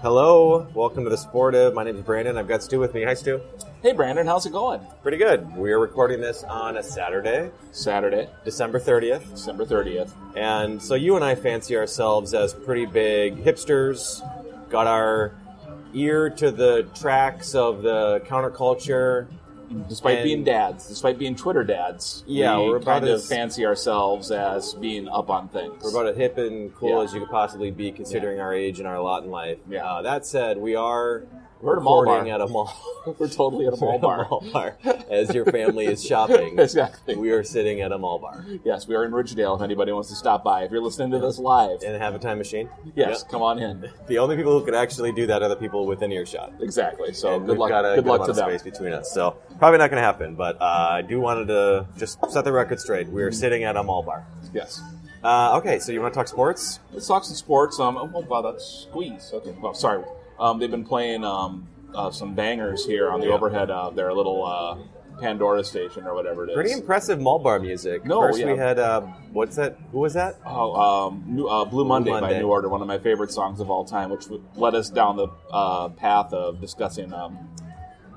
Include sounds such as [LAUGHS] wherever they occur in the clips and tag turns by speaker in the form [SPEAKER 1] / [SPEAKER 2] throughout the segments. [SPEAKER 1] Hello, welcome to the Sportive. My name is Brandon. I've got Stu with me. Hi, Stu.
[SPEAKER 2] Hey Brandon, how's it going?
[SPEAKER 1] Pretty good. We are recording this on a Saturday,
[SPEAKER 2] Saturday,
[SPEAKER 1] December 30th.
[SPEAKER 2] December 30th.
[SPEAKER 1] And so you and I fancy ourselves as pretty big hipsters, got our ear to the tracks of the counterculture.
[SPEAKER 2] Despite
[SPEAKER 1] And-
[SPEAKER 2] being dads, despite being Twitter dads,
[SPEAKER 1] Yeah,
[SPEAKER 2] we
[SPEAKER 1] we're about
[SPEAKER 2] kind of
[SPEAKER 1] as-
[SPEAKER 2] fancy ourselves as being up on things.
[SPEAKER 1] We're
[SPEAKER 2] [LAUGHS]
[SPEAKER 1] about as hip and cool
[SPEAKER 2] Yeah.
[SPEAKER 1] as you could possibly be considering our age and our lot in life.
[SPEAKER 2] Yeah.
[SPEAKER 1] Uh, that said, we are
[SPEAKER 2] We're at a mall
[SPEAKER 1] recording
[SPEAKER 2] bar.
[SPEAKER 1] at a mall.
[SPEAKER 2] We're totally at
[SPEAKER 1] [LAUGHS]
[SPEAKER 2] a mall
[SPEAKER 1] At a
[SPEAKER 2] bar.
[SPEAKER 1] mall bar. As your family is shopping,
[SPEAKER 2] [LAUGHS] Exactly.
[SPEAKER 1] we are sitting at a mall bar.
[SPEAKER 2] Yes, we are in Ridgedale. If anybody wants to stop by, if you're listening to this live,
[SPEAKER 1] And have a time machine?
[SPEAKER 2] yes,
[SPEAKER 1] Yep.
[SPEAKER 2] come on in.
[SPEAKER 1] The only people who could actually do that are the people within earshot.
[SPEAKER 2] Exactly. So
[SPEAKER 1] And
[SPEAKER 2] good
[SPEAKER 1] we've
[SPEAKER 2] luck.
[SPEAKER 1] got a
[SPEAKER 2] Good luck
[SPEAKER 1] amount
[SPEAKER 2] to
[SPEAKER 1] of
[SPEAKER 2] them.
[SPEAKER 1] space between us. So probably not going to happen. But uh, I do wanted to just set the record straight. We are
[SPEAKER 2] Mm-hmm.
[SPEAKER 1] sitting at a mall bar.
[SPEAKER 2] Yes.
[SPEAKER 1] Uh, okay, so you want to talk sports?
[SPEAKER 2] Let's talk some sports. Um, oh, wow, that's squeeze. Okay, well, sorry. Um, they've been playing um, uh, some bangers here on the overhead of their little uh, Pandora station or whatever it is.
[SPEAKER 1] Pretty impressive mall bar music.
[SPEAKER 2] No,
[SPEAKER 1] First
[SPEAKER 2] yeah.
[SPEAKER 1] we had uh, what's that? Who was that?
[SPEAKER 2] Oh, um, New, uh, Blue Monday,
[SPEAKER 1] Monday.
[SPEAKER 2] by New Order, one of my favorite songs of all time, which would- led us down the uh, path of discussing um,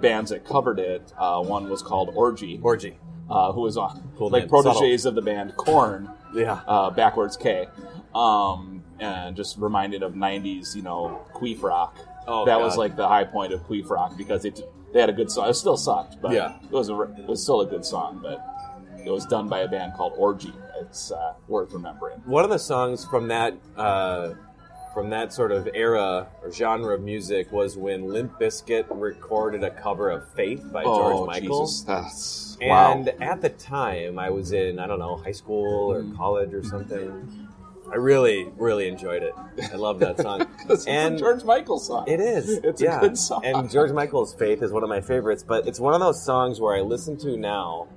[SPEAKER 2] bands that covered it. Uh, one was called Orgy,
[SPEAKER 1] Orgy.
[SPEAKER 2] uh, who was on
[SPEAKER 1] Cool
[SPEAKER 2] like
[SPEAKER 1] name.
[SPEAKER 2] proteges of the band Corn,
[SPEAKER 1] Yeah.
[SPEAKER 2] uh, backwards K, um, and just reminded of '90s, you know, Queef rock.
[SPEAKER 1] Oh,
[SPEAKER 2] that
[SPEAKER 1] God.
[SPEAKER 2] was like the high point of Queef rock because it they had a good song. It still sucked, but
[SPEAKER 1] Yeah.
[SPEAKER 2] it was a, it was still a good song, but. It was done by a band called Orgy. It's uh, worth remembering.
[SPEAKER 1] one of the songs from that uh, from that sort of era or genre of music was when Limp Bizkit recorded a cover of Faith by George Michael.
[SPEAKER 2] Oh, Jesus, that's
[SPEAKER 1] And
[SPEAKER 2] wow. [LAUGHS]
[SPEAKER 1] at the time, I was in I don't know high school or
[SPEAKER 2] Mm-hmm.
[SPEAKER 1] college or something. I really, really enjoyed it. I love that song.
[SPEAKER 2] 'Cause Mm-hmm. [LAUGHS] It's
[SPEAKER 1] and
[SPEAKER 2] a George Michael song.
[SPEAKER 1] it is.
[SPEAKER 2] [LAUGHS] It's
[SPEAKER 1] yeah.
[SPEAKER 2] a good song.
[SPEAKER 1] And George Michael's Faith is one of my favorites, but it's one of those songs where I listen to now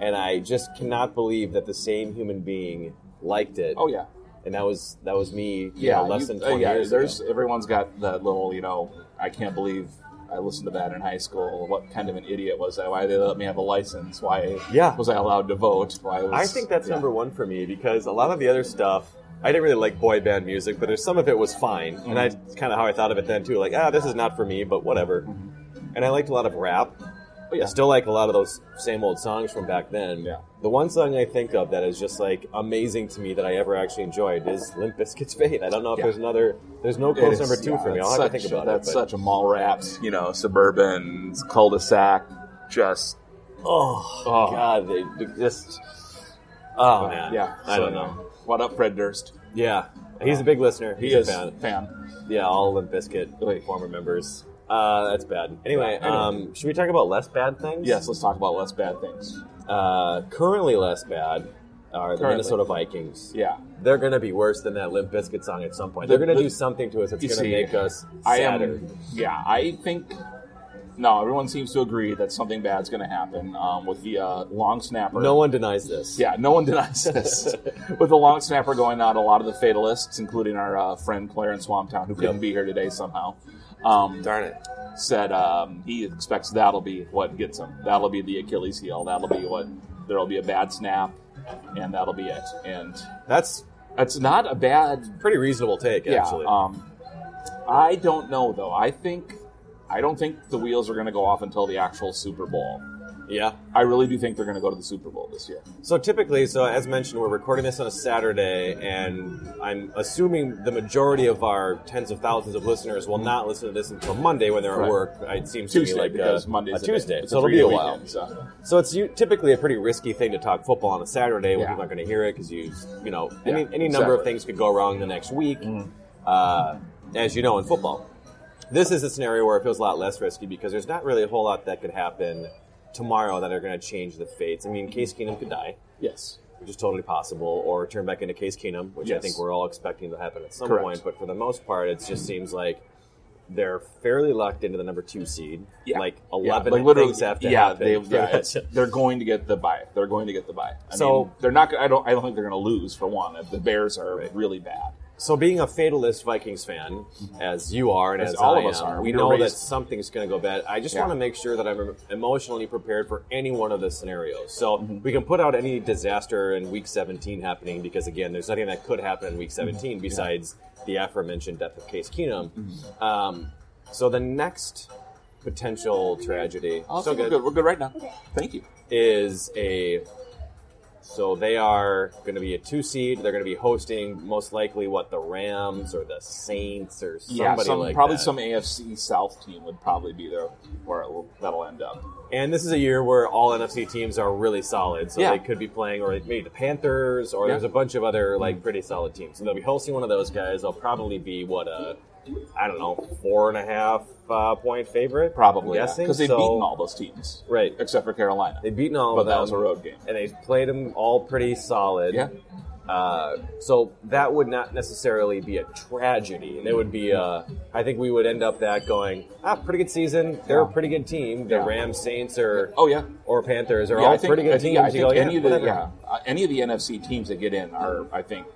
[SPEAKER 1] and I just cannot believe that the same human being liked it
[SPEAKER 2] oh yeah,
[SPEAKER 1] and that was that was me. You
[SPEAKER 2] yeah.
[SPEAKER 1] yeah, know, less
[SPEAKER 2] you-
[SPEAKER 1] than
[SPEAKER 2] uh,
[SPEAKER 1] twenty
[SPEAKER 2] yeah,
[SPEAKER 1] years
[SPEAKER 2] There's
[SPEAKER 1] ago.
[SPEAKER 2] everyone's got that little, you know. I can't believe I listened to that in high school. What kind of an idiot was I? Why they let me have a license? Why
[SPEAKER 1] Yeah.
[SPEAKER 2] was I allowed to vote? Why was
[SPEAKER 1] I think that's
[SPEAKER 2] yeah.
[SPEAKER 1] number one for me because a lot of the other stuff. I didn't really like boy band music, but there's some of it was fine, and I
[SPEAKER 2] Mm-hmm.
[SPEAKER 1] kind of how I thought of it then too. Like, ah, this is not for me, but whatever.
[SPEAKER 2] Mm-hmm.
[SPEAKER 1] And I liked a lot of rap.
[SPEAKER 2] Oh, yeah.
[SPEAKER 1] I still like a lot of those same old songs from back then.
[SPEAKER 2] Yeah.
[SPEAKER 1] The one song I think of that is just like amazing to me that I ever actually enjoyed is Limp Bizkit's Fate. I don't know if
[SPEAKER 2] Yeah.
[SPEAKER 1] there's another. There's no
[SPEAKER 2] It
[SPEAKER 1] close
[SPEAKER 2] is-
[SPEAKER 1] number two
[SPEAKER 2] yeah,
[SPEAKER 1] for me. I'll
[SPEAKER 2] that's
[SPEAKER 1] have to think
[SPEAKER 2] such-
[SPEAKER 1] about
[SPEAKER 2] That's
[SPEAKER 1] it. but-
[SPEAKER 2] such a mall rats, you know, suburban cul-de-sac. Just
[SPEAKER 1] oh,
[SPEAKER 2] Oh.
[SPEAKER 1] god, they they just. Oh man,
[SPEAKER 2] yeah.
[SPEAKER 1] I
[SPEAKER 2] so,
[SPEAKER 1] don't
[SPEAKER 2] you
[SPEAKER 1] know.
[SPEAKER 2] What up, Fred Durst?
[SPEAKER 1] Yeah, he's a big listener.
[SPEAKER 2] He
[SPEAKER 1] He's a
[SPEAKER 2] is
[SPEAKER 1] fan.
[SPEAKER 2] fan.
[SPEAKER 1] Yeah, all Limp Bizkit former members. Uh, that's bad. Anyway, um, should we talk about less bad things?
[SPEAKER 2] Yes, let's talk about less bad things.
[SPEAKER 1] Uh, currently, less bad are the
[SPEAKER 2] Currently.
[SPEAKER 1] Minnesota Vikings.
[SPEAKER 2] Yeah.
[SPEAKER 1] They're going to be worse than that Limp Bizkit song at some point.
[SPEAKER 2] The-
[SPEAKER 1] They're going to
[SPEAKER 2] the-
[SPEAKER 1] do something to us that's
[SPEAKER 2] You
[SPEAKER 1] going to
[SPEAKER 2] see, uh,
[SPEAKER 1] make us
[SPEAKER 2] I
[SPEAKER 1] sadder.
[SPEAKER 2] am. Yeah, I think. No, everyone seems to agree that something bad's going to happen um, with the uh, long snapper.
[SPEAKER 1] No one denies this.
[SPEAKER 2] Yeah, no one denies this. [LAUGHS] with the long snapper going out, a lot of the fatalists, including our uh, friend Claire in Swamptown, who couldn't
[SPEAKER 1] Yep.
[SPEAKER 2] be here today somehow, um,
[SPEAKER 1] Darn it.
[SPEAKER 2] said um, he expects that'll be what gets him. That'll be the Achilles heel. That'll be what. There'll be a bad snap, and that'll be it. And
[SPEAKER 1] That's
[SPEAKER 2] it's not a bad
[SPEAKER 1] pretty reasonable take, actually.
[SPEAKER 2] yeah, um, I don't know though. I think I don't think the wheels are going to go off until the actual Super Bowl.
[SPEAKER 1] Yeah.
[SPEAKER 2] I really do think they're going to go to the Super Bowl this year.
[SPEAKER 1] So typically, so as mentioned, we're recording this on a Saturday, and I'm assuming the majority of our tens of thousands of listeners will not listen to this until Monday when they're at
[SPEAKER 2] Right.
[SPEAKER 1] work. It seems
[SPEAKER 2] Tuesday
[SPEAKER 1] to me like uh,
[SPEAKER 2] because Monday's
[SPEAKER 1] a
[SPEAKER 2] the day.
[SPEAKER 1] Tuesday,
[SPEAKER 2] It's
[SPEAKER 1] so it'll be a
[SPEAKER 2] three-day
[SPEAKER 1] while.
[SPEAKER 2] weekend, so.
[SPEAKER 1] So it's u- typically a pretty risky thing to talk football on a Saturday when
[SPEAKER 2] Yeah.
[SPEAKER 1] people aren't going to hear it because you, you know, any,
[SPEAKER 2] Yeah,
[SPEAKER 1] any number of
[SPEAKER 2] exactly. Mm-hmm.
[SPEAKER 1] things could go wrong the next week, uh, as you know in football. This is a scenario where it feels a lot less risky because there's not really a whole lot that could happen tomorrow that are going to change the fates. I mean, Case Keenum could die,
[SPEAKER 2] Yes.
[SPEAKER 1] which is totally possible, or turn back into Case Keenum, which I
[SPEAKER 2] Yes.
[SPEAKER 1] think we're all expecting to happen at some
[SPEAKER 2] Correct.
[SPEAKER 1] point. But for the most part, it just seems like they're fairly locked into the number two seed. Like eleven
[SPEAKER 2] like literally,
[SPEAKER 1] things have to
[SPEAKER 2] yeah,
[SPEAKER 1] happen. for
[SPEAKER 2] They,
[SPEAKER 1] [LAUGHS]
[SPEAKER 2] yeah,
[SPEAKER 1] that
[SPEAKER 2] it's- they're going to get the buy. They're going to get the buy. I
[SPEAKER 1] So-
[SPEAKER 2] mean, they're not. gonna- I don't. I don't think they're going to lose for one. The Bears are really bad.
[SPEAKER 1] So, being a fatalist Vikings fan, as you are, and as,
[SPEAKER 2] As all
[SPEAKER 1] I
[SPEAKER 2] of us
[SPEAKER 1] am,
[SPEAKER 2] are,
[SPEAKER 1] we
[SPEAKER 2] we
[SPEAKER 1] know
[SPEAKER 2] were
[SPEAKER 1] that
[SPEAKER 2] raised-
[SPEAKER 1] something's going to go bad. I just
[SPEAKER 2] Yeah.
[SPEAKER 1] want to make sure that I'm emotionally prepared for any one of the scenarios. So,
[SPEAKER 2] Mm-hmm.
[SPEAKER 1] we can put out any disaster in week 17 happening because, again, there's nothing that could happen in week
[SPEAKER 2] Mm-hmm.
[SPEAKER 1] 17 besides the aforementioned death of Case Keenum.
[SPEAKER 2] Mm-hmm.
[SPEAKER 1] Um, so, the next potential tragedy
[SPEAKER 2] I
[SPEAKER 1] so
[SPEAKER 2] think we're good. We're good right now. Thank you.
[SPEAKER 1] is a so they are going to be a two seed. They're going to be hosting most likely what the Rams or the Saints or somebody
[SPEAKER 2] yeah, some,
[SPEAKER 1] like
[SPEAKER 2] probably
[SPEAKER 1] that.
[SPEAKER 2] some AFC South team would probably be there where it will, that'll end up.
[SPEAKER 1] And this is a year where all NFC teams are really solid, so
[SPEAKER 2] Yeah.
[SPEAKER 1] they could be playing or maybe the Panthers or
[SPEAKER 2] Yeah.
[SPEAKER 1] there's a bunch of other like pretty solid teams. So they'll be hosting one of those guys. They'll probably be what a I don't know four and a half uh, point favorite
[SPEAKER 2] Probably
[SPEAKER 1] I'm guessing
[SPEAKER 2] because they've
[SPEAKER 1] So-
[SPEAKER 2] beaten all those teams,
[SPEAKER 1] Right.
[SPEAKER 2] Except for Carolina.
[SPEAKER 1] They've beaten all
[SPEAKER 2] but
[SPEAKER 1] of them.
[SPEAKER 2] that was a road game.
[SPEAKER 1] And they played them all pretty solid.
[SPEAKER 2] Yeah.
[SPEAKER 1] Uh, so that would not necessarily be a tragedy. It would be, uh, I think we would end up that going, ah, pretty good season. They're a pretty good team. The
[SPEAKER 2] Yeah.
[SPEAKER 1] Rams, Saints, or
[SPEAKER 2] Oh, yeah.
[SPEAKER 1] or Panthers are
[SPEAKER 2] yeah,
[SPEAKER 1] all
[SPEAKER 2] I think,
[SPEAKER 1] pretty
[SPEAKER 2] I
[SPEAKER 1] good
[SPEAKER 2] think-
[SPEAKER 1] teams.
[SPEAKER 2] yeah, I
[SPEAKER 1] You
[SPEAKER 2] think
[SPEAKER 1] go,
[SPEAKER 2] any of the
[SPEAKER 1] whatever.
[SPEAKER 2] yeah, uh, any of the NFC teams that get in are I think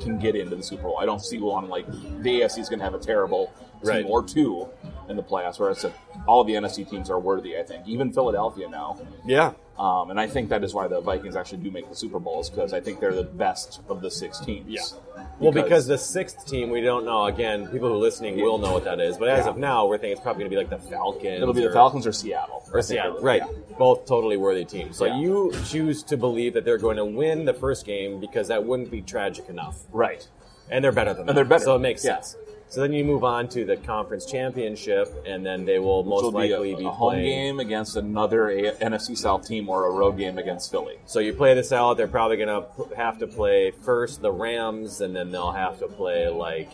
[SPEAKER 2] can get into the Super Bowl. I don't see one like the AFC is going to have a terrible team
[SPEAKER 1] Right.
[SPEAKER 2] or two in the playoffs. Whereas if all of the NFC teams are worthy. I think even Philadelphia now.
[SPEAKER 1] yeah,
[SPEAKER 2] Um, and I think that is why the Vikings actually do make the Super Bowls because I think they're the best of the six teams.
[SPEAKER 1] Yeah. Well, because the sixth team, we don't know. Again, people who are listening will know what that is. But as
[SPEAKER 2] Yeah.
[SPEAKER 1] of now, we're thinking it's probably going to be like the Falcons.
[SPEAKER 2] it'll be the
[SPEAKER 1] or-
[SPEAKER 2] Falcons or Seattle.
[SPEAKER 1] Or Seattle, right?
[SPEAKER 2] Yeah.
[SPEAKER 1] Both totally worthy teams. So
[SPEAKER 2] Yeah.
[SPEAKER 1] you choose to believe that they're going to win the first game because that wouldn't be tragic enough,
[SPEAKER 2] Right.
[SPEAKER 1] and they're better than that.
[SPEAKER 2] And they're better.
[SPEAKER 1] so it makes
[SPEAKER 2] Yeah.
[SPEAKER 1] sense. So then you move on to the conference championship, and then they will
[SPEAKER 2] Which
[SPEAKER 1] most
[SPEAKER 2] will be a,
[SPEAKER 1] likely be,
[SPEAKER 2] a home
[SPEAKER 1] playing.
[SPEAKER 2] game against another a- NFC South team or a road game against Philly.
[SPEAKER 1] So you play this out. They're probably going to have to play first the Rams, and then they'll have to play like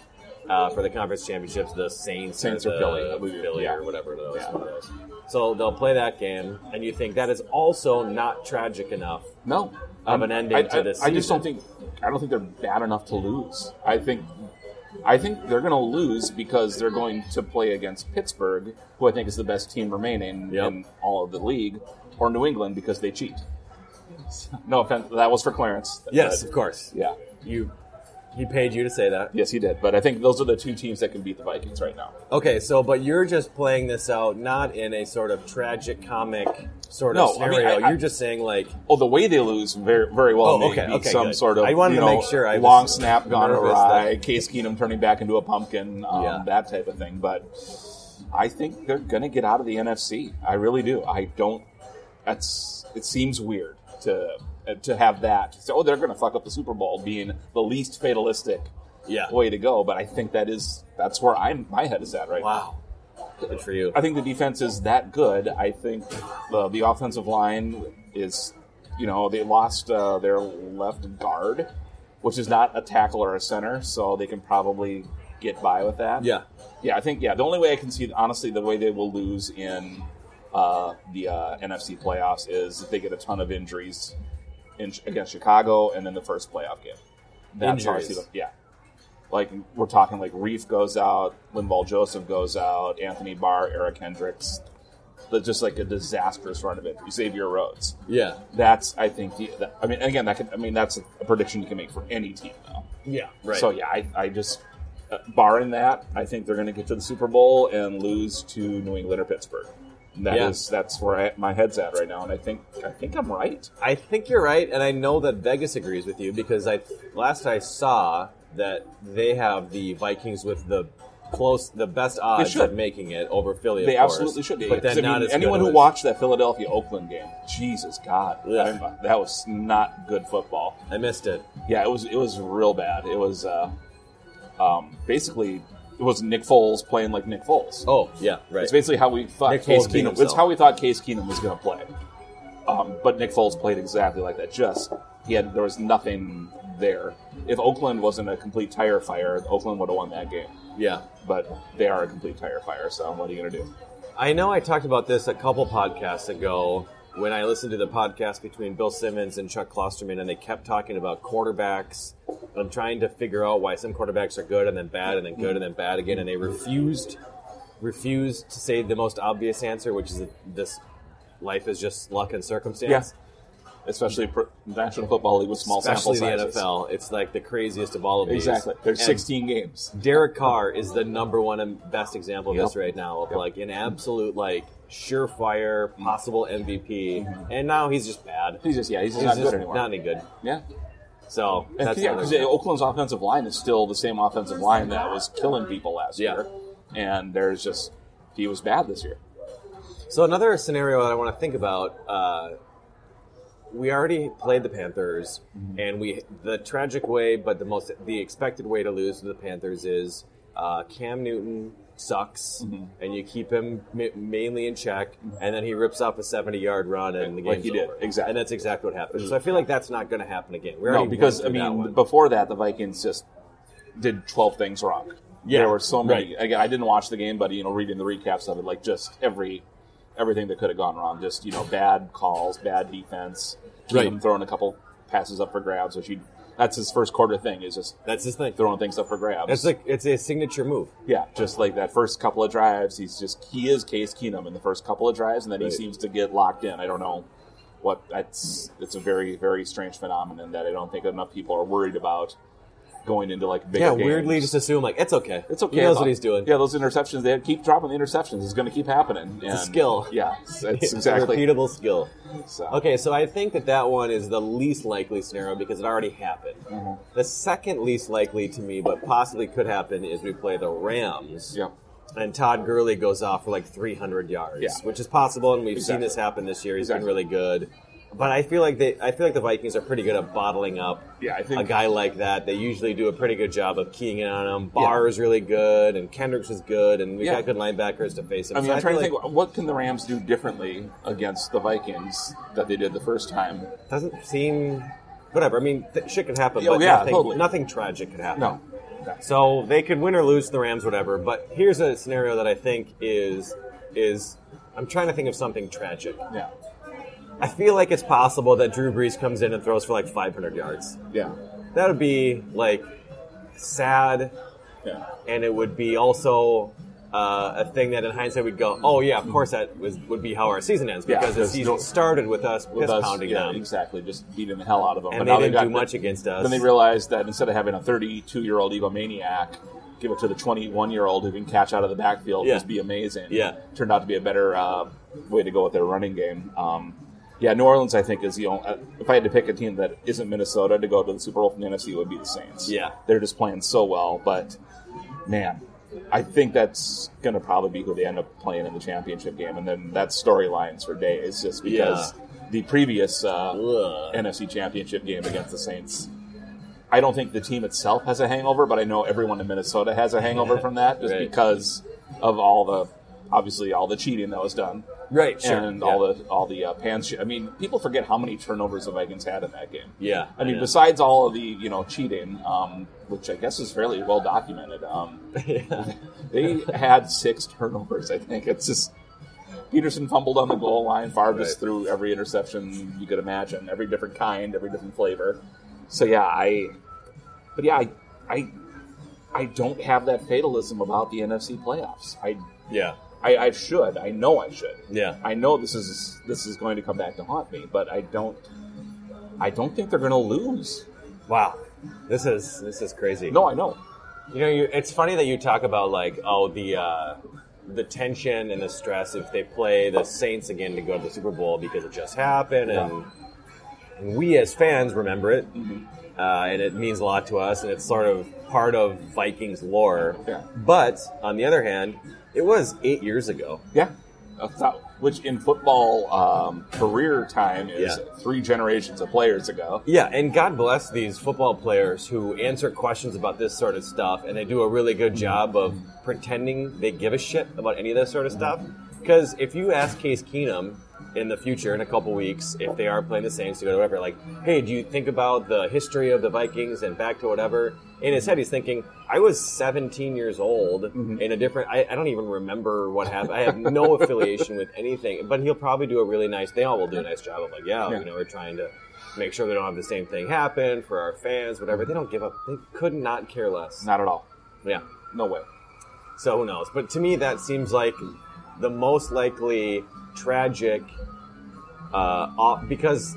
[SPEAKER 1] uh, for the conference championships the Saints,
[SPEAKER 2] Saints
[SPEAKER 1] or,
[SPEAKER 2] or
[SPEAKER 1] the
[SPEAKER 2] Philly, I believe.
[SPEAKER 1] uh, Philly
[SPEAKER 2] Yeah.
[SPEAKER 1] or whatever those.
[SPEAKER 2] Yeah.
[SPEAKER 1] those. So they'll play that game, and you think that is also not tragic enough.
[SPEAKER 2] No, Um,
[SPEAKER 1] Of an ending
[SPEAKER 2] I,
[SPEAKER 1] to
[SPEAKER 2] I-
[SPEAKER 1] this
[SPEAKER 2] I just
[SPEAKER 1] season.
[SPEAKER 2] don't think I don't think they're bad enough to lose. I think I think they're going to lose because they're going to play against Pittsburgh, who I think is the best team remaining
[SPEAKER 1] Yep.
[SPEAKER 2] in all of the league, or New England because they cheat. [LAUGHS] No offense, that was for Clarence.
[SPEAKER 1] Yes,
[SPEAKER 2] But-
[SPEAKER 1] of course.
[SPEAKER 2] yeah,
[SPEAKER 1] You, he paid you to say that.
[SPEAKER 2] yes, he did. But I think those are the two teams that can beat the Vikings right now.
[SPEAKER 1] Okay, so but you're just playing this out not in a sort of tragic comic sort
[SPEAKER 2] No,
[SPEAKER 1] of
[SPEAKER 2] I mean,
[SPEAKER 1] scenario.
[SPEAKER 2] I- I-
[SPEAKER 1] you're just saying like
[SPEAKER 2] Oh, the way they lose very, very well.
[SPEAKER 1] Oh,
[SPEAKER 2] may
[SPEAKER 1] okay,
[SPEAKER 2] be
[SPEAKER 1] okay,
[SPEAKER 2] some
[SPEAKER 1] good.
[SPEAKER 2] sort of
[SPEAKER 1] I wanted
[SPEAKER 2] you
[SPEAKER 1] to
[SPEAKER 2] know,
[SPEAKER 1] make sure I was
[SPEAKER 2] long snap gone
[SPEAKER 1] nervous
[SPEAKER 2] awry,
[SPEAKER 1] that-
[SPEAKER 2] Case Keenum turning back into a pumpkin, um,
[SPEAKER 1] Yeah.
[SPEAKER 2] that type of thing. But I think they're going to get out of the NFC. I really do. I don't. That's it seems weird to uh, to have that. So oh, they're going to fuck up the Super Bowl being the least fatalistic
[SPEAKER 1] yeah.
[SPEAKER 2] way to go. But I think that is that's where I'm my head is at right now.
[SPEAKER 1] Wow, good for you.
[SPEAKER 2] I think the defense is that good. I think the, the offensive line is, you know, they lost uh, their left guard, which is not a tackle or a center, so they can probably get by with that.
[SPEAKER 1] Yeah.
[SPEAKER 2] Yeah, I think, yeah, the only way I can see, honestly, the way they will lose in uh, the uh, NFC playoffs is if they get a ton of injuries in, against Chicago and then the first playoff game. That's how I see
[SPEAKER 1] Injuries.
[SPEAKER 2] them. Yeah like we're talking like Reef goes out, Linval Joseph goes out, Anthony Barr, Eric Hendricks, but just like a disastrous run of it. Xavier Rhodes.
[SPEAKER 1] Yeah,
[SPEAKER 2] That's I think. The, that, I mean, again, that could, I mean that's a prediction you can make for any team now.
[SPEAKER 1] yeah, right.
[SPEAKER 2] So yeah, I, I just uh, barring that, I think they're going to get to the Super Bowl and lose to New England or Pittsburgh. And That is
[SPEAKER 1] Yeah.
[SPEAKER 2] that's where I, my head's at right now, and I think I think I'm right.
[SPEAKER 1] I think you're right, and I know that Vegas agrees with you because I last I saw that they have the Vikings with the close, the best odds
[SPEAKER 2] should.
[SPEAKER 1] of making it over Philly. of
[SPEAKER 2] They
[SPEAKER 1] course.
[SPEAKER 2] absolutely should.
[SPEAKER 1] But
[SPEAKER 2] Because,
[SPEAKER 1] then
[SPEAKER 2] I
[SPEAKER 1] not
[SPEAKER 2] mean,
[SPEAKER 1] as
[SPEAKER 2] anyone
[SPEAKER 1] good
[SPEAKER 2] who
[SPEAKER 1] as-
[SPEAKER 2] watched that Philadelphia Oakland game, Jesus God,
[SPEAKER 1] Yeah.
[SPEAKER 2] I'm- that was not good football.
[SPEAKER 1] I missed it.
[SPEAKER 2] Yeah, it was it was real bad. It was uh, um, basically it was Nick Foles playing like Nick Foles.
[SPEAKER 1] Oh yeah, right.
[SPEAKER 2] It's basically how we thought
[SPEAKER 1] Nick
[SPEAKER 2] Case
[SPEAKER 1] Foles beat
[SPEAKER 2] Keenum. It's
[SPEAKER 1] himself.
[SPEAKER 2] how we thought Case Keenum was going to play. Um, but Nick Foles played exactly like that. Just he had there was nothing there. If Oakland wasn't a complete tire fire, Oakland would have won that game.
[SPEAKER 1] yeah.
[SPEAKER 2] But they are a complete tire fire. So what are you going to do?
[SPEAKER 1] I know I talked about this a couple podcasts ago when I listened to the podcast between Bill Simmons and Chuck Klosterman, and they kept talking about quarterbacks. I'm trying to figure out why some quarterbacks are good and then bad and then good and then bad again, and they refused refused to say the most obvious answer, which is that this life is just luck and circumstance.
[SPEAKER 2] especially pro- National Football League with small
[SPEAKER 1] Especially the
[SPEAKER 2] sample sizes.
[SPEAKER 1] NFL, it's like the craziest of all of these.
[SPEAKER 2] Exactly. There's
[SPEAKER 1] And
[SPEAKER 2] 16 games.
[SPEAKER 1] Derek Carr is the number one and best example of this
[SPEAKER 2] Yep. Mm-hmm.
[SPEAKER 1] right now of like an absolute like surefire possible MVP, and now he's just bad.
[SPEAKER 2] He's just yeah, he's just not good anymore.
[SPEAKER 1] not any good.
[SPEAKER 2] yeah.
[SPEAKER 1] So that's
[SPEAKER 2] [LAUGHS] yeah,
[SPEAKER 1] another
[SPEAKER 2] because
[SPEAKER 1] one.
[SPEAKER 2] Oakland's offensive line is still the same offensive line that was killing people last
[SPEAKER 1] Yeah.
[SPEAKER 2] year, and there's just he was bad this year.
[SPEAKER 1] So another scenario that I want to think about. Uh, we already played the Panthers,
[SPEAKER 2] Mm-hmm.
[SPEAKER 1] and we the tragic way, but the most the expected way to lose to the Panthers is uh, Cam Newton sucks,
[SPEAKER 2] Mm-hmm.
[SPEAKER 1] and you keep him ma- mainly in check, and then he rips off a seventy-yard run, and the
[SPEAKER 2] Like
[SPEAKER 1] game's
[SPEAKER 2] he did.
[SPEAKER 1] over.
[SPEAKER 2] Exactly. Mm-hmm.
[SPEAKER 1] and that's exactly what happened. So I feel like that's not going to happen again. We
[SPEAKER 2] No,
[SPEAKER 1] already
[SPEAKER 2] because I
[SPEAKER 1] went through that
[SPEAKER 2] mean
[SPEAKER 1] one.
[SPEAKER 2] before that the Vikings just did 12 things wrong.
[SPEAKER 1] Yeah,
[SPEAKER 2] there were so many. Again, I didn't watch the game, but you know, reading the recaps of it, like just every everything that could have gone wrong. Just you know, bad calls, bad defense.
[SPEAKER 1] Right.
[SPEAKER 2] Keenum throwing a couple passes up for grabs, which he that's his first quarter thing is just
[SPEAKER 1] that's his thing.
[SPEAKER 2] throwing things up for grabs.
[SPEAKER 1] It's like it's a signature move.
[SPEAKER 2] Yeah, just like that first couple of drives, he's just he is Case Keenum in the first couple of drives, and then he
[SPEAKER 1] Right.
[SPEAKER 2] seems to get locked in. I don't know what that's. It's a very very strange phenomenon that I don't think enough people are worried about going into like bigger
[SPEAKER 1] Yeah, weirdly,
[SPEAKER 2] games.
[SPEAKER 1] just assume like it's okay.
[SPEAKER 2] It's okay.
[SPEAKER 1] He knows
[SPEAKER 2] about-
[SPEAKER 1] what he's doing.
[SPEAKER 2] Yeah, those interceptions. They keep dropping the interceptions. It's going to keep happening.
[SPEAKER 1] It's a
[SPEAKER 2] and-
[SPEAKER 1] skill.
[SPEAKER 2] Yeah, it's,
[SPEAKER 1] [LAUGHS]
[SPEAKER 2] it's
[SPEAKER 1] It's a
[SPEAKER 2] exactly.
[SPEAKER 1] repeatable skill.
[SPEAKER 2] so.
[SPEAKER 1] Okay, so I think that that one is the least likely scenario because it already happened.
[SPEAKER 2] Mm-hmm.
[SPEAKER 1] The second least likely to me, but possibly could happen, is we play the Rams.
[SPEAKER 2] Yep.
[SPEAKER 1] And Todd Gurley goes off for like 300 yards,
[SPEAKER 2] Yeah.
[SPEAKER 1] which is possible, and we've seen
[SPEAKER 2] Exactly.
[SPEAKER 1] this happen this year. He's
[SPEAKER 2] Exactly.
[SPEAKER 1] been really good, but I feel like they, I feel like the Vikings are pretty good at bottling up
[SPEAKER 2] Yeah, I think-
[SPEAKER 1] a guy like that. They usually do a pretty good job of keying in on him. Barr is really good, and Kendricks is good, and we
[SPEAKER 2] Yeah.
[SPEAKER 1] have got good linebackers to face him.
[SPEAKER 2] I mean,
[SPEAKER 1] So
[SPEAKER 2] I'm
[SPEAKER 1] feel
[SPEAKER 2] trying to
[SPEAKER 1] like-
[SPEAKER 2] think. What can the Rams do differently against the Vikings that they did the first time?
[SPEAKER 1] doesn't seem whatever. I mean, th- shit could happen,
[SPEAKER 2] Yeah,
[SPEAKER 1] but
[SPEAKER 2] Oh, yeah,
[SPEAKER 1] nothing,
[SPEAKER 2] totally.
[SPEAKER 1] nothing tragic could happen.
[SPEAKER 2] No.
[SPEAKER 1] So they could win or lose to the Rams, whatever. But here's a scenario that I think is is I'm trying to think of something tragic.
[SPEAKER 2] Yeah.
[SPEAKER 1] I feel like it's possible that Drew Brees comes in and throws for like 500 yards.
[SPEAKER 2] Yeah.
[SPEAKER 1] That would be like sad,
[SPEAKER 2] Yeah.
[SPEAKER 1] and it would be also. Uh, a thing that in hindsight we'd go, oh yeah, of course that was, would be how our season ends
[SPEAKER 2] Yeah,
[SPEAKER 1] because the
[SPEAKER 2] there's
[SPEAKER 1] season
[SPEAKER 2] no-
[SPEAKER 1] started with us piss
[SPEAKER 2] with us,
[SPEAKER 1] pounding
[SPEAKER 2] yeah,
[SPEAKER 1] them,
[SPEAKER 2] Exactly, just beating the hell out of them.
[SPEAKER 1] and
[SPEAKER 2] now
[SPEAKER 1] they
[SPEAKER 2] they've
[SPEAKER 1] didn't do
[SPEAKER 2] got-
[SPEAKER 1] much against us.
[SPEAKER 2] Then they realized that instead of having a 32-year-old egomaniac, give it to the 21-year-old who can catch out of the backfield,
[SPEAKER 1] Yeah.
[SPEAKER 2] just be amazing.
[SPEAKER 1] Yeah.
[SPEAKER 2] turned out to be a better uh, way to go with their running game. Um, yeah, New Orleans, I think, is the only. uh, If I had to pick a team that isn't Minnesota to go to the Super Bowl from the NFC, it would be the Saints.
[SPEAKER 1] Yeah.
[SPEAKER 2] they're just playing so well, but man. I think that's going to probably be who they end up playing in the championship game, and then that's storylines for days, just because the previous uh,
[SPEAKER 1] Ugh.
[SPEAKER 2] NFC Championship game against the Saints. I don't think the team itself has a hangover, but I know everyone in Minnesota has a hangover from that just
[SPEAKER 1] Right.
[SPEAKER 2] because of all the obviously all the cheating that was done.
[SPEAKER 1] Right, sure.
[SPEAKER 2] And all the all the uh, pans. I mean, people forget how many turnovers the Vikings had in that game.
[SPEAKER 1] Yeah,
[SPEAKER 2] I mean,
[SPEAKER 1] I know.
[SPEAKER 2] besides all of the you know cheating, um, which I guess is fairly well documented.
[SPEAKER 1] [LAUGHS]
[SPEAKER 2] Um, they had six turnovers. I think it's just Peterson fumbled on the goal line. Favre just
[SPEAKER 1] Right.
[SPEAKER 2] threw every interception you could imagine, every different kind, every different flavor. So yeah, I. But yeah, I, I, I don't have that fatalism about the NFC playoffs. I,
[SPEAKER 1] Yeah.
[SPEAKER 2] I, I should. I know I should.
[SPEAKER 1] Yeah.
[SPEAKER 2] I know this is this is going to come back to haunt me, but I don't. I don't think they're going to lose.
[SPEAKER 1] Wow. This is this is crazy.
[SPEAKER 2] No, I know.
[SPEAKER 1] You know, you, it's funny that you talk about like oh the uh, the tension and the stress if they play the Saints again to go to
[SPEAKER 2] Mm-hmm.
[SPEAKER 1] the Super Bowl because it just happened and, and we as fans remember it. uh, and it means a lot to us, and it's sort of part of Vikings lore.
[SPEAKER 2] Yeah.
[SPEAKER 1] But on the other hand, it was eight years ago.
[SPEAKER 2] Yeah. A thou- which in football um, career time is
[SPEAKER 1] Yeah.
[SPEAKER 2] three generations of players ago.
[SPEAKER 1] Yeah, and God bless these football players who answer questions about this sort of stuff, and they do a really good job of pretending they give a shit about any of this sort of stuff. Because if you ask Case Keenum in the future, in a couple weeks, if they are playing the Saints to go to whatever, like, hey, do you think about the history of the Vikings and back to whatever? In his head, he's thinking, I was 17 years old in a different. I, I don't even remember what happened. I have no [LAUGHS] affiliation with anything. But he'll probably do a really nice. They all will do a nice job of like, yeah,
[SPEAKER 2] Yeah.
[SPEAKER 1] you know, we're trying to make sure they don't have the same thing happen for our fans, whatever. They don't give up. They could not care less.
[SPEAKER 2] Not at all.
[SPEAKER 1] Yeah.
[SPEAKER 2] No way.
[SPEAKER 1] So who knows? But to me, that seems like the most likely tragic, uh, off, because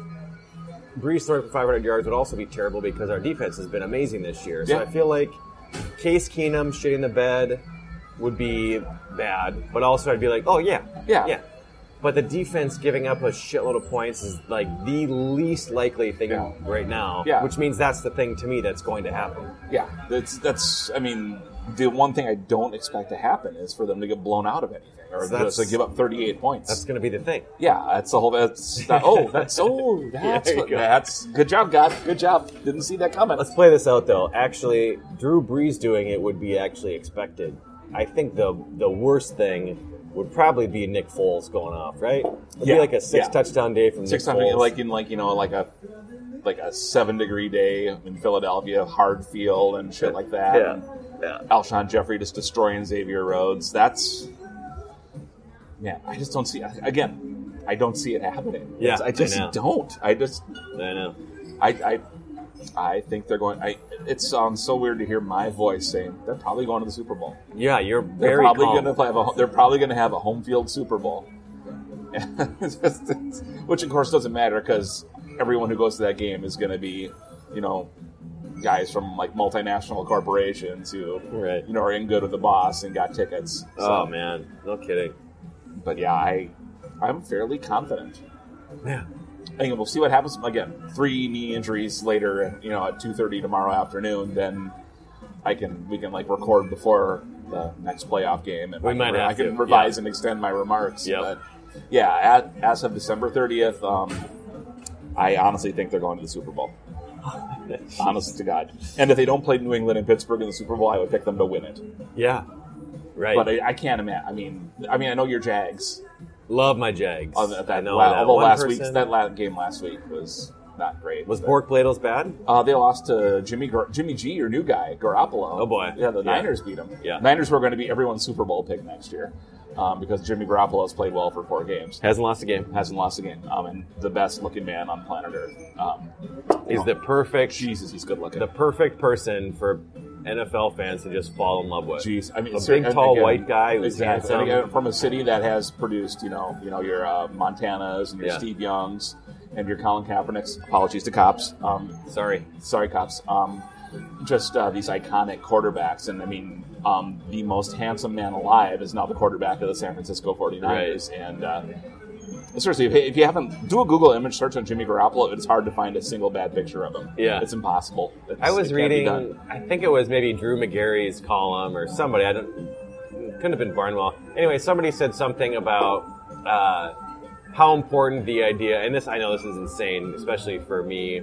[SPEAKER 1] Brees throwing for 500 yards would also be terrible because our defense has been amazing this year. So
[SPEAKER 2] Yeah.
[SPEAKER 1] I feel like Case Keenum shitting the bed would be bad, but also I'd be like, oh yeah,
[SPEAKER 2] Yeah.
[SPEAKER 1] yeah. But the defense giving up a shitload of points is like the least likely thing
[SPEAKER 2] Yeah.
[SPEAKER 1] right now,
[SPEAKER 2] Yeah.
[SPEAKER 1] which means that's the thing to me that's going to happen.
[SPEAKER 2] Yeah. That's that's. I mean, the one thing I don't expect to happen is for them to get blown out of anything or
[SPEAKER 1] So that's-
[SPEAKER 2] just to give up 38 points.
[SPEAKER 1] That's going to be the thing.
[SPEAKER 2] yeah. That's the whole. That's that, oh.
[SPEAKER 1] [LAUGHS]
[SPEAKER 2] That's oh. That's
[SPEAKER 1] There you
[SPEAKER 2] what,
[SPEAKER 1] go.
[SPEAKER 2] that's good job, God. Good job. Didn't see that coming.
[SPEAKER 1] Let's play this out though. Actually, Drew Brees doing it would be actually expected. I think the the worst thing would probably be Nick Foles going off, right? It'd
[SPEAKER 2] Yeah,
[SPEAKER 1] be like a six
[SPEAKER 2] yeah.
[SPEAKER 1] touchdown day from
[SPEAKER 2] six
[SPEAKER 1] Nick
[SPEAKER 2] hundred,
[SPEAKER 1] Foles.
[SPEAKER 2] like in like you know like a like a seven degree day in Philadelphia, hard field and shit like that.
[SPEAKER 1] yeah,
[SPEAKER 2] And
[SPEAKER 1] yeah.
[SPEAKER 2] Alshon Jeffrey just destroying Xavier Rhodes. That's man, I just don't see. Again, I don't see it happening.
[SPEAKER 1] Yeah,
[SPEAKER 2] It's- I
[SPEAKER 1] I
[SPEAKER 2] just
[SPEAKER 1] know.
[SPEAKER 2] don't. I just
[SPEAKER 1] I know.
[SPEAKER 2] I. I I think they're going. I, it sounds so weird to hear my voice saying they're probably going to the Super Bowl.
[SPEAKER 1] Yeah, you're
[SPEAKER 2] They're
[SPEAKER 1] very
[SPEAKER 2] probably
[SPEAKER 1] calm.
[SPEAKER 2] going to have a. They're probably going to have a home field Super Bowl, [LAUGHS] It's just- it's- which of course doesn't matter because everyone who goes to that game is going to be, you know, guys from like multinational corporations who,
[SPEAKER 1] Right.
[SPEAKER 2] you know, are in good with the boss and got tickets. So,
[SPEAKER 1] Oh man, no kidding.
[SPEAKER 2] but yeah, I, I'm fairly confident.
[SPEAKER 1] Yeah.
[SPEAKER 2] And we'll see what happens again. Three knee injuries later, you know, at two thirty tomorrow afternoon. Then I can we can like record before the next playoff game, and
[SPEAKER 1] We
[SPEAKER 2] I can,
[SPEAKER 1] might
[SPEAKER 2] re-
[SPEAKER 1] have
[SPEAKER 2] I can
[SPEAKER 1] to,
[SPEAKER 2] revise
[SPEAKER 1] yeah.
[SPEAKER 2] and extend my remarks.
[SPEAKER 1] Yep.
[SPEAKER 2] But yeah, at, as of December thirtieth, um, I honestly think they're going to the
[SPEAKER 1] [LAUGHS]
[SPEAKER 2] Super Bowl. Honest to God, and if they don't play New England and Pittsburgh in the Super Bowl, I would pick them to win it.
[SPEAKER 1] Yeah, right.
[SPEAKER 2] But I, I can't imagine. I mean, I mean, I know your Jags.
[SPEAKER 1] Love my Jags.
[SPEAKER 2] Although that,
[SPEAKER 1] I know
[SPEAKER 2] la-
[SPEAKER 1] that
[SPEAKER 2] although
[SPEAKER 1] one
[SPEAKER 2] last
[SPEAKER 1] person-
[SPEAKER 2] week's that last game last week was not great.
[SPEAKER 1] was
[SPEAKER 2] but-
[SPEAKER 1] Bork Bladels bad?
[SPEAKER 2] Uh, they lost to Jimmy Gar- Jimmy G, your new guy, Garoppolo.
[SPEAKER 1] Oh, boy.
[SPEAKER 2] Yeah, the
[SPEAKER 1] Yeah.
[SPEAKER 2] Niners beat him.
[SPEAKER 1] Yeah.
[SPEAKER 2] Niners were going to be everyone's Super Bowl pick next year um, because Jimmy Garoppolo has played well for four games,
[SPEAKER 1] Hasn't lost a game.
[SPEAKER 2] hasn't lost a game, um, and the best looking man on planet Earth. Um,
[SPEAKER 1] He's the perfect
[SPEAKER 2] Jesus, he's good looking.
[SPEAKER 1] the perfect person for NFL fans to just fall in love with.
[SPEAKER 2] Jeez, I mean,
[SPEAKER 1] a
[SPEAKER 2] cer-
[SPEAKER 1] big,
[SPEAKER 2] and
[SPEAKER 1] tall,
[SPEAKER 2] again-
[SPEAKER 1] white guy who's
[SPEAKER 2] exactly. And
[SPEAKER 1] handsome.
[SPEAKER 2] again, from a city that has produced, you know, you know your uh, Montanas and your
[SPEAKER 1] Yeah.
[SPEAKER 2] Steve Youngs and your Colin Kaepernicks. Apologies to cops. Um,
[SPEAKER 1] Sorry.
[SPEAKER 2] sorry cops um, just uh, these iconic quarterbacks and i mean um, the most handsome man alive is now the quarterback of the san francisco 49ers and uh, seriously if, if you haven't do a google image search on jimmy garoppolo it's hard to find a single bad picture of him
[SPEAKER 1] Yeah.
[SPEAKER 2] it's impossible It's-
[SPEAKER 1] I was
[SPEAKER 2] it can't be
[SPEAKER 1] reading,
[SPEAKER 2] done.
[SPEAKER 1] I think it was maybe Drew McGarry's column or somebody. I don't, couldn't have been Barnwell. Anyway, somebody said something about uh, how important the idea, and this I know this is insane, especially for me.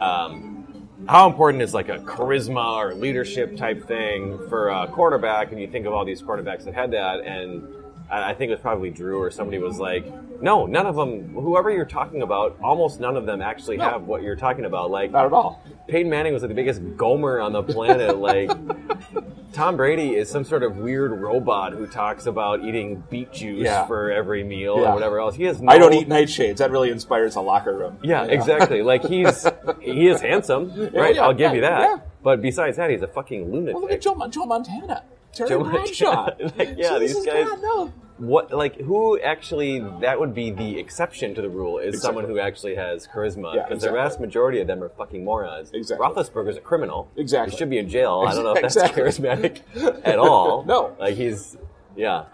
[SPEAKER 1] Um, how important is like a charisma or leadership type thing for a quarterback? And you think of all these quarterbacks that had that, and I I think it was probably Drew or somebody was like, "No, none of them. Whoever you're talking about, almost none of them actually have what you're talking about." Like,
[SPEAKER 2] not at all
[SPEAKER 1] Peyton Manning was like the biggest gomer on the planet. Like Tom Brady is some sort of weird robot who talks about eating beet juice
[SPEAKER 2] Yeah.
[SPEAKER 1] for every meal
[SPEAKER 2] Yeah.
[SPEAKER 1] or whatever else. He has. No,
[SPEAKER 2] i don't eat nightshades that really inspires a locker room
[SPEAKER 1] Yeah, exactly. Like he's he is handsome, right?
[SPEAKER 2] [LAUGHS] yeah,
[SPEAKER 1] I'll give you
[SPEAKER 2] yeah,
[SPEAKER 1] that.
[SPEAKER 2] yeah.
[SPEAKER 1] But besides that, he's a fucking
[SPEAKER 2] well, look at
[SPEAKER 1] lunatic.
[SPEAKER 2] joe, Mon- joe montana Terry
[SPEAKER 1] Joe
[SPEAKER 2] Bradshaw.
[SPEAKER 1] Montana. [LAUGHS] Like, yeah, these
[SPEAKER 2] Jesus
[SPEAKER 1] guys-
[SPEAKER 2] God, no.
[SPEAKER 1] What like who actually that would be the exception to the rule is someone
[SPEAKER 2] Exactly.
[SPEAKER 1] who actually has charisma because
[SPEAKER 2] Yeah,
[SPEAKER 1] the
[SPEAKER 2] exactly.
[SPEAKER 1] vast majority of them are fucking morons.
[SPEAKER 2] Exactly.
[SPEAKER 1] Roethlisberger's a criminal.
[SPEAKER 2] Exactly.
[SPEAKER 1] He should be in jail. I don't know if that's
[SPEAKER 2] Exactly.
[SPEAKER 1] charismatic at all.
[SPEAKER 2] [LAUGHS] No.
[SPEAKER 1] Like he's yeah.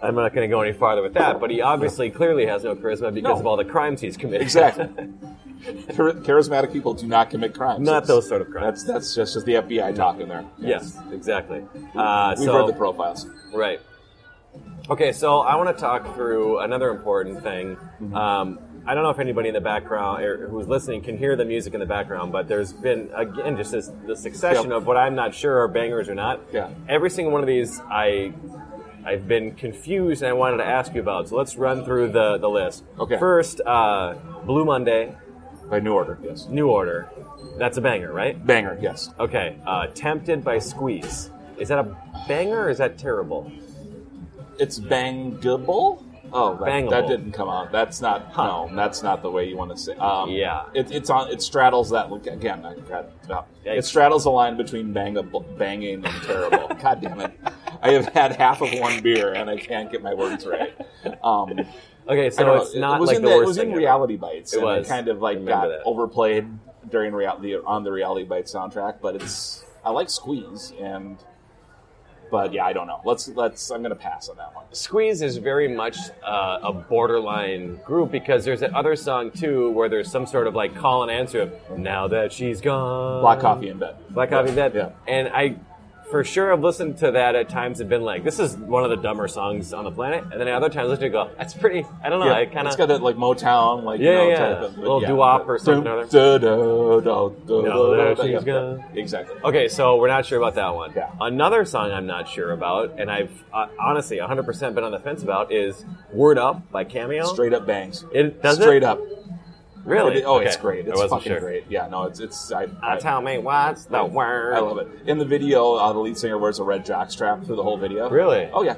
[SPEAKER 1] I'm not going to go any farther with that, but he obviously clearly has no charisma because
[SPEAKER 2] No.
[SPEAKER 1] of all the crimes he's committed.
[SPEAKER 2] Exactly. [LAUGHS] Char- charismatic people do not commit crimes.
[SPEAKER 1] [LAUGHS] Not
[SPEAKER 2] That's-
[SPEAKER 1] those sort of crimes.
[SPEAKER 2] That's that's just, just the FBI talking there.
[SPEAKER 1] Yes, exactly. Uh,
[SPEAKER 2] We've
[SPEAKER 1] so,
[SPEAKER 2] heard the profiles.
[SPEAKER 1] Right. Okay, so I want to talk through another important thing.
[SPEAKER 2] Mm-hmm.
[SPEAKER 1] Um, I don't know if anybody in the background or who's listening can hear the music in the background, but there's been again just this, the succession
[SPEAKER 2] Yep.
[SPEAKER 1] of what I'm not sure are bangers or not.
[SPEAKER 2] Yeah.
[SPEAKER 1] Every single one of these, I I've been confused and I wanted to ask you about. So let's run through the the list.
[SPEAKER 2] Okay.
[SPEAKER 1] First, uh, Blue Monday,
[SPEAKER 2] By New Order, yes.
[SPEAKER 1] New Order. That's a banger, right?
[SPEAKER 2] Banger, yes.
[SPEAKER 1] Okay. Uh, Tempted by Squeeze. Is that a banger or is that terrible?
[SPEAKER 2] It's bangable. Oh, that,
[SPEAKER 1] Bangable.
[SPEAKER 2] that didn't come out. That's not no. That's not the way you want to say. Um,
[SPEAKER 1] Yeah.
[SPEAKER 2] it, it's on. It straddles that again. I got it up.
[SPEAKER 1] Yikes.
[SPEAKER 2] It straddles a line between bangable, banging, and
[SPEAKER 1] [LAUGHS]
[SPEAKER 2] terrible. God damn it! I have had half of one beer and I can't get my words right. Um,
[SPEAKER 1] Okay,
[SPEAKER 2] I don't
[SPEAKER 1] so
[SPEAKER 2] know.
[SPEAKER 1] it's not
[SPEAKER 2] it was
[SPEAKER 1] like
[SPEAKER 2] in
[SPEAKER 1] the,
[SPEAKER 2] that-
[SPEAKER 1] worst
[SPEAKER 2] It was
[SPEAKER 1] thing
[SPEAKER 2] in
[SPEAKER 1] ever.
[SPEAKER 2] Reality Bites.
[SPEAKER 1] It
[SPEAKER 2] and
[SPEAKER 1] was.
[SPEAKER 2] kind of like
[SPEAKER 1] Remember
[SPEAKER 2] got
[SPEAKER 1] that.
[SPEAKER 2] overplayed during reality on the Reality Bite soundtrack, but it's I like Squeeze and but yeah, I don't know. Let's let's I'm gonna pass on that one.
[SPEAKER 1] Squeeze is very much uh, a borderline group because there's that other song too where there's some sort of like call and answer of now that she's gone.
[SPEAKER 2] Black coffee in bed.
[SPEAKER 1] Black Coffee Dead.
[SPEAKER 2] Yeah.
[SPEAKER 1] And I for sure have listened to that at times and been like, this is one of the dumber songs on the planet. And then at other times I listen to it and go, that's pretty, I don't know, I kind
[SPEAKER 2] it's got
[SPEAKER 1] of.
[SPEAKER 2] that like Motown, like
[SPEAKER 1] Yeah,
[SPEAKER 2] you know,
[SPEAKER 1] yeah,
[SPEAKER 2] type
[SPEAKER 1] yeah.
[SPEAKER 2] of,
[SPEAKER 1] Little doo-wop or something or
[SPEAKER 2] Dun, dun, dun, dun,
[SPEAKER 1] Now
[SPEAKER 2] dun,
[SPEAKER 1] that
[SPEAKER 2] dun,
[SPEAKER 1] she's
[SPEAKER 2] yeah,
[SPEAKER 1] gone.
[SPEAKER 2] yeah, Exactly.
[SPEAKER 1] Okay, so we're not sure about that one.
[SPEAKER 2] Yeah.
[SPEAKER 1] Another song I'm not sure about, and I've uh, honestly 100% been on the fence about, is Word Up by Cameo.
[SPEAKER 2] Straight up bangs.
[SPEAKER 1] It- does it?
[SPEAKER 2] Straight up.
[SPEAKER 1] Really?
[SPEAKER 2] It- oh, it's
[SPEAKER 1] Okay.
[SPEAKER 2] great.
[SPEAKER 1] I
[SPEAKER 2] It's
[SPEAKER 1] wasn't
[SPEAKER 2] fucking
[SPEAKER 1] sure.
[SPEAKER 2] great. Yeah, no, it's it's. I,
[SPEAKER 1] Uh,
[SPEAKER 2] I,
[SPEAKER 1] tell me what's the word.
[SPEAKER 2] Oh, I love it. In the video, uh, the lead singer wears a red jockstrap through the whole video.
[SPEAKER 1] Really?
[SPEAKER 2] Oh yeah.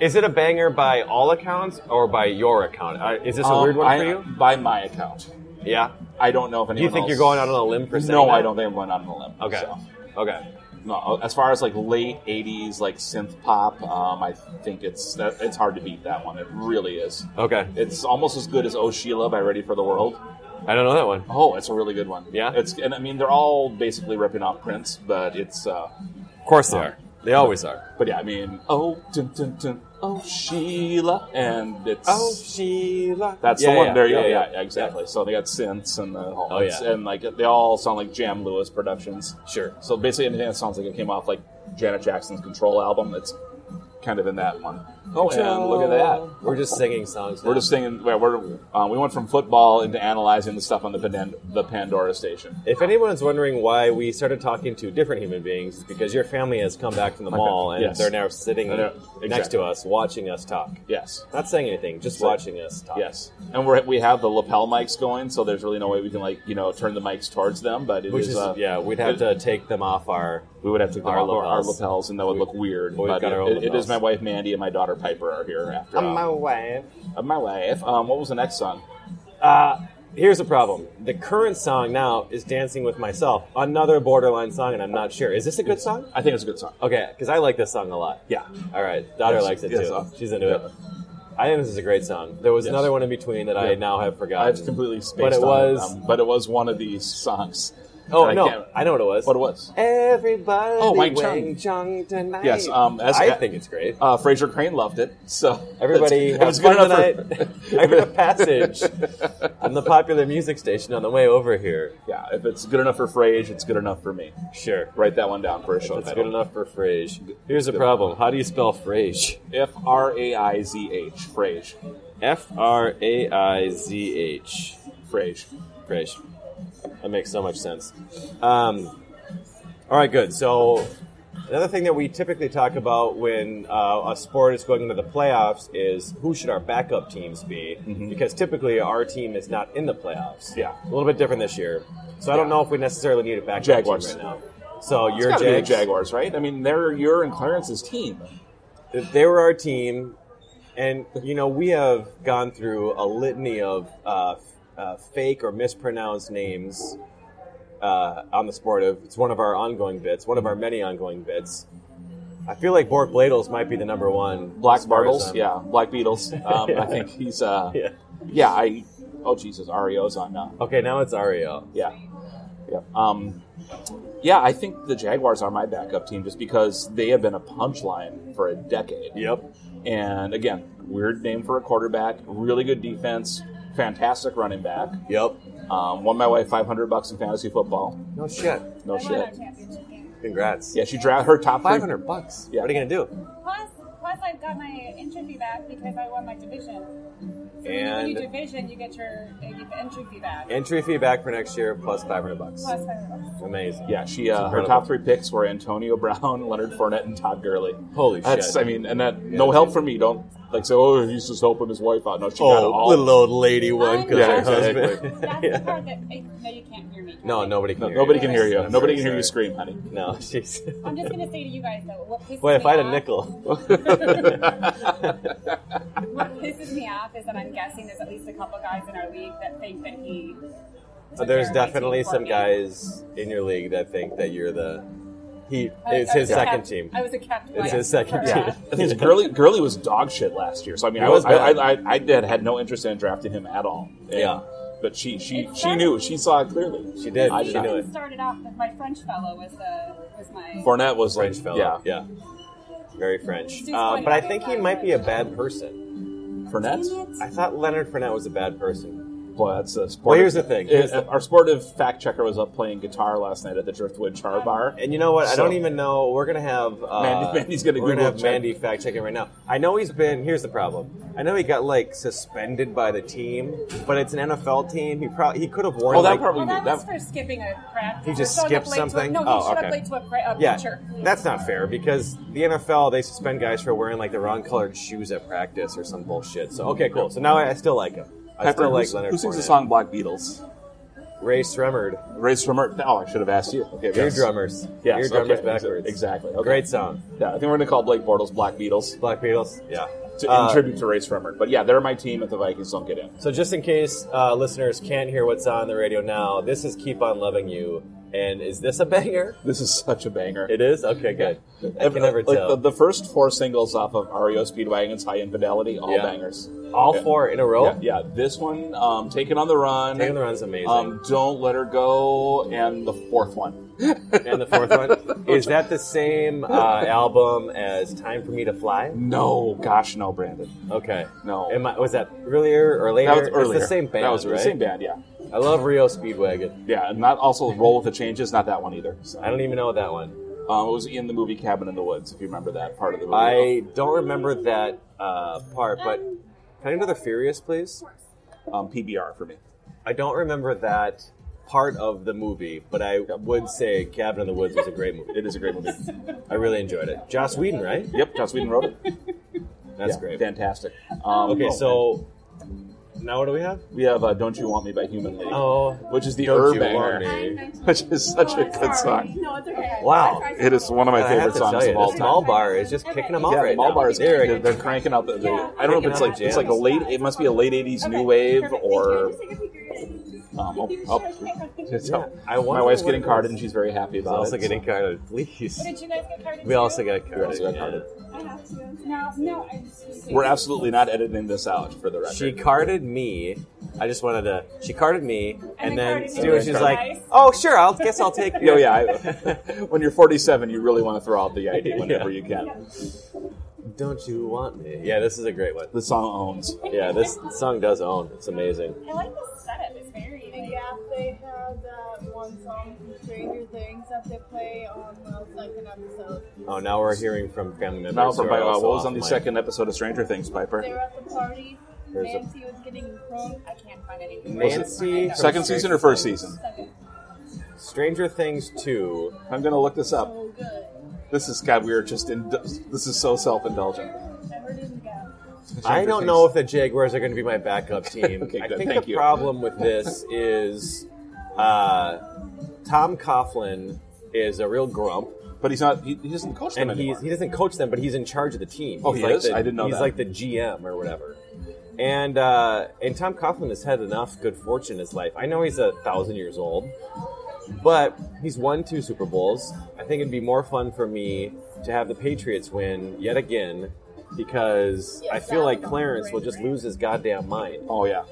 [SPEAKER 1] Is it a banger by all accounts or by your account? Uh, Is this a
[SPEAKER 2] Um,
[SPEAKER 1] weird one
[SPEAKER 2] I-
[SPEAKER 1] for you?
[SPEAKER 2] By my account,
[SPEAKER 1] Yeah.
[SPEAKER 2] I don't know if anyone.
[SPEAKER 1] Do you think
[SPEAKER 2] else-
[SPEAKER 1] you're going out on a limb for saying
[SPEAKER 2] No,
[SPEAKER 1] that?
[SPEAKER 2] I don't think I'm going out on a limb.
[SPEAKER 1] Okay.
[SPEAKER 2] so.
[SPEAKER 1] Okay.
[SPEAKER 2] No, as far as like late '80s like synth pop, um, I think it's that, it's hard to beat that one. It really is.
[SPEAKER 1] Okay.
[SPEAKER 2] It's almost as good as "Oh Sheila" by Ready for the World.
[SPEAKER 1] I don't know that one.
[SPEAKER 2] Oh, it's a really good one.
[SPEAKER 1] Yeah?
[SPEAKER 2] it's and I mean they're all basically ripping off Prince, but it's uh,
[SPEAKER 1] Of course they are. They always are.
[SPEAKER 2] but yeah, I mean oh dun, dun, dun, oh Sheila, and it's
[SPEAKER 1] Oh, Sheila.
[SPEAKER 2] That's the one. there you go. Oh, Yeah, exactly. So they got synths and the whole,
[SPEAKER 1] Oh, yeah.
[SPEAKER 2] and like they all sound like Jam Lewis productions.
[SPEAKER 1] Sure.
[SPEAKER 2] So basically, anything that sounds like it came off like Janet Jackson's Control album. It's kind of in that one. Oh, and look at that.
[SPEAKER 1] We're just singing songs.
[SPEAKER 2] We're just singing. We're, we're, uh, we went from football into analyzing the stuff on the Pan- the Pandora station.
[SPEAKER 1] If anyone's wondering why we started talking to different human beings, it's because your family has come back from
[SPEAKER 2] [LAUGHS]
[SPEAKER 1] the mall and
[SPEAKER 2] Yes.
[SPEAKER 1] they're now sitting
[SPEAKER 2] And they're-
[SPEAKER 1] next to
[SPEAKER 2] exactly.
[SPEAKER 1] us, watching us talk.
[SPEAKER 2] Yes.
[SPEAKER 1] Not saying anything, just
[SPEAKER 2] Exactly.
[SPEAKER 1] watching us talk.
[SPEAKER 2] Yes, and we're, we have the lapel mics going, so there's really no way we can like you know turn the mics towards them. But it
[SPEAKER 1] Which
[SPEAKER 2] is,
[SPEAKER 1] is,
[SPEAKER 2] uh,
[SPEAKER 1] yeah, we'd have
[SPEAKER 2] it-
[SPEAKER 1] to take them off our.
[SPEAKER 2] We would have to
[SPEAKER 1] Our
[SPEAKER 2] our, our, our
[SPEAKER 1] lapels.
[SPEAKER 2] lapels, and that would look weird.
[SPEAKER 1] we've
[SPEAKER 2] But
[SPEAKER 1] got our own
[SPEAKER 2] it, it
[SPEAKER 1] lapels.
[SPEAKER 2] is my wife Mandy and my daughter Piper are here after. um,
[SPEAKER 1] wife.
[SPEAKER 2] uh, my wife. Um, what was the next song?
[SPEAKER 1] Here's the problem. The current song now is Dancing with Myself, another borderline song, and I'm not sure. Is this a good song?
[SPEAKER 2] I think it's a good song.
[SPEAKER 1] Okay, because I like this song a lot.
[SPEAKER 2] Yeah.
[SPEAKER 1] All right. Daughter
[SPEAKER 2] Yes,
[SPEAKER 1] likes it
[SPEAKER 2] yes,
[SPEAKER 1] too.
[SPEAKER 2] uh,
[SPEAKER 1] She's into
[SPEAKER 2] yeah.
[SPEAKER 1] it. I think this is a great song. There was
[SPEAKER 2] Yes.
[SPEAKER 1] another one in between that I
[SPEAKER 2] Yeah.
[SPEAKER 1] now have forgotten.
[SPEAKER 2] I've completely spaced.
[SPEAKER 1] But it
[SPEAKER 2] on
[SPEAKER 1] was.
[SPEAKER 2] um, but it was one of these songs.
[SPEAKER 1] oh,
[SPEAKER 2] And I
[SPEAKER 1] no.
[SPEAKER 2] can't-
[SPEAKER 1] I know what it was.
[SPEAKER 2] What it was?
[SPEAKER 1] Everybody
[SPEAKER 2] Oh, Mike
[SPEAKER 1] Wang Chung tonight.
[SPEAKER 2] Yes, um, as-
[SPEAKER 1] I think it's great.
[SPEAKER 2] Uh, Fraser Crane loved it. So [LAUGHS]
[SPEAKER 1] Everybody
[SPEAKER 2] it
[SPEAKER 1] have
[SPEAKER 2] was good
[SPEAKER 1] fun
[SPEAKER 2] enough for-
[SPEAKER 1] tonight. [LAUGHS] I read a
[SPEAKER 2] [LAUGHS]
[SPEAKER 1] passage on the popular music station on the way over here.
[SPEAKER 2] yeah, if it's good enough for Frage, it's good enough for me.
[SPEAKER 1] Sure.
[SPEAKER 2] Write that one down for a show.
[SPEAKER 1] That's
[SPEAKER 2] title.
[SPEAKER 1] good enough for phrase. Here's a problem. How do you spell phrase?
[SPEAKER 2] F R A I Z H. Frage.
[SPEAKER 1] F R A I Z H.
[SPEAKER 2] Frage.
[SPEAKER 1] Phrase. That makes so much sense. Um, all right, good. So another thing that we typically talk about when uh, a sport is going into the playoffs is who should our backup teams be? Because typically our team is not in the playoffs.
[SPEAKER 2] Mm-hmm. Yeah.
[SPEAKER 1] a little bit different this year. So I don't
[SPEAKER 2] Yeah.
[SPEAKER 1] know if we necessarily need a backup
[SPEAKER 2] Jaguars.
[SPEAKER 1] team right now. So your
[SPEAKER 2] Gotta be the
[SPEAKER 1] Jags,
[SPEAKER 2] Jaguars, right? I mean, they're your and Clarence's team.
[SPEAKER 1] they were our team, and you know we have gone through a litany of uh, f- uh, fake or mispronounced names uh, on the sportive. It's one of our ongoing bits, one of our many ongoing bits. I feel like Bork Bladels might be the number one.
[SPEAKER 2] Black
[SPEAKER 1] as far as
[SPEAKER 2] Bartles,
[SPEAKER 1] I'm-
[SPEAKER 2] yeah, Black Beatles. Um, I think he's, uh, yeah.
[SPEAKER 1] [LAUGHS] yeah.
[SPEAKER 2] I, oh Jesus, REO's on now.
[SPEAKER 1] Okay, now it's Ariel.
[SPEAKER 2] Yeah, yeah, um, yeah. I think the Jaguars are my backup team just because they have been a punchline for a decade.
[SPEAKER 1] Yep.
[SPEAKER 2] And again, weird name for a quarterback. Really good defense. fantastic running back.
[SPEAKER 1] Yep.
[SPEAKER 2] Um, won my wife 500 bucks in fantasy football.
[SPEAKER 1] No shit.
[SPEAKER 2] No shit.
[SPEAKER 1] Congrats.
[SPEAKER 2] Yeah, she drafted her top three-
[SPEAKER 1] 500 bucks.
[SPEAKER 2] Yeah.
[SPEAKER 1] What are you going to do?
[SPEAKER 3] Plus, plus I've got my entry fee back because I won my division. So when you win your
[SPEAKER 1] And
[SPEAKER 3] division, you get your you get the entry fee back.
[SPEAKER 1] entry fee back for next year plus 500 bucks.
[SPEAKER 3] Plus five bucks.
[SPEAKER 1] Amazing.
[SPEAKER 2] Yeah, she uh, her
[SPEAKER 1] incredible.
[SPEAKER 2] top three picks were Antonio [LAUGHS] Brown, Leonard Fournette, and Todd Gurley.
[SPEAKER 1] Holy
[SPEAKER 2] That's,
[SPEAKER 1] shit.
[SPEAKER 2] I mean, and that no help for me. Don't like say, oh, he's just helping his wife out. No, she got it all.
[SPEAKER 1] Oh, old lady
[SPEAKER 3] one 'cause
[SPEAKER 2] her husband.
[SPEAKER 3] That's the part that I, no, you can't hear me. can
[SPEAKER 1] No,
[SPEAKER 3] you?
[SPEAKER 1] nobody can
[SPEAKER 2] No,
[SPEAKER 1] hear
[SPEAKER 2] [LAUGHS] nobody
[SPEAKER 1] you.
[SPEAKER 2] can hear you.
[SPEAKER 1] I'm
[SPEAKER 2] nobody
[SPEAKER 1] very
[SPEAKER 2] can hear you
[SPEAKER 1] sorry.
[SPEAKER 2] scream, honey.
[SPEAKER 1] No,
[SPEAKER 2] [LAUGHS]
[SPEAKER 1] jeez.
[SPEAKER 3] I'm just gonna say to you guys though, what pisses
[SPEAKER 1] Boy, if
[SPEAKER 3] me
[SPEAKER 1] I had a
[SPEAKER 3] off-
[SPEAKER 1] nickel.
[SPEAKER 3] What pisses me off is that I'm guessing there's at least a couple guys in our league that think that he. took care
[SPEAKER 1] There's
[SPEAKER 3] of my team
[SPEAKER 1] definitely
[SPEAKER 3] for
[SPEAKER 1] some
[SPEAKER 3] me.
[SPEAKER 1] guys in your league that think that you're the. He
[SPEAKER 3] I-
[SPEAKER 1] It's
[SPEAKER 3] I
[SPEAKER 1] his
[SPEAKER 3] was a
[SPEAKER 1] second
[SPEAKER 3] kept-
[SPEAKER 1] team.
[SPEAKER 3] I was a kept.
[SPEAKER 1] It's
[SPEAKER 3] wife
[SPEAKER 1] his second
[SPEAKER 3] for
[SPEAKER 1] team.
[SPEAKER 3] that.
[SPEAKER 2] The thing is, Gurley, Gurley was dog shit last year. So I mean,
[SPEAKER 1] He
[SPEAKER 2] I was,
[SPEAKER 1] was
[SPEAKER 2] I,
[SPEAKER 1] bad.
[SPEAKER 2] I, I, I did, had no interest in drafting him at all. And-
[SPEAKER 1] Yeah.
[SPEAKER 2] but she she
[SPEAKER 3] It's
[SPEAKER 2] she
[SPEAKER 3] funny.
[SPEAKER 2] knew. She saw it clearly.
[SPEAKER 1] She did.
[SPEAKER 2] I
[SPEAKER 1] She
[SPEAKER 2] did
[SPEAKER 1] knew
[SPEAKER 2] not.
[SPEAKER 1] it.
[SPEAKER 3] It started off with my French fellow was the was my.
[SPEAKER 2] Fournette was like,
[SPEAKER 1] French fellow.
[SPEAKER 2] yeah,
[SPEAKER 1] yeah. Very French.
[SPEAKER 3] She's
[SPEAKER 1] Uh,
[SPEAKER 3] funny.
[SPEAKER 1] but I think he might be a bad person.
[SPEAKER 2] Fournette.
[SPEAKER 1] I thought Leonard Fournette was a bad person.
[SPEAKER 2] Boy, that's a sportive,
[SPEAKER 1] Well, here's the thing.
[SPEAKER 2] It- our sportive fact checker was up playing guitar last night at the Driftwood Char Bar.
[SPEAKER 1] And you know what? I
[SPEAKER 2] So-
[SPEAKER 1] don't even know. We're gonna have uh,
[SPEAKER 2] Mandy- [LAUGHS] Mandy's gonna
[SPEAKER 1] we're gonna
[SPEAKER 2] Google
[SPEAKER 1] have
[SPEAKER 2] check.
[SPEAKER 1] Mandy fact checking right now. I know he's been. Here's the problem. I know he got like suspended by the team, but it's an NFL team. He probably he could have worn.
[SPEAKER 2] Oh, that
[SPEAKER 1] like,
[SPEAKER 2] part we
[SPEAKER 3] Well,
[SPEAKER 2] knew.
[SPEAKER 3] that
[SPEAKER 2] That-
[SPEAKER 3] was for skipping a practice.
[SPEAKER 1] He
[SPEAKER 3] or
[SPEAKER 1] just
[SPEAKER 3] showing
[SPEAKER 1] skipped
[SPEAKER 3] up late to a-
[SPEAKER 1] something?
[SPEAKER 3] no, he
[SPEAKER 1] Oh,
[SPEAKER 3] showed
[SPEAKER 1] okay.
[SPEAKER 3] up late to a, pra- a
[SPEAKER 1] Yeah,
[SPEAKER 3] picture.
[SPEAKER 1] that's not fair because the NFL they suspend guys for wearing like the wrong colored shoes at practice or some bullshit. So okay, cool. So now I, I still like him. I
[SPEAKER 2] Pepper,
[SPEAKER 1] still like
[SPEAKER 2] who's-
[SPEAKER 1] Leonard.
[SPEAKER 2] Who sings the
[SPEAKER 1] Fournette.
[SPEAKER 2] song Black Beatles?
[SPEAKER 1] Ray Sremmerd.
[SPEAKER 2] Raised from Earth. Oh, I should have asked you. Okay,
[SPEAKER 1] Ear
[SPEAKER 2] yes.
[SPEAKER 1] drummers.
[SPEAKER 2] Yes,
[SPEAKER 1] Ear drummers
[SPEAKER 2] okay,
[SPEAKER 1] backwards.
[SPEAKER 2] exactly, okay.
[SPEAKER 1] Great song.
[SPEAKER 2] Yeah, I think we're going to call Blake Bortles Black Beatles
[SPEAKER 1] Black Beatles. Yeah.
[SPEAKER 2] to,
[SPEAKER 1] Uh,
[SPEAKER 2] in tribute to Race from Earth. But yeah, they're my team if the Vikings don't get in.
[SPEAKER 1] so just in case uh, listeners can't hear what's on the radio now, this is "Keep on Loving You," and is this a banger?
[SPEAKER 2] This is such a banger.
[SPEAKER 1] It is. Okay, good. I can never
[SPEAKER 2] like
[SPEAKER 1] tell.
[SPEAKER 2] The, the first four singles off of E REO Speedwagon's High Infidelity, all
[SPEAKER 1] Yeah.
[SPEAKER 2] bangers.
[SPEAKER 1] All
[SPEAKER 2] Yeah.
[SPEAKER 1] four in a row.
[SPEAKER 2] Yeah, yeah. This one, um, Taken on the Run.
[SPEAKER 1] Taking the run's amazing.
[SPEAKER 2] Um, Don't Let Her Go, and the fourth one.
[SPEAKER 1] and the fourth
[SPEAKER 2] [LAUGHS]
[SPEAKER 1] one is that the same uh, album as "Time for Me to Fly"?
[SPEAKER 2] No, gosh, no, Brandon.
[SPEAKER 1] Okay.
[SPEAKER 2] No.
[SPEAKER 1] Am I, was that earlier or later?
[SPEAKER 2] That was earlier.
[SPEAKER 1] It's the same band,
[SPEAKER 2] That was
[SPEAKER 1] right?
[SPEAKER 2] the same band, yeah.
[SPEAKER 1] I love Rio Speedwagon.
[SPEAKER 2] Yeah, and not also Roll with the Changes, not that one either. So.
[SPEAKER 1] I don't even know that one.
[SPEAKER 2] Um, it was in the movie Cabin in the Woods, if you remember that part of the movie.
[SPEAKER 1] I don't remember that uh, part, but can I do the Furious, please?
[SPEAKER 2] um, PBR for me.
[SPEAKER 1] I don't remember that part of the movie, but I would say Cabin in the Woods was a great movie.
[SPEAKER 2] It is a great movie.
[SPEAKER 1] I really enjoyed it. Joss Whedon, right?
[SPEAKER 2] yep, Joss Whedon wrote it.
[SPEAKER 1] [LAUGHS] That's
[SPEAKER 2] Yeah,
[SPEAKER 1] great.
[SPEAKER 2] Fantastic. Um,
[SPEAKER 1] Okay,
[SPEAKER 2] oh,
[SPEAKER 1] so now what do we have?
[SPEAKER 2] we have uh, "Don't You Want Me" by Human League,
[SPEAKER 1] Oh,
[SPEAKER 2] which is the
[SPEAKER 1] Don't
[SPEAKER 2] Ur
[SPEAKER 1] You
[SPEAKER 2] banger,
[SPEAKER 1] Want
[SPEAKER 2] which is such a good song.
[SPEAKER 3] No, it's okay.
[SPEAKER 1] Wow.
[SPEAKER 2] It is one of my
[SPEAKER 1] I have
[SPEAKER 2] favorite
[SPEAKER 1] to
[SPEAKER 2] songs
[SPEAKER 1] tell you,
[SPEAKER 2] of all
[SPEAKER 1] this
[SPEAKER 2] time.
[SPEAKER 1] mall bar is just kicking them out
[SPEAKER 2] yeah,
[SPEAKER 1] right
[SPEAKER 2] mall
[SPEAKER 1] now.
[SPEAKER 2] bars.
[SPEAKER 1] They're-
[SPEAKER 2] They're, they're cranking out the. the
[SPEAKER 3] Yeah.
[SPEAKER 2] I don't know if it's
[SPEAKER 1] Cranking out
[SPEAKER 2] like
[SPEAKER 1] the
[SPEAKER 2] it's like a
[SPEAKER 1] jams.
[SPEAKER 2] late. It must be a late '80s new wave or. Um, oh, oh. [LAUGHS] So,
[SPEAKER 1] I
[SPEAKER 2] my
[SPEAKER 1] wonder
[SPEAKER 2] wife's
[SPEAKER 1] what
[SPEAKER 2] getting
[SPEAKER 1] it
[SPEAKER 2] carded,
[SPEAKER 1] was.
[SPEAKER 2] and she's very happy about
[SPEAKER 1] also
[SPEAKER 2] it.
[SPEAKER 1] getting carded, please.
[SPEAKER 3] Did you guys get carded?
[SPEAKER 1] We also
[SPEAKER 3] too?
[SPEAKER 1] got
[SPEAKER 2] We also got
[SPEAKER 1] carded.
[SPEAKER 2] carded.
[SPEAKER 1] yeah.
[SPEAKER 3] No, no. I just,
[SPEAKER 2] We're absolutely not editing this out for the record.
[SPEAKER 1] She carded me. I just wanted to. She carded me, and,
[SPEAKER 3] And
[SPEAKER 1] then
[SPEAKER 3] then
[SPEAKER 1] Stu
[SPEAKER 3] carded
[SPEAKER 1] was
[SPEAKER 2] me.
[SPEAKER 1] just
[SPEAKER 2] Okay.
[SPEAKER 1] like, "Oh, sure. I'll guess I'll take."
[SPEAKER 2] [LAUGHS] Oh
[SPEAKER 1] your-"
[SPEAKER 2] [LAUGHS] yeah. I, [LAUGHS] when you're 47, you really want to throw out the [LAUGHS] ID whenever you can.
[SPEAKER 1] Don't you want me? Yeah, this is a great one.
[SPEAKER 2] The song owns.
[SPEAKER 1] Yeah, this song does own. It's amazing.
[SPEAKER 3] I like the setup. It's very. Like,
[SPEAKER 4] Yeah, they have that one song from Stranger Things that they play on the second episode.
[SPEAKER 1] Oh, now we're hearing from family members.
[SPEAKER 2] Now for
[SPEAKER 1] who
[SPEAKER 2] by,
[SPEAKER 1] are
[SPEAKER 2] uh,
[SPEAKER 1] also
[SPEAKER 2] what was on
[SPEAKER 1] off
[SPEAKER 2] the
[SPEAKER 1] mic.
[SPEAKER 2] second episode of Stranger Things, Piper?
[SPEAKER 4] They were at the party.
[SPEAKER 1] There's a-
[SPEAKER 4] Nancy was getting drunk.
[SPEAKER 3] I can't find any.
[SPEAKER 1] Nancy.
[SPEAKER 2] Second
[SPEAKER 1] from
[SPEAKER 2] season
[SPEAKER 1] Stranger
[SPEAKER 2] or first
[SPEAKER 1] Things.
[SPEAKER 2] season?
[SPEAKER 4] Second,
[SPEAKER 1] Stranger Things two.
[SPEAKER 2] I'm gonna look this up.
[SPEAKER 4] so Oh, good.
[SPEAKER 2] This is God. We are just in. This is so self-indulgent.
[SPEAKER 4] Never didn't go.
[SPEAKER 1] I
[SPEAKER 2] Stranger
[SPEAKER 1] don't
[SPEAKER 2] Things.
[SPEAKER 1] know if the Jaguars are going to be my
[SPEAKER 2] [LAUGHS]
[SPEAKER 1] backup team.
[SPEAKER 2] Okay,
[SPEAKER 1] I
[SPEAKER 2] good.
[SPEAKER 1] think
[SPEAKER 2] Thank
[SPEAKER 1] the
[SPEAKER 2] you.
[SPEAKER 1] problem with this is uh, Tom Coughlin is a real grump,
[SPEAKER 2] But he's not. He, he doesn't coach them
[SPEAKER 1] and he's,
[SPEAKER 2] anymore.
[SPEAKER 1] he doesn't coach them, but he's in charge of the team.
[SPEAKER 2] Oh,
[SPEAKER 1] he's
[SPEAKER 2] he is?
[SPEAKER 1] The,
[SPEAKER 2] I didn't know
[SPEAKER 1] He's
[SPEAKER 2] that.
[SPEAKER 1] like the GM or whatever. And uh, and Tom Coughlin has had enough good fortune in his life. I know he's a thousand years old, but he's won two Super Bowls. I think it'd be more fun for me to have the Patriots win yet again because I feel like Clarence will just lose his goddamn mind.
[SPEAKER 2] oh yeah,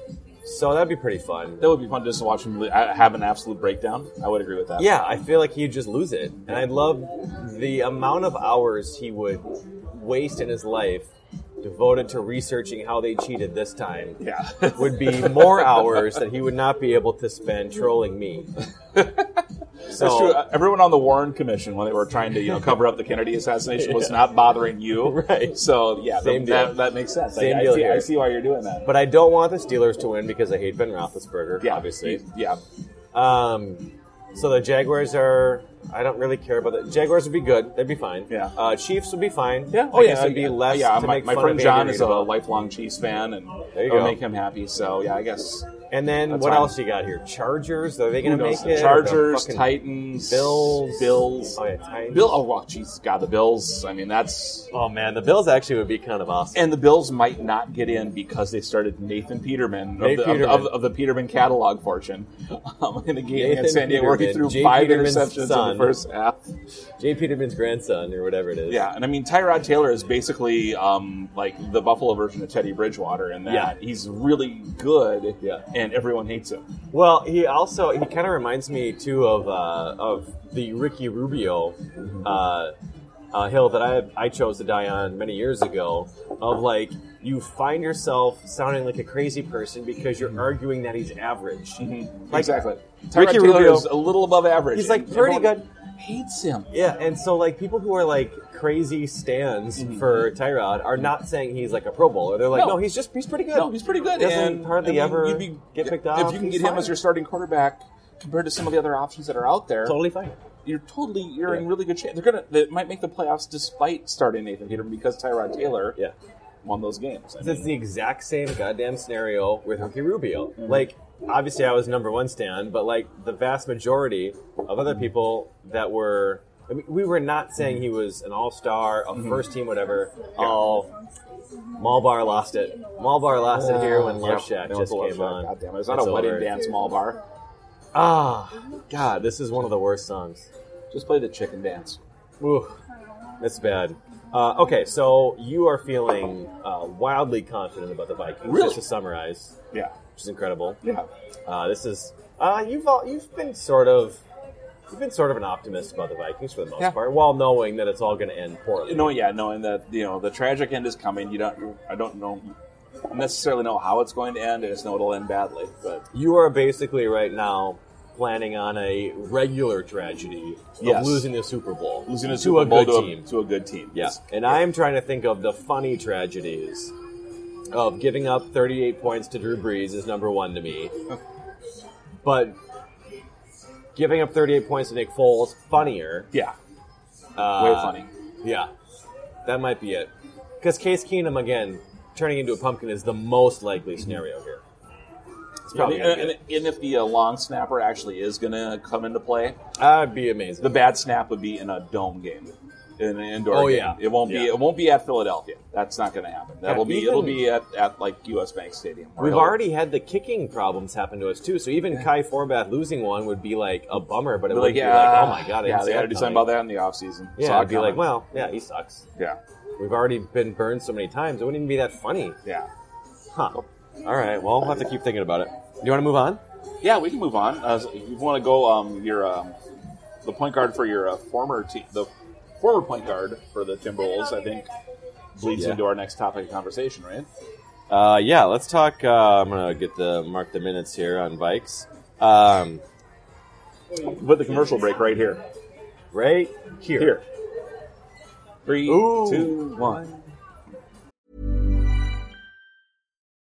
[SPEAKER 1] So that'd be pretty fun.
[SPEAKER 2] that would be fun just to watch him li- I- have an absolute breakdown. I would agree with that.
[SPEAKER 1] Yeah, I feel like he'd just lose it. And I love the amount of hours he would waste in his life devoted to researching how they cheated this time
[SPEAKER 2] Yeah.
[SPEAKER 1] [LAUGHS]
[SPEAKER 2] [LAUGHS]
[SPEAKER 1] would be more hours that he would not be able to spend trolling
[SPEAKER 2] [LAUGHS]
[SPEAKER 1] me. So,
[SPEAKER 2] That's true. Everyone on the Warren Commission, when they were trying to you know cover up the Kennedy
[SPEAKER 1] [LAUGHS]
[SPEAKER 2] assassination, was not bothering you.
[SPEAKER 1] Right.
[SPEAKER 2] So yeah,
[SPEAKER 1] Same
[SPEAKER 2] that,
[SPEAKER 1] deal.
[SPEAKER 2] that, that makes sense.
[SPEAKER 1] Same
[SPEAKER 2] I,
[SPEAKER 1] deal
[SPEAKER 2] I, see, I
[SPEAKER 1] here.
[SPEAKER 2] see why you're doing that.
[SPEAKER 1] But I don't want the Steelers to win because I hate Ben Roethlisberger,
[SPEAKER 2] yeah,
[SPEAKER 1] obviously.
[SPEAKER 2] yeah,
[SPEAKER 1] Um, so the Jaguars are. I don't really care about that. Jaguars would be good. They'd be fine.
[SPEAKER 2] Yeah.
[SPEAKER 1] Uh, Chiefs would be fine.
[SPEAKER 2] yeah.
[SPEAKER 1] Oh yeah. It'd be less.
[SPEAKER 2] Yeah,
[SPEAKER 1] to
[SPEAKER 2] my,
[SPEAKER 1] make
[SPEAKER 2] my
[SPEAKER 1] fun
[SPEAKER 2] friend
[SPEAKER 1] of
[SPEAKER 2] John
[SPEAKER 1] Andy
[SPEAKER 2] is
[SPEAKER 1] Reid
[SPEAKER 2] a
[SPEAKER 1] about.
[SPEAKER 2] lifelong Chiefs fan, and
[SPEAKER 1] There you
[SPEAKER 2] it'll
[SPEAKER 1] go.
[SPEAKER 2] make him happy. So yeah, I guess
[SPEAKER 1] And then
[SPEAKER 2] That's
[SPEAKER 1] what
[SPEAKER 2] fine.
[SPEAKER 1] else you got here? Chargers. Are they going to
[SPEAKER 2] Who
[SPEAKER 1] make
[SPEAKER 2] knows?
[SPEAKER 1] it?
[SPEAKER 2] Chargers,
[SPEAKER 1] The fucking
[SPEAKER 2] Titans,
[SPEAKER 1] Bills.
[SPEAKER 2] Bills.
[SPEAKER 1] Oh yeah, Titans.
[SPEAKER 2] Bill. Oh, wow, jeez, God, the Bills. I mean, that's
[SPEAKER 1] Oh man, the Bills actually would be kind of awesome.
[SPEAKER 2] and the Bills might not get in because they started Nathan Peterman,
[SPEAKER 1] Nate
[SPEAKER 2] of, the, of the-
[SPEAKER 1] Peterman.
[SPEAKER 2] Of, the, of the Peterman catalog fortune um, in the game
[SPEAKER 1] Nathan
[SPEAKER 2] against San Diego, where he
[SPEAKER 1] Peterman,
[SPEAKER 2] threw
[SPEAKER 1] Jay
[SPEAKER 2] five
[SPEAKER 1] Peterman's
[SPEAKER 2] interceptions
[SPEAKER 1] son.
[SPEAKER 2] in the first half.
[SPEAKER 1] Jay Peterman's grandson or whatever it is.
[SPEAKER 2] Yeah, and I mean Tyrod Taylor is basically um, like the Buffalo version of Teddy Bridgewater in that
[SPEAKER 1] Yeah.
[SPEAKER 2] he's really good,
[SPEAKER 1] Yeah.
[SPEAKER 2] and everyone hates him.
[SPEAKER 1] Well, he also he kind of reminds me too of uh, of the Ricky Rubio uh, uh, hill that I I chose to die on many years ago. Of like you find yourself sounding like a crazy person because you're arguing that he's average. Like,
[SPEAKER 2] Mm-hmm. exactly, Tyrod
[SPEAKER 1] Ricky
[SPEAKER 2] Taylor
[SPEAKER 1] Rubio-
[SPEAKER 2] is a little above average.
[SPEAKER 1] He's, like,
[SPEAKER 2] and
[SPEAKER 1] pretty
[SPEAKER 2] everyone
[SPEAKER 1] good.
[SPEAKER 2] Hates him.
[SPEAKER 1] Yeah, and so like people who are like crazy stands for Tyrod are not saying he's like a Pro Bowler. They're like,
[SPEAKER 2] Mm-hmm. No.
[SPEAKER 1] no, he's just he's pretty good.
[SPEAKER 2] No, he's pretty good.
[SPEAKER 1] Doesn't
[SPEAKER 2] and
[SPEAKER 1] hardly
[SPEAKER 2] I mean,
[SPEAKER 1] ever
[SPEAKER 2] you'd be-
[SPEAKER 1] get picked
[SPEAKER 2] if
[SPEAKER 1] up.
[SPEAKER 2] you can
[SPEAKER 1] he's
[SPEAKER 2] get him
[SPEAKER 1] fine.
[SPEAKER 2] as your starting quarterback compared to some of the other options that are out there,
[SPEAKER 1] totally fine.
[SPEAKER 2] you're totally you're in
[SPEAKER 1] Yeah.
[SPEAKER 2] really good shape. They're gonna they might make the playoffs despite starting Nathan Peterman because Tyrod Taylor
[SPEAKER 1] Yeah.
[SPEAKER 2] won those games. I
[SPEAKER 1] It's
[SPEAKER 2] mean,
[SPEAKER 1] the exact same goddamn scenario with Ricky Rubio.
[SPEAKER 2] Mm-hmm.
[SPEAKER 1] Like, obviously, I was number one stand, but like the vast majority of
[SPEAKER 2] Mm-hmm.
[SPEAKER 1] other people that were, I mean, we were not saying he was an all star, a
[SPEAKER 2] Mm-hmm.
[SPEAKER 1] first team, whatever. All Malbar lost it. Malbar lost it here when
[SPEAKER 2] Oh.
[SPEAKER 1] Love Shack
[SPEAKER 2] no,
[SPEAKER 1] just
[SPEAKER 2] it's
[SPEAKER 1] came
[SPEAKER 2] Love Shack.
[SPEAKER 1] on.
[SPEAKER 2] God damn it! It's not
[SPEAKER 1] It's
[SPEAKER 2] a wedding
[SPEAKER 1] over.
[SPEAKER 2] dance mall bar.
[SPEAKER 1] Ah, God, this is one of the worst songs.
[SPEAKER 2] Just play the chicken dance.
[SPEAKER 1] Ooh, that's bad. Uh, okay, so you are feeling uh, wildly confident about the Vikings.
[SPEAKER 2] Really?
[SPEAKER 1] Just to summarize,
[SPEAKER 2] Yeah,
[SPEAKER 1] which is incredible.
[SPEAKER 2] yeah.
[SPEAKER 1] Uh, this is uh, you've all, you've been sort of you've been sort of an optimist about the Vikings for the most
[SPEAKER 2] Yeah.
[SPEAKER 1] part, while knowing that it's all going to end poorly.
[SPEAKER 2] No, yeah, knowing that you know the tragic end is coming. You don't. I don't know necessarily know how it's going to end. I just know it'll end badly. But
[SPEAKER 1] you are basically right now planning on a regular tragedy of
[SPEAKER 2] Yes.
[SPEAKER 1] losing the Super Bowl,
[SPEAKER 2] losing
[SPEAKER 1] to
[SPEAKER 2] a Super
[SPEAKER 1] a
[SPEAKER 2] Bowl
[SPEAKER 1] good
[SPEAKER 2] to,
[SPEAKER 1] team.
[SPEAKER 2] A, to a good team.
[SPEAKER 1] yeah,
[SPEAKER 2] is-
[SPEAKER 1] and I'm trying to think of the funny tragedies of giving up 38 points to Drew Brees is number one to me, but. Giving up 38 points to Nick Foles, funnier.
[SPEAKER 2] yeah,
[SPEAKER 1] Uh,
[SPEAKER 2] way funny.
[SPEAKER 1] Yeah, that might be it. Because Case Keenum again turning into a pumpkin is the most likely scenario here. It's
[SPEAKER 2] Yeah,
[SPEAKER 1] probably.
[SPEAKER 2] and,
[SPEAKER 1] gonna be
[SPEAKER 2] and,
[SPEAKER 1] it.
[SPEAKER 2] and if the uh, long snapper actually is going to come into play,
[SPEAKER 1] I'd be amazed.
[SPEAKER 2] the bad snap would be in a dome game, in an indoor
[SPEAKER 1] Oh,
[SPEAKER 2] game.
[SPEAKER 1] yeah.
[SPEAKER 2] It won't be.
[SPEAKER 1] Yeah.
[SPEAKER 2] It won't be at Philadelphia. That's not going to happen. That
[SPEAKER 1] Yeah,
[SPEAKER 2] will be.
[SPEAKER 1] even-
[SPEAKER 2] it'll be at, at like U.S. Bank Stadium. or
[SPEAKER 1] We've
[SPEAKER 2] it'll-
[SPEAKER 1] already had the kicking problems happen to us too. So even Kai Forbath losing one would be like a bummer, but it
[SPEAKER 2] be
[SPEAKER 1] would
[SPEAKER 2] like,
[SPEAKER 1] be
[SPEAKER 2] yeah,
[SPEAKER 1] like, oh my god, I
[SPEAKER 2] yeah,
[SPEAKER 1] didn't see
[SPEAKER 2] they got
[SPEAKER 1] that
[SPEAKER 2] to do something
[SPEAKER 1] coming.
[SPEAKER 2] about that in the offseason.
[SPEAKER 1] Yeah,
[SPEAKER 2] Saw it
[SPEAKER 1] I'd be like,
[SPEAKER 2] coming.
[SPEAKER 1] well, yeah, he sucks.
[SPEAKER 2] yeah,
[SPEAKER 1] We've already been burned so many times; it wouldn't even be that funny.
[SPEAKER 2] yeah,
[SPEAKER 1] Huh. All right, well, we'll have to keep thinking about it. Do you want to move on?
[SPEAKER 2] yeah. We can move on. Uh, so if you want to go, um, your um, the point guard for your uh, former team, the former point guard for the Timberwolves, I think, bleeds
[SPEAKER 1] Yeah.
[SPEAKER 2] into our next topic of conversation, right?
[SPEAKER 1] Uh, yeah, let's talk. Uh, I'm gonna get the mark the minutes here on bikes. Um,
[SPEAKER 2] Put the commercial break right here.
[SPEAKER 1] right here.
[SPEAKER 2] Here. Three, two,
[SPEAKER 1] Ooh.
[SPEAKER 2] one.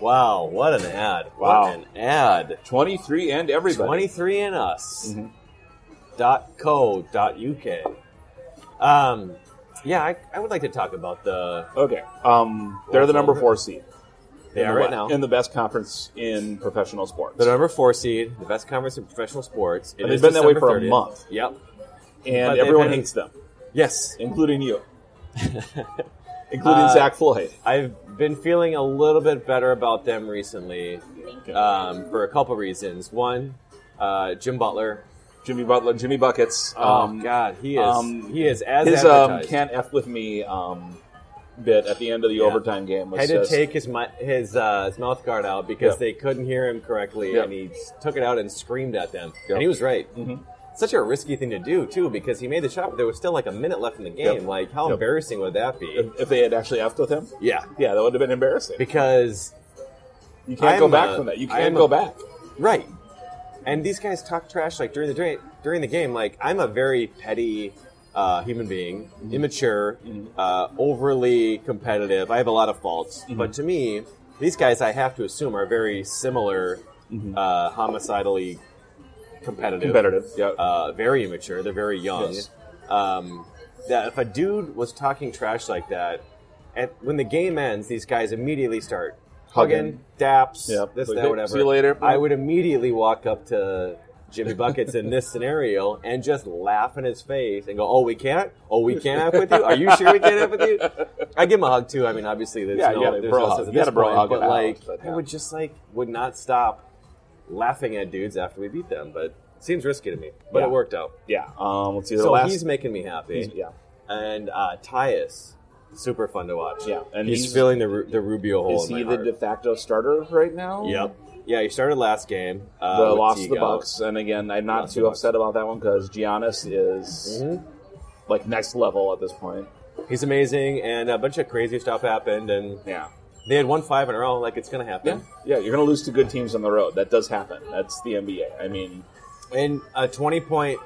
[SPEAKER 1] Wow, what an ad.
[SPEAKER 2] Wow.
[SPEAKER 1] What an ad.
[SPEAKER 2] 23 and everybody. Mm-hmm.
[SPEAKER 1] 23 in us dot co dot uk. Um, yeah, I, I would like to talk about the
[SPEAKER 2] Okay. Um, they're the number four seed.
[SPEAKER 1] they are right now
[SPEAKER 2] In the best conference in professional sports.
[SPEAKER 1] the number four seed, the best conference in professional sports. It
[SPEAKER 2] And they've
[SPEAKER 1] is
[SPEAKER 2] been that way
[SPEAKER 1] December
[SPEAKER 2] for a
[SPEAKER 1] 30th.
[SPEAKER 2] month.
[SPEAKER 1] Yep. but
[SPEAKER 2] and
[SPEAKER 1] they've
[SPEAKER 2] everyone
[SPEAKER 1] had-
[SPEAKER 2] hates them,
[SPEAKER 1] Yes, [LAUGHS]
[SPEAKER 2] including you, including
[SPEAKER 1] Uh,
[SPEAKER 2] Zach Floyd.
[SPEAKER 1] I've been feeling a little bit better about them recently um, for a couple reasons. One, uh, Jim Butler.
[SPEAKER 2] Jimmy Butler, Jimmy Buckets.
[SPEAKER 1] Oh
[SPEAKER 2] um,
[SPEAKER 1] God, he is
[SPEAKER 2] um,
[SPEAKER 1] he is as
[SPEAKER 2] his um,
[SPEAKER 1] advertised.
[SPEAKER 2] can't f with me um, bit at the end of the overtime game was
[SPEAKER 1] had to
[SPEAKER 2] just
[SPEAKER 1] take his mi- his uh, his mouth guard out because
[SPEAKER 2] Yep.
[SPEAKER 1] they couldn't hear him correctly,
[SPEAKER 2] Yep.
[SPEAKER 1] and he s- took it out and screamed at them,
[SPEAKER 2] Yep.
[SPEAKER 1] and he was right.
[SPEAKER 2] Mm-hmm.
[SPEAKER 1] Such a risky thing to do too, because he made the shot, but there was still like a minute left in the game.
[SPEAKER 2] Yep.
[SPEAKER 1] Like, how
[SPEAKER 2] Yep.
[SPEAKER 1] embarrassing would that be?
[SPEAKER 2] if, if they had actually effed with him.
[SPEAKER 1] Yeah,
[SPEAKER 2] Yeah, that would have been embarrassing.
[SPEAKER 1] because
[SPEAKER 2] you can't
[SPEAKER 1] I'm
[SPEAKER 2] go back
[SPEAKER 1] a-
[SPEAKER 2] from that. You
[SPEAKER 1] I'm
[SPEAKER 2] can't
[SPEAKER 1] a-
[SPEAKER 2] go back.
[SPEAKER 1] Right. And these guys talk trash like during the during, during the game. Like I'm a very petty uh, human being,
[SPEAKER 2] Mm-hmm.
[SPEAKER 1] immature, uh, overly competitive. I have a lot of faults,
[SPEAKER 2] Mm-hmm.
[SPEAKER 1] but to me, these guys I have to assume are very similar, uh, homicidally competitive.
[SPEAKER 2] Mm-hmm. Competitive, yeah.
[SPEAKER 1] Uh, very immature. They're very young.
[SPEAKER 2] Yes.
[SPEAKER 1] Um, that if a dude was talking trash like that, at, when the game ends, these guys immediately start hugging,
[SPEAKER 2] Hugging.
[SPEAKER 1] daps,
[SPEAKER 2] Yep.
[SPEAKER 1] this,
[SPEAKER 2] Like,
[SPEAKER 1] that,
[SPEAKER 2] "Hey,
[SPEAKER 1] whatever.
[SPEAKER 2] see you later."
[SPEAKER 1] I would immediately walk up to Jimmy Buckets in this scenario and just laugh in his face and go, "Oh, we can't. Oh, we can't have with you. Are you sure we can't have with you?" I give him a hug too. I mean, obviously, there's
[SPEAKER 2] Yeah,
[SPEAKER 1] no,
[SPEAKER 2] you gotta
[SPEAKER 1] there's
[SPEAKER 2] bro
[SPEAKER 1] no
[SPEAKER 2] hug.
[SPEAKER 1] sense at
[SPEAKER 2] You gotta
[SPEAKER 1] this
[SPEAKER 2] bro
[SPEAKER 1] point,
[SPEAKER 2] hug
[SPEAKER 1] but
[SPEAKER 2] it out,
[SPEAKER 1] like,
[SPEAKER 2] but
[SPEAKER 1] I
[SPEAKER 2] yeah.
[SPEAKER 1] would just like would not stop laughing at dudes after we beat them. But it seems risky to me, but
[SPEAKER 2] Yeah.
[SPEAKER 1] it worked out.
[SPEAKER 2] Yeah. Um, let's see. The
[SPEAKER 1] So
[SPEAKER 2] last,
[SPEAKER 1] he's making me happy.
[SPEAKER 2] he's- yeah.
[SPEAKER 1] And uh, Tyus, super fun to watch.
[SPEAKER 2] Yeah,
[SPEAKER 1] and
[SPEAKER 2] and
[SPEAKER 1] he's,
[SPEAKER 2] he's-
[SPEAKER 1] filling the Ru- the Rubio hole.
[SPEAKER 2] Is
[SPEAKER 1] in my
[SPEAKER 2] he the
[SPEAKER 1] heart.
[SPEAKER 2] de facto starter right now?
[SPEAKER 1] Yep. Yeah, he started last game. Uh,
[SPEAKER 2] The
[SPEAKER 1] with
[SPEAKER 2] lost to the
[SPEAKER 1] Tigo.
[SPEAKER 2] Bucks, and again, I'm not
[SPEAKER 1] Lost the
[SPEAKER 2] too
[SPEAKER 1] Bucks.
[SPEAKER 2] upset about that one because Giannis is
[SPEAKER 1] Mm-hmm.
[SPEAKER 2] like next level at this point.
[SPEAKER 1] He's amazing, and a bunch of crazy stuff happened, and
[SPEAKER 2] Yeah.
[SPEAKER 1] they had won five in a row. Like it's gonna
[SPEAKER 2] Yeah,
[SPEAKER 1] happen.
[SPEAKER 2] yeah, you're going to lose to good teams on the road. That does happen. That's the NBA. I mean,
[SPEAKER 1] And a twenty point,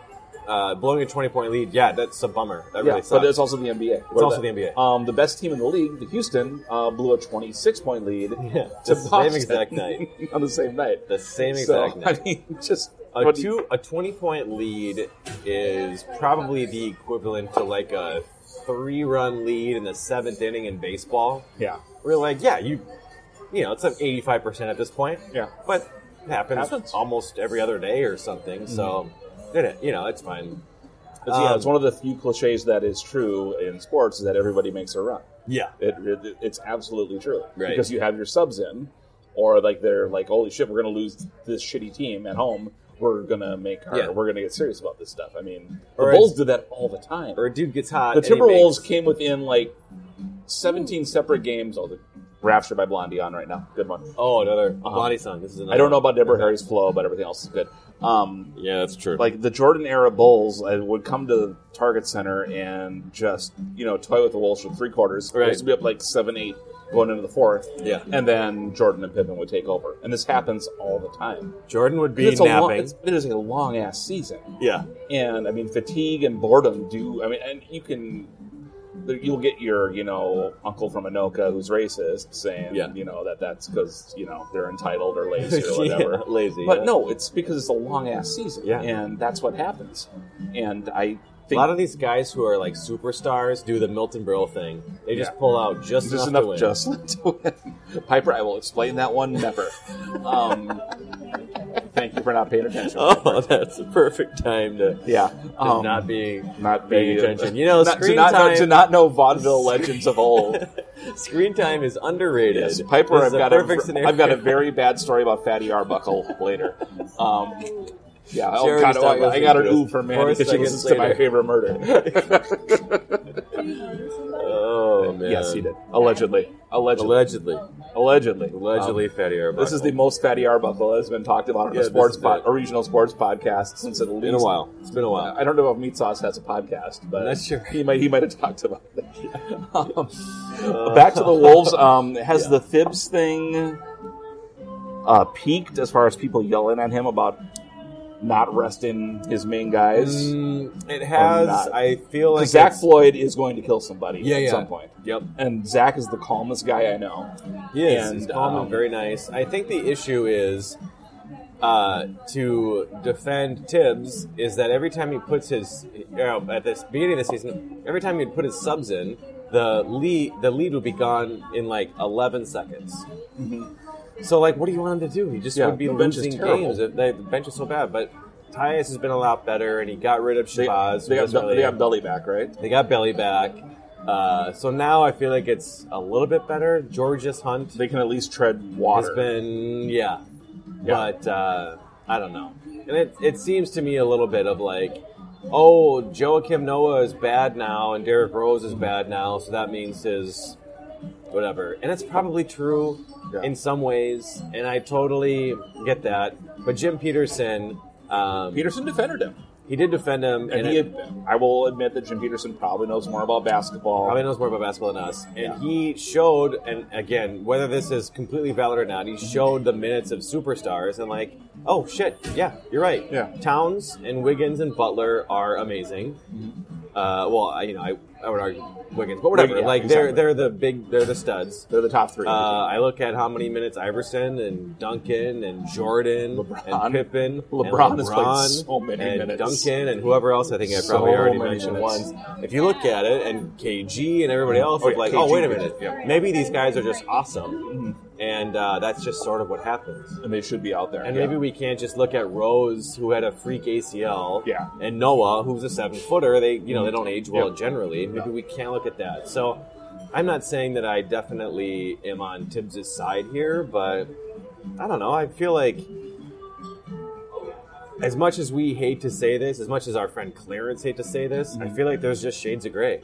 [SPEAKER 1] uh, blowing a twenty point lead. Yeah, that's a bummer. That
[SPEAKER 2] yeah,
[SPEAKER 1] really sucks.
[SPEAKER 2] but it's also the NBA. It's
[SPEAKER 1] also the NBA.
[SPEAKER 2] Um, the best team in the league, the Houston, uh, blew a 26 point lead
[SPEAKER 1] [LAUGHS] Yeah,
[SPEAKER 2] to
[SPEAKER 1] the same
[SPEAKER 2] Boston
[SPEAKER 1] exact night.
[SPEAKER 2] [LAUGHS] on the same night.
[SPEAKER 1] The same
[SPEAKER 2] so,
[SPEAKER 1] exact night.
[SPEAKER 2] I mean, [LAUGHS] just
[SPEAKER 1] a
[SPEAKER 2] what do you-
[SPEAKER 1] two a twenty point lead is probably the equivalent to like a three run lead in the seventh inning in baseball.
[SPEAKER 2] Yeah,
[SPEAKER 1] We're like, yeah, you, you know, it's like eighty five percent at this point.
[SPEAKER 2] Yeah.
[SPEAKER 1] but it happens,
[SPEAKER 2] Happens. Mm-hmm.
[SPEAKER 1] almost every other day or something. So, did it? You know, it's fine.
[SPEAKER 2] it's, yeah,
[SPEAKER 1] Um,
[SPEAKER 2] it's one of the few cliches that is true in sports is that everybody makes a run.
[SPEAKER 1] Yeah,
[SPEAKER 2] It, it it's absolutely true
[SPEAKER 1] Right.
[SPEAKER 2] because you have your subs in, or like they're like, holy shit, we're going to lose this shitty team at home. We're gonna make our.
[SPEAKER 1] Yeah.
[SPEAKER 2] We're gonna get serious about this stuff. I mean,
[SPEAKER 1] Or
[SPEAKER 2] the Bulls
[SPEAKER 1] it's-
[SPEAKER 2] did that all the time.
[SPEAKER 1] or a dude gets hot.
[SPEAKER 2] the
[SPEAKER 1] and he
[SPEAKER 2] Timberwolves
[SPEAKER 1] makes-
[SPEAKER 2] came within like 17 separate games. Oh, the Rapture by Blondie on right now. Good one.
[SPEAKER 1] oh, another body song. This is another
[SPEAKER 2] Uh-huh. I don't know about Deborah Harry's flow, but everything else is good. Um,
[SPEAKER 1] Yeah, that's true.
[SPEAKER 2] like the Jordan era Bulls uh, would come to the Target Center and just you know toy with the Wolves for three quarters.
[SPEAKER 1] Right.
[SPEAKER 2] Wolves would be up like seven, eight going into the fourth.
[SPEAKER 1] Yeah.
[SPEAKER 2] and then Jordan and Pippen would take over, and this happens all the time.
[SPEAKER 1] Jordan would be
[SPEAKER 2] It's a
[SPEAKER 1] napping.
[SPEAKER 2] long, it's, it is a long ass season
[SPEAKER 1] yeah,
[SPEAKER 2] and I mean fatigue and boredom do. I mean, and you can there- you'll get your you know uncle from Anoka who's racist saying
[SPEAKER 1] Yeah.
[SPEAKER 2] you know that that's because you know they're
[SPEAKER 1] [LAUGHS]
[SPEAKER 2] entitled or lazy or whatever.
[SPEAKER 1] Yeah, lazy.
[SPEAKER 2] But
[SPEAKER 1] yeah.
[SPEAKER 2] no, it's because it's a long ass season,
[SPEAKER 1] Yeah.
[SPEAKER 2] and that's what happens. And I
[SPEAKER 1] A
[SPEAKER 2] think
[SPEAKER 1] lot of these guys who are like superstars do the Milton Berle thing. They just
[SPEAKER 2] Yeah.
[SPEAKER 1] pull out just, enough,
[SPEAKER 2] just enough
[SPEAKER 1] to win.
[SPEAKER 2] just [LAUGHS] to win. Piper, I will explain that one never. um, thank you for not paying
[SPEAKER 1] [LAUGHS]
[SPEAKER 2] attention.
[SPEAKER 1] Oh, that's the perfect time to
[SPEAKER 2] Yeah,
[SPEAKER 1] to
[SPEAKER 2] um,
[SPEAKER 1] not being
[SPEAKER 2] not
[SPEAKER 1] paying
[SPEAKER 2] be-
[SPEAKER 1] attention. You know,
[SPEAKER 2] [LAUGHS] not,
[SPEAKER 1] screen
[SPEAKER 2] to not
[SPEAKER 1] time
[SPEAKER 2] know, to not know
[SPEAKER 1] [LAUGHS]
[SPEAKER 2] vaudeville legends of old.
[SPEAKER 1] Screen time is underrated.
[SPEAKER 2] Yes, Piper.
[SPEAKER 1] This
[SPEAKER 2] I've
[SPEAKER 1] is a
[SPEAKER 2] got
[SPEAKER 1] perfect
[SPEAKER 2] a,
[SPEAKER 1] scenario.
[SPEAKER 2] I've got a very bad story about Fatty Arbuckle
[SPEAKER 1] [LAUGHS]
[SPEAKER 2] later. Um, yeah, oh,
[SPEAKER 1] Jerry,
[SPEAKER 2] God,
[SPEAKER 1] stop
[SPEAKER 2] I, I got
[SPEAKER 1] listening
[SPEAKER 2] an
[SPEAKER 1] to
[SPEAKER 2] ooh
[SPEAKER 1] us.
[SPEAKER 2] for man
[SPEAKER 1] Four
[SPEAKER 2] because she
[SPEAKER 1] seconds
[SPEAKER 2] listens to my
[SPEAKER 1] later.
[SPEAKER 2] favorite
[SPEAKER 1] [LAUGHS]
[SPEAKER 2] murder.
[SPEAKER 1] [LAUGHS] Oh man.
[SPEAKER 2] [LAUGHS] yes, he did. Allegedly, allegedly,
[SPEAKER 1] Allegedly,
[SPEAKER 2] allegedly,
[SPEAKER 1] allegedly,
[SPEAKER 2] Um,
[SPEAKER 1] Fatty Arbuckle.
[SPEAKER 2] this is the most Fatty Arbuckle that has been talked about on
[SPEAKER 1] Yeah,
[SPEAKER 2] a sports
[SPEAKER 1] this is
[SPEAKER 2] pod,
[SPEAKER 1] it.
[SPEAKER 2] a regional sports podcast since at least
[SPEAKER 1] been a while. It's been a while.
[SPEAKER 2] I don't know if Meat Sauce has a podcast, but
[SPEAKER 1] That's sure.
[SPEAKER 2] he might he might have talked about it. [LAUGHS] Um, back to the Wolves. Um, has the Thibs thing uh, peaked as far as people yelling at him about not resting his main guys.
[SPEAKER 1] Um, It
[SPEAKER 2] Or
[SPEAKER 1] has.
[SPEAKER 2] not.
[SPEAKER 1] I feel Mm, like
[SPEAKER 2] Zach
[SPEAKER 1] it's-
[SPEAKER 2] Floyd is going to kill somebody
[SPEAKER 1] Yeah,
[SPEAKER 2] at
[SPEAKER 1] yeah.
[SPEAKER 2] some point.
[SPEAKER 1] Yep.
[SPEAKER 2] And Zach is the calmest guy I know.
[SPEAKER 1] He is. he's
[SPEAKER 2] And,
[SPEAKER 1] calm
[SPEAKER 2] um,
[SPEAKER 1] and very nice. I think the issue is uh, to defend Tibbs is that every time he puts his you know, at this beginning of the season, every time he'd put his subs in, the lead the lead would be gone in like eleven seconds. So like, what do you want him to do? He just
[SPEAKER 2] Mm-hmm. Yeah,
[SPEAKER 1] would be
[SPEAKER 2] the bench is
[SPEAKER 1] losing
[SPEAKER 2] terrible.
[SPEAKER 1] games. They- The bench is so bad, but. Tyus has been a lot better, and he got rid of
[SPEAKER 2] They,
[SPEAKER 1] Shabazz.
[SPEAKER 2] they
[SPEAKER 1] who
[SPEAKER 2] got,
[SPEAKER 1] doesn't really-
[SPEAKER 2] they got Belly back, right?
[SPEAKER 1] they got Belly back. Uh, so now I feel like it's a little bit better. Georges Hunt
[SPEAKER 2] They can at least tread water.
[SPEAKER 1] has been yeah,
[SPEAKER 2] Yeah.
[SPEAKER 1] but uh, I don't know. And it it seems to me a little bit of like, oh, Joakim Noah is bad now, and Derrick Rose is bad now, so that means his whatever. And it's probably true
[SPEAKER 2] Yeah.
[SPEAKER 1] in some ways, and I totally get that. But Jim Peterson, um,
[SPEAKER 2] Peterson defended him.
[SPEAKER 1] he did defend him,
[SPEAKER 2] And, he,
[SPEAKER 1] it-
[SPEAKER 2] I will admit that Jim Peterson probably knows more about basketball.
[SPEAKER 1] probably knows more about basketball than us. And he showed, and again, whether this is completely valid or not, he showed the minutes of superstars and like, oh shit, yeah, you're right.
[SPEAKER 2] Yeah.
[SPEAKER 1] Towns and Wiggins and Butler are amazing. Uh, well, I, you know, I, I would argue Wiggins, but whatever.
[SPEAKER 2] Wig- Mm-hmm. yeah,
[SPEAKER 1] like
[SPEAKER 2] exactly.
[SPEAKER 1] they're they're the big they're the studs.
[SPEAKER 2] They're the top three.
[SPEAKER 1] Uh, I look at how many minutes Iverson and Duncan and Jordan
[SPEAKER 2] LeBron.
[SPEAKER 1] and Pippen,
[SPEAKER 2] LeBron
[SPEAKER 1] and
[SPEAKER 2] has
[SPEAKER 1] LeBron
[SPEAKER 2] played so many
[SPEAKER 1] and
[SPEAKER 2] minutes.
[SPEAKER 1] Duncan and whoever else I think I
[SPEAKER 2] So
[SPEAKER 1] probably already
[SPEAKER 2] many
[SPEAKER 1] mentioned
[SPEAKER 2] minutes.
[SPEAKER 1] once. If you look at it and KG and everybody else,
[SPEAKER 2] Oh,
[SPEAKER 1] it's
[SPEAKER 2] yeah,
[SPEAKER 1] like,
[SPEAKER 2] KG,
[SPEAKER 1] oh wait a
[SPEAKER 2] yeah,
[SPEAKER 1] minute,
[SPEAKER 2] yeah.
[SPEAKER 1] maybe these guys are just awesome, and uh, that's just sort of what happens.
[SPEAKER 2] and they should be out there.
[SPEAKER 1] And
[SPEAKER 2] yeah.
[SPEAKER 1] maybe we can't just look at Rose, who had a freak ACL,
[SPEAKER 2] Yeah.
[SPEAKER 1] and Noah, who's a seven footer. They, you know, they don't age well
[SPEAKER 2] Yep.
[SPEAKER 1] generally. Maybe we can't look at that. So, I'm not saying that I definitely am on Tibbs' side here, but I don't know. I feel like as much as we hate to say this, as much as our friend Clarence hate to say this,
[SPEAKER 2] Mm-hmm.
[SPEAKER 1] I feel like there's just shades of gray.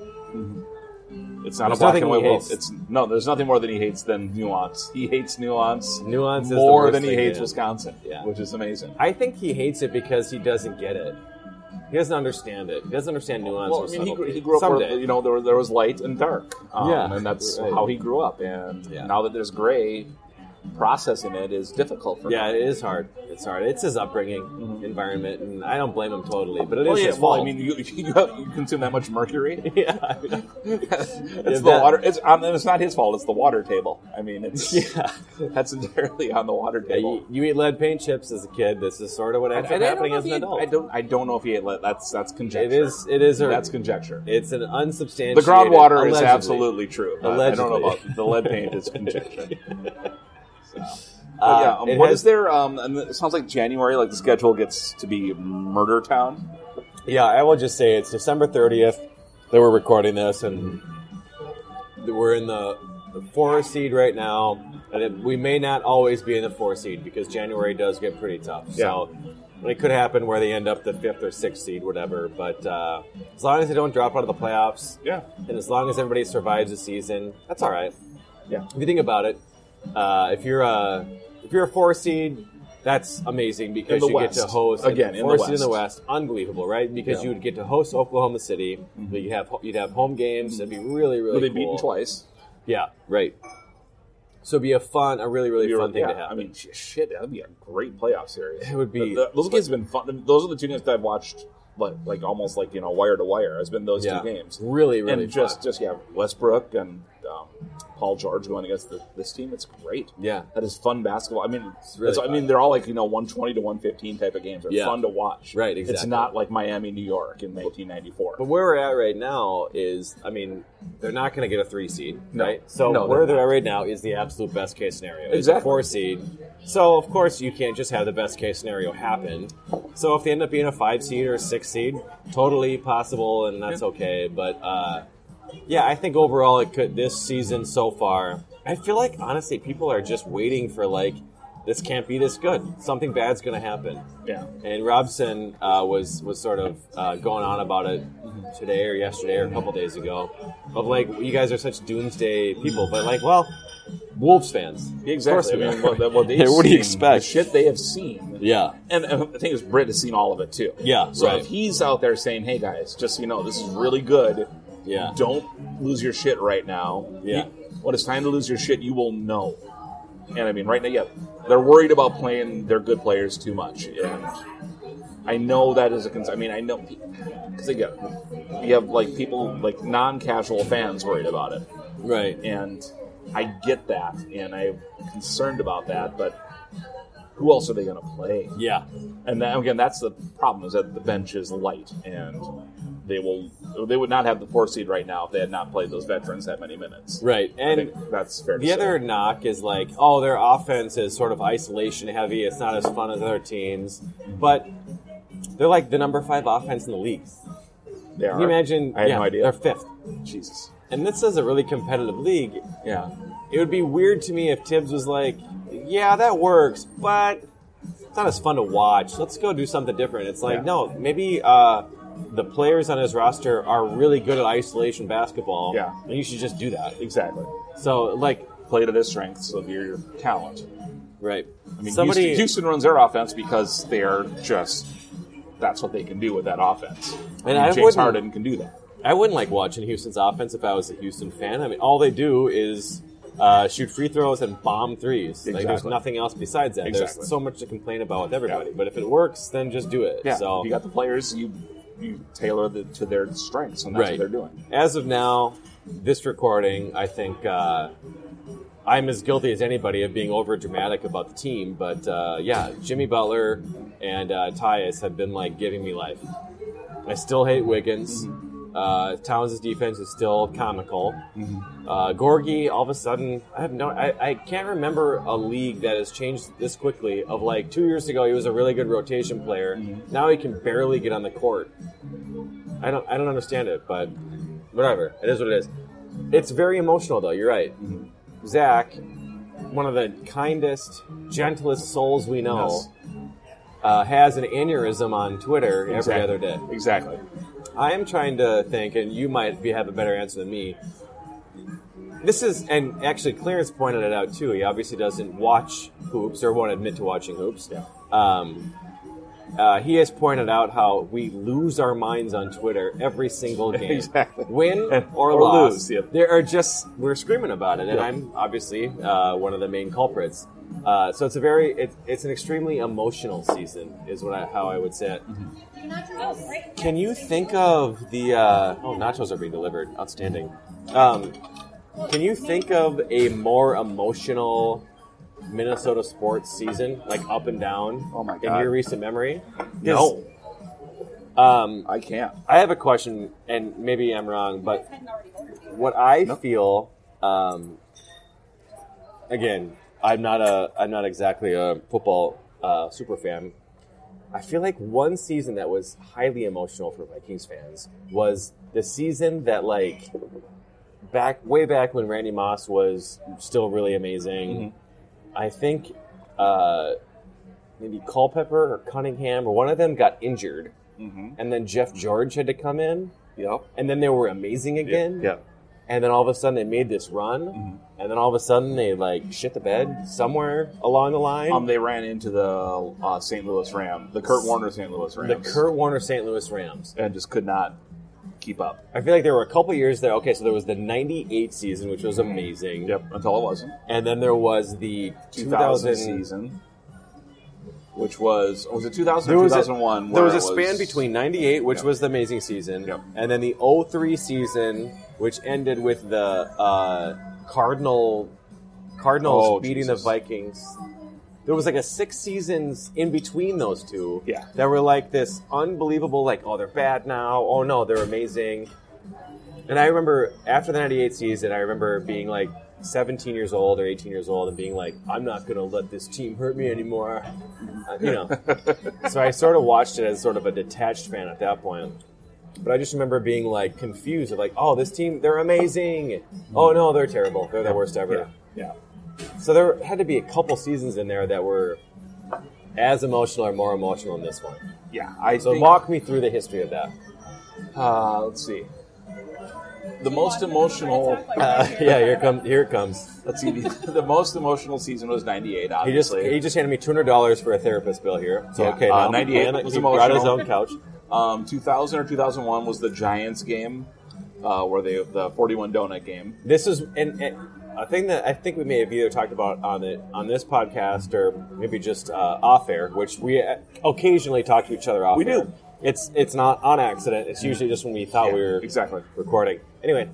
[SPEAKER 2] it's not a
[SPEAKER 1] there's
[SPEAKER 2] black
[SPEAKER 1] nothing
[SPEAKER 2] and white
[SPEAKER 1] he
[SPEAKER 2] world.
[SPEAKER 1] hates.
[SPEAKER 2] It's no, there's nothing more than he hates than nuance. He hates nuance,
[SPEAKER 1] Nuance is the
[SPEAKER 2] more
[SPEAKER 1] worst
[SPEAKER 2] than he
[SPEAKER 1] thing,
[SPEAKER 2] hates
[SPEAKER 1] yeah.
[SPEAKER 2] Wisconsin,
[SPEAKER 1] Yeah.
[SPEAKER 2] which is amazing.
[SPEAKER 1] I think he hates it because he doesn't get it. He doesn't understand it. He doesn't understand nuance.
[SPEAKER 2] Well,
[SPEAKER 1] or
[SPEAKER 2] I mean, he, grew-
[SPEAKER 1] subtlety.
[SPEAKER 2] he grew up
[SPEAKER 1] Someday.
[SPEAKER 2] where you know there, were- there was light and dark, um,
[SPEAKER 1] Yeah,
[SPEAKER 2] and that's
[SPEAKER 1] right.
[SPEAKER 2] how he grew up. And
[SPEAKER 1] Yeah.
[SPEAKER 2] now that there's gray, processing it is difficult for
[SPEAKER 1] Yeah,
[SPEAKER 2] him.
[SPEAKER 1] it is hard. It's hard. It's his upbringing, environment, and I don't blame him totally. But it is
[SPEAKER 2] Well, yeah,
[SPEAKER 1] his
[SPEAKER 2] well,
[SPEAKER 1] fault.
[SPEAKER 2] I mean, you, [LAUGHS] you, have- you consume that much mercury.
[SPEAKER 1] [LAUGHS] yeah, I mean,
[SPEAKER 2] It's the
[SPEAKER 1] that-
[SPEAKER 2] water. It's, um, and it's not his fault. It's the water table. I mean, it's
[SPEAKER 1] [LAUGHS] Yeah.
[SPEAKER 2] [LAUGHS] that's entirely on the water
[SPEAKER 1] yeah,
[SPEAKER 2] table.
[SPEAKER 1] you, you eat lead paint chips as a kid. This is sort of what
[SPEAKER 2] I-
[SPEAKER 1] ends up
[SPEAKER 2] and I don't
[SPEAKER 1] happening
[SPEAKER 2] know
[SPEAKER 1] as an
[SPEAKER 2] if he-
[SPEAKER 1] adult.
[SPEAKER 2] I don't. I don't know if he ate lead. That's that's conjecture.
[SPEAKER 1] it is. It is. A,
[SPEAKER 2] That's conjecture.
[SPEAKER 1] It's an unsubstantiated.
[SPEAKER 2] the groundwater is
[SPEAKER 1] allegedly.
[SPEAKER 2] absolutely true. but I don't know
[SPEAKER 1] Allegedly.
[SPEAKER 2] about the lead paint. Is
[SPEAKER 1] [LAUGHS]
[SPEAKER 2] conjecture.
[SPEAKER 1] Uh,
[SPEAKER 2] But yeah, um,
[SPEAKER 1] it
[SPEAKER 2] what
[SPEAKER 1] has-
[SPEAKER 2] is there? Um, and it sounds like January. Like the schedule gets to be murder town.
[SPEAKER 1] Yeah, I will just say it's December 30th that we're recording this, and we're in the, the four seed right now. And it, we may not always be in the four seed because January does get pretty tough. So it could happen where they end up the fifth or sixth seed, whatever. But uh, as long as they don't drop out of the playoffs,
[SPEAKER 2] Yeah.
[SPEAKER 1] and as long as everybody survives the season, that's all right.
[SPEAKER 2] Yeah.
[SPEAKER 1] If you think about it, uh, if you're a if you're a four seed, that's amazing because
[SPEAKER 2] In the
[SPEAKER 1] you
[SPEAKER 2] West.
[SPEAKER 1] get to host
[SPEAKER 2] Again, in
[SPEAKER 1] four
[SPEAKER 2] the
[SPEAKER 1] seed in the West, unbelievable, right? Because
[SPEAKER 2] Yeah. Mm-hmm.
[SPEAKER 1] you would get to host Oklahoma City. But you have you'd have home games. It'd be really really
[SPEAKER 2] Well,
[SPEAKER 1] cool.
[SPEAKER 2] they've Mm-hmm. beaten twice.
[SPEAKER 1] Yeah, right. So it'd be a fun, a really really
[SPEAKER 2] Be
[SPEAKER 1] fun
[SPEAKER 2] re-
[SPEAKER 1] thing
[SPEAKER 2] yeah,
[SPEAKER 1] to have.
[SPEAKER 2] I mean, sh- shit, that'd be a great playoff series.
[SPEAKER 1] It would be-
[SPEAKER 2] Th- th- those games have been fun. Those are the two games that I've watched, like, like almost like you know, wire to wire. Has been those
[SPEAKER 1] Yeah.
[SPEAKER 2] two games.
[SPEAKER 1] Really, really
[SPEAKER 2] and just
[SPEAKER 1] fun.
[SPEAKER 2] just yeah, Westbrook and um, Paul George going against the, this team. It's great.
[SPEAKER 1] Yeah.
[SPEAKER 2] that is fun basketball. I mean,
[SPEAKER 1] really
[SPEAKER 2] that's- I mean,
[SPEAKER 1] fun.
[SPEAKER 2] they're all like you know, one twenty to one fifteen type of games. They're
[SPEAKER 1] Yeah.
[SPEAKER 2] fun to watch.
[SPEAKER 1] Right,
[SPEAKER 2] It's
[SPEAKER 1] exactly.
[SPEAKER 2] not like Miami, New York in nineteen ninety four.
[SPEAKER 1] But where we're at right now is, I mean, they're not going to get a three seed,
[SPEAKER 2] No.
[SPEAKER 1] right? So
[SPEAKER 2] No,
[SPEAKER 1] where
[SPEAKER 2] they're
[SPEAKER 1] they're
[SPEAKER 2] not.
[SPEAKER 1] at right now is the absolute best case scenario. It's a
[SPEAKER 2] Exactly.
[SPEAKER 1] four seed. So of course you can't just have the best case scenario happen. So if they end up being a five seed or a six seed, totally possible, and that's okay. But uh, yeah, I think overall it could this season so far. I feel like honestly people are just waiting for like this can't be this good. Something bad's going to happen.
[SPEAKER 2] Yeah.
[SPEAKER 1] And Robson uh, was was sort of uh, going on about it today or yesterday or a couple days ago, of like you guys are such doomsday people, but like, well, Wolves fans,
[SPEAKER 2] Exactly.
[SPEAKER 1] Of
[SPEAKER 2] I
[SPEAKER 1] course
[SPEAKER 2] mean,
[SPEAKER 1] we are.
[SPEAKER 2] what, the-
[SPEAKER 1] [LAUGHS]
[SPEAKER 2] what they've
[SPEAKER 1] Yeah, what do you
[SPEAKER 2] seen,
[SPEAKER 1] expect?
[SPEAKER 2] The shit they have seen.
[SPEAKER 1] Yeah.
[SPEAKER 2] And, and the thing is, Britt has seen all of it too.
[SPEAKER 1] Yeah,
[SPEAKER 2] So
[SPEAKER 1] right.
[SPEAKER 2] if he's out there saying, "Hey guys, just so you know, this is really good.
[SPEAKER 1] Yeah.
[SPEAKER 2] Don't lose your shit right now.
[SPEAKER 1] Yeah.
[SPEAKER 2] You- when it's time to lose your shit, you will know." And I mean, right now, yeah, they're worried about playing their good players too much. And I know that is a concern. I mean, I know because again, you have like people like non-casual fans worried about it,
[SPEAKER 1] Right.
[SPEAKER 2] and I get that, and I'm concerned about that. But who else are they going to play?
[SPEAKER 1] Yeah.
[SPEAKER 2] And that, again, that's the problem is that the bench is light, and they will they would not have the four seed right now if they had not played those veterans that many minutes.
[SPEAKER 1] Right.
[SPEAKER 2] I
[SPEAKER 1] And
[SPEAKER 2] think that's fair. to
[SPEAKER 1] the
[SPEAKER 2] say.
[SPEAKER 1] other knock is like, oh, their offense is sort of isolation heavy. It's not as fun as other teams, but they're like the number five offense in the league.
[SPEAKER 2] They
[SPEAKER 1] Can
[SPEAKER 2] are.
[SPEAKER 1] you imagine?
[SPEAKER 2] I had
[SPEAKER 1] yeah,
[SPEAKER 2] no idea.
[SPEAKER 1] They're fifth,
[SPEAKER 2] Jesus.
[SPEAKER 1] and this is a really competitive league.
[SPEAKER 2] Yeah.
[SPEAKER 1] It would be weird to me if Tibbs was like, yeah, that works, but it's not as fun to watch. Let's go do something different. It's like,
[SPEAKER 2] Yeah.
[SPEAKER 1] no, maybe uh, the players on his roster are really good at isolation basketball.
[SPEAKER 2] Yeah.
[SPEAKER 1] and you should just do that.
[SPEAKER 2] Exactly.
[SPEAKER 1] So, like,
[SPEAKER 2] Play to the strengths of your talent.
[SPEAKER 1] right?
[SPEAKER 2] I mean,
[SPEAKER 1] somebody.
[SPEAKER 2] Houston, Houston runs their offense because they're just that's what they can do with that offense.
[SPEAKER 1] And I
[SPEAKER 2] James
[SPEAKER 1] wouldn't-
[SPEAKER 2] Harden can do that.
[SPEAKER 1] I wouldn't like watching Houston's offense if I was a Houston fan. I mean, all they do is uh, shoot free throws and bomb threes. Like, there's
[SPEAKER 2] Exactly.
[SPEAKER 1] nothing else besides that.
[SPEAKER 2] Exactly.
[SPEAKER 1] There's so much to complain about with everybody.
[SPEAKER 2] Yeah.
[SPEAKER 1] But if it works, then just do it.
[SPEAKER 2] Yeah,
[SPEAKER 1] So
[SPEAKER 2] if you got the players. You you tailor the, to their strengths, and that's what
[SPEAKER 1] Right.
[SPEAKER 2] they're doing.
[SPEAKER 1] as of now, this recording, I think uh, I'm as guilty as anybody of being over dramatic about the team. But uh, yeah, Jimmy Butler and uh, Tyus have been like giving me life. I still hate Wiggins.
[SPEAKER 2] Mm-hmm.
[SPEAKER 1] Uh, Towns' defense is still comical.
[SPEAKER 2] Mm-hmm.
[SPEAKER 1] Uh, Gorgie, all of a sudden, I have no, I, I can't remember a league that has changed this quickly. Of like two years ago, he was a really good rotation player.
[SPEAKER 2] Mm-hmm.
[SPEAKER 1] Now he can barely get on the court. I don't, I don't understand it, but whatever. It is what it is. It's very emotional, though. You're right.
[SPEAKER 2] Mm-hmm.
[SPEAKER 1] Zach, one of the kindest, gentlest souls we know,
[SPEAKER 2] Yes.
[SPEAKER 1] uh, has an aneurysm on Twitter every
[SPEAKER 2] Exactly.
[SPEAKER 1] other day.
[SPEAKER 2] Exactly.
[SPEAKER 1] I am trying to think, and you might be, have a better answer than me. This is, and actually, Clarence pointed it out too. He obviously doesn't watch hoops or won't admit to watching hoops.
[SPEAKER 2] Yeah.
[SPEAKER 1] Um, uh, he has pointed out how we lose our minds on Twitter every
[SPEAKER 2] [LAUGHS]
[SPEAKER 1] single game,
[SPEAKER 2] Exactly.
[SPEAKER 1] win
[SPEAKER 2] [LAUGHS] And-
[SPEAKER 1] or,
[SPEAKER 2] or
[SPEAKER 1] loss.
[SPEAKER 2] lose, yep.
[SPEAKER 1] There are just we're screaming about it, and
[SPEAKER 2] Yeah.
[SPEAKER 1] I'm obviously uh, one of the main culprits. Uh, so it's a very, it, it's an extremely emotional season, is what I, how I would say it.
[SPEAKER 2] Mm-hmm.
[SPEAKER 3] Oh, right.
[SPEAKER 1] Can you think of the? Uh, oh, nachos are being delivered. Outstanding. Um, can you think of a more emotional Minnesota sports season, like up and down?
[SPEAKER 2] Oh my
[SPEAKER 1] In
[SPEAKER 2] God.
[SPEAKER 1] your recent memory?
[SPEAKER 2] No,
[SPEAKER 1] Um,
[SPEAKER 2] I can't.
[SPEAKER 1] I have a question, and maybe I'm wrong, but
[SPEAKER 3] hadn't already ordered it.
[SPEAKER 1] what I
[SPEAKER 2] Nope.
[SPEAKER 1] feel, um, again, I'm not a, I'm not exactly a football uh, super fan. I feel like one season that was highly emotional for Vikings fans was the season that, like, back way back when Randy Moss was still really
[SPEAKER 2] Mm-hmm.
[SPEAKER 1] amazing. I think uh, maybe Culpepper or Cunningham or one of them got injured,
[SPEAKER 2] Mm-hmm.
[SPEAKER 1] and then Jeff George had to come in,
[SPEAKER 2] Yep.
[SPEAKER 1] and then they were amazing again
[SPEAKER 2] Yeah.
[SPEAKER 1] and then all of a sudden they made this run,
[SPEAKER 2] Mm-hmm.
[SPEAKER 1] and then all of a sudden they like shit the bed somewhere along the line.
[SPEAKER 2] Um, they ran into the uh, St. Louis Ram, the Kurt Warner St. Louis Rams,
[SPEAKER 1] the Kurt Warner St. Louis Rams.
[SPEAKER 2] and just could not keep up.
[SPEAKER 1] I feel like there were a couple years there. Okay, so there was the '98 season, which was
[SPEAKER 2] Mm-hmm.
[SPEAKER 1] amazing,
[SPEAKER 2] Until it wasn't.
[SPEAKER 1] and then there was the
[SPEAKER 2] 2000
[SPEAKER 1] 2000
[SPEAKER 2] season, which was was it 2000
[SPEAKER 1] There
[SPEAKER 2] or
[SPEAKER 1] was
[SPEAKER 2] 2001?
[SPEAKER 1] A,
[SPEAKER 2] where
[SPEAKER 1] there was a
[SPEAKER 2] it
[SPEAKER 1] span between '98, which
[SPEAKER 2] Yep.
[SPEAKER 1] was the amazing season,
[SPEAKER 2] Yep.
[SPEAKER 1] and then the 03 season, which ended with the uh, Cardinal Cardinals
[SPEAKER 2] Oh,
[SPEAKER 1] beating
[SPEAKER 2] Jesus.
[SPEAKER 1] the Vikings. There was like a six seasons in between those two
[SPEAKER 2] Yeah.
[SPEAKER 1] that were like this unbelievable, like oh they're bad now, oh no they're amazing. And I remember after the '98 season, I remember being like 17 years old or 18 years old and being like, I'm not gonna let this team hurt me anymore, Uh, you know. so I sort of watched it as sort of a detached fan at that point. But I just remember being like confused of like, oh, this team, they're amazing. Oh no, they're terrible. They're the worst ever.
[SPEAKER 2] Yeah, yeah.
[SPEAKER 1] So there had to be a couple seasons in there that were as emotional or more emotional than this one.
[SPEAKER 2] Yeah, I
[SPEAKER 1] So
[SPEAKER 2] think,
[SPEAKER 1] walk me through the history of
[SPEAKER 2] [LAUGHS]
[SPEAKER 1] that.
[SPEAKER 2] uh, let's see. The most
[SPEAKER 3] Right,
[SPEAKER 2] emotional.
[SPEAKER 3] talk like
[SPEAKER 1] Uh, [LAUGHS]
[SPEAKER 3] that.
[SPEAKER 1] yeah, here comes here it comes.
[SPEAKER 2] Let's see. [LAUGHS] The, the most emotional season was '98.
[SPEAKER 1] He just
[SPEAKER 2] Obviously,
[SPEAKER 1] he just handed me two hundred dollars for a therapist bill here. So
[SPEAKER 2] Yeah,
[SPEAKER 1] okay,
[SPEAKER 2] uh,
[SPEAKER 1] now I'm
[SPEAKER 2] 98
[SPEAKER 1] glad that
[SPEAKER 2] was
[SPEAKER 1] he brought his
[SPEAKER 2] emotional.
[SPEAKER 1] own couch.
[SPEAKER 2] um, 2000 or 2001 was the Giants game, uh, where they the 41 donut game.
[SPEAKER 1] This is and, and a thing that I think we may have either talked about on the on this podcast or maybe just uh, off air, which we uh, occasionally talk to each other off.
[SPEAKER 2] We
[SPEAKER 1] air.
[SPEAKER 2] do.
[SPEAKER 1] It's it's not on accident. It's usually just when we thought we were
[SPEAKER 2] exactly.
[SPEAKER 1] recording. Anyway,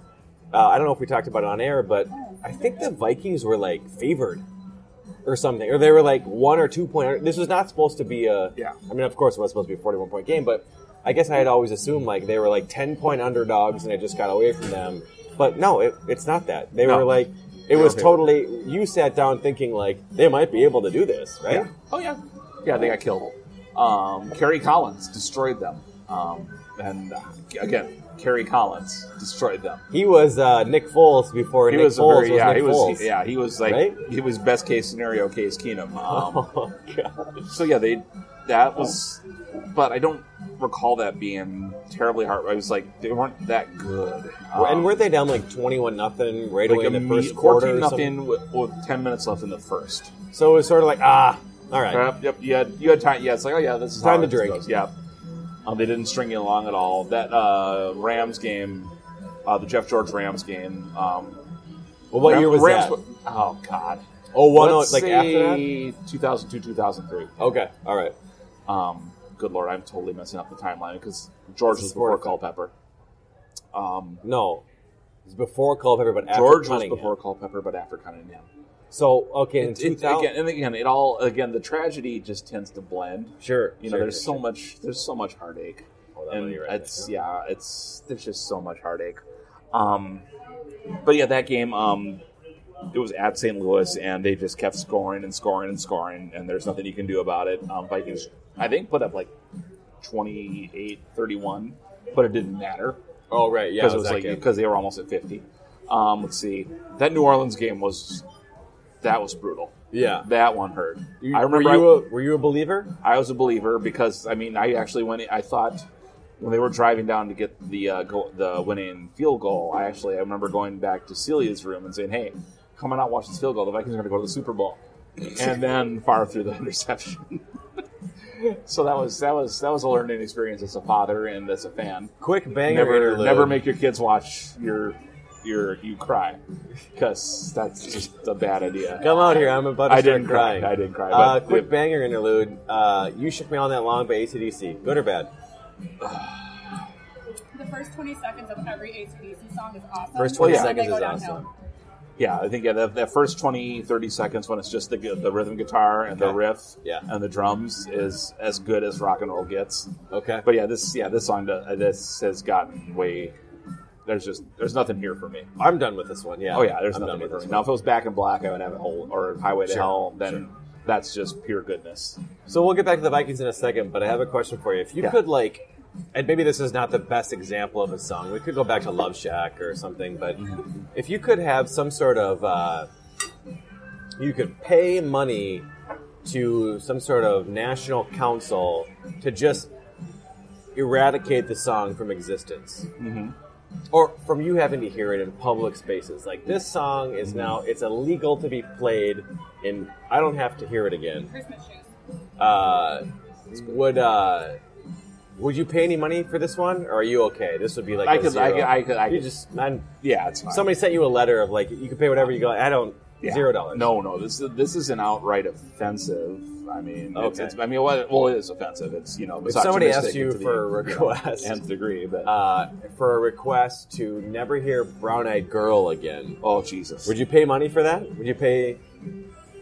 [SPEAKER 1] uh, I don't know if we talked about it on air, but I think the Vikings were like favored or something, or they were like one or two point. This was not supposed to be a.
[SPEAKER 2] Yeah.
[SPEAKER 1] I mean, of course, it was supposed to be a forty-one point game, but I guess I had always assumed like they were like ten point underdogs, and I just got away from them. But no, it, it's not that. They
[SPEAKER 2] No.
[SPEAKER 1] were like. It was totally. You sat down thinking like they might be able to do this, right?
[SPEAKER 2] Yeah. Oh yeah. Yeah, they got killed. Um, Kerry Collins destroyed them. Um, and uh, again, Kerry Collins destroyed them.
[SPEAKER 1] He was uh, Nick Foles before
[SPEAKER 2] He
[SPEAKER 1] Nick
[SPEAKER 2] was a
[SPEAKER 1] Foles
[SPEAKER 2] very,
[SPEAKER 1] was
[SPEAKER 2] yeah,
[SPEAKER 1] Nick
[SPEAKER 2] he was
[SPEAKER 1] Foles.
[SPEAKER 2] yeah, he was like
[SPEAKER 1] Right?
[SPEAKER 2] he was best case scenario case Keenum. Um,
[SPEAKER 1] [LAUGHS] Oh god.
[SPEAKER 2] so yeah, they that was, but I don't recall that being terribly hard. I was like they weren't that good. Um,
[SPEAKER 1] and were they down like twenty-one nothing right
[SPEAKER 2] like
[SPEAKER 1] away in the
[SPEAKER 2] immediate-
[SPEAKER 1] first quarter?
[SPEAKER 2] 14
[SPEAKER 1] or something?
[SPEAKER 2] nothing with, with ten minutes left in the first.
[SPEAKER 1] So it was sort of like ah, all right.
[SPEAKER 2] Yep, yep. You had you had time. Yeah, it's like oh yeah, this is
[SPEAKER 1] Time
[SPEAKER 2] how
[SPEAKER 1] to
[SPEAKER 2] it
[SPEAKER 1] drink.
[SPEAKER 2] Goes. Yeah, um, they didn't string you along at all. That uh, Rams game, uh, the Jeff George Rams game. Um,
[SPEAKER 1] Well, what
[SPEAKER 2] Ram-
[SPEAKER 1] year was
[SPEAKER 2] Rams
[SPEAKER 1] that?
[SPEAKER 2] were- oh God.
[SPEAKER 1] Oh, one
[SPEAKER 2] Let's
[SPEAKER 1] like after that.
[SPEAKER 2] say 2002, 2003.
[SPEAKER 1] Okay, all right.
[SPEAKER 2] Um, good lord, I'm totally messing up the timeline because George was before
[SPEAKER 1] sport effect.
[SPEAKER 2] Culpepper. Um,
[SPEAKER 1] No, it's before Culpepper, but after
[SPEAKER 2] George was
[SPEAKER 1] Cunningham.
[SPEAKER 2] before Culpepper, but after Cunningham.
[SPEAKER 1] So okay, in
[SPEAKER 2] It, it,
[SPEAKER 1] 2000
[SPEAKER 2] again, and again, it all again the tragedy just tends to blend.
[SPEAKER 1] sure.
[SPEAKER 2] you know
[SPEAKER 1] sure,
[SPEAKER 2] there's
[SPEAKER 1] sure,
[SPEAKER 2] so much there's so much heartache
[SPEAKER 1] Hold on,
[SPEAKER 2] and
[SPEAKER 1] you're right.
[SPEAKER 2] it's yeah it's there's just so much heartache um but yeah that game um it was at St. Louis and they just kept scoring and scoring and scoring and there's nothing you can do about it um Vikings I think put up like 28 31 but it didn't matter
[SPEAKER 1] sure. Oh right, yeah.
[SPEAKER 2] because
[SPEAKER 1] it
[SPEAKER 2] it was
[SPEAKER 1] that
[SPEAKER 2] like
[SPEAKER 1] game.
[SPEAKER 2] because they were almost at 50 um let's see that New Orleans game was that was brutal
[SPEAKER 1] yeah.
[SPEAKER 2] that one hurt
[SPEAKER 1] You-
[SPEAKER 2] I remember
[SPEAKER 1] Were you,
[SPEAKER 2] I-
[SPEAKER 1] a, were you a believer?
[SPEAKER 2] I was a believer because I mean I actually went. I thought when they were driving down to get the uh, go, the winning field goal, I actually I remember going back to Celia's room and saying, "Hey, come on out, watch this field goal. The Vikings are going to go to the Super Bowl." and then far through the [LAUGHS] interception. so that was that was that was a learning experience as a father and as a fan.
[SPEAKER 1] Quick banger.
[SPEAKER 2] Never
[SPEAKER 1] interlude.
[SPEAKER 2] never make your kids watch your your you cry because that's just a bad idea.
[SPEAKER 1] Come out here, I'm about to
[SPEAKER 2] I
[SPEAKER 1] start
[SPEAKER 2] didn't cry.
[SPEAKER 1] crying.
[SPEAKER 2] I didn't cry,
[SPEAKER 1] Uh,
[SPEAKER 2] but-
[SPEAKER 1] quick banger interlude. Uh, you shook me on that long by ACDC. Good or bad?
[SPEAKER 3] The first 20 seconds of every ACDC song is awesome.
[SPEAKER 1] First 20
[SPEAKER 2] Oh,
[SPEAKER 3] and then
[SPEAKER 1] seconds
[SPEAKER 3] they
[SPEAKER 1] is
[SPEAKER 3] go
[SPEAKER 1] awesome.
[SPEAKER 3] downhill.
[SPEAKER 2] Yeah, I think yeah, that, that first 20, 30 seconds when it's just the, gu- the rhythm guitar and the
[SPEAKER 1] Okay.
[SPEAKER 2] riff
[SPEAKER 1] Yeah.
[SPEAKER 2] and the drums is as good as rock and roll gets.
[SPEAKER 1] Okay.
[SPEAKER 2] But yeah, this yeah this song does, this has gotten way. There's just there's nothing here for me.
[SPEAKER 1] I'm done with this one. Yeah.
[SPEAKER 2] Oh yeah, there's
[SPEAKER 1] I'm
[SPEAKER 2] nothing
[SPEAKER 1] done
[SPEAKER 2] here
[SPEAKER 1] with
[SPEAKER 2] for
[SPEAKER 1] this
[SPEAKER 2] me.
[SPEAKER 1] one.
[SPEAKER 2] Now if it was Back in Black, I would have a whole or Highway to
[SPEAKER 1] Sure,
[SPEAKER 2] Hell. Then that's just pure goodness.
[SPEAKER 1] So we'll get back to the Vikings in a second, but I have a question for you. If you
[SPEAKER 2] Yeah.
[SPEAKER 1] could like, and maybe this is not the best example of a song, we could go back to Love Shack or something. But if you could have some sort of, uh, you could pay money to some sort of national council to just eradicate the song from existence. Or from you having to hear it in public spaces, like this song is now it's illegal to be played, and I don't have to hear it again
[SPEAKER 3] Christmas shoes.
[SPEAKER 1] uh, would uh, would you pay any money for this one, or are you okay? This would be like
[SPEAKER 2] I
[SPEAKER 1] a
[SPEAKER 2] could-
[SPEAKER 1] zero.
[SPEAKER 2] I could- I could- I
[SPEAKER 1] you
[SPEAKER 2] could-
[SPEAKER 1] just man,
[SPEAKER 2] Yeah, it's fine.
[SPEAKER 1] somebody sent you a letter of like you can pay whatever you go. I don't
[SPEAKER 2] Yeah.
[SPEAKER 1] zero dollars.
[SPEAKER 2] No, no. This is this is an outright offensive. I mean, it's,
[SPEAKER 1] Okay.
[SPEAKER 2] it's, I mean, well, well, it is offensive. It's you know,
[SPEAKER 1] if somebody asks
[SPEAKER 2] misogynistic
[SPEAKER 1] you
[SPEAKER 2] to the,
[SPEAKER 1] for a
[SPEAKER 2] you know,
[SPEAKER 1] request
[SPEAKER 2] nth degree, but
[SPEAKER 1] uh, for a request to never hear Brown Eyed Girl again,
[SPEAKER 2] oh Jesus,
[SPEAKER 1] would you pay money for that? Would you pay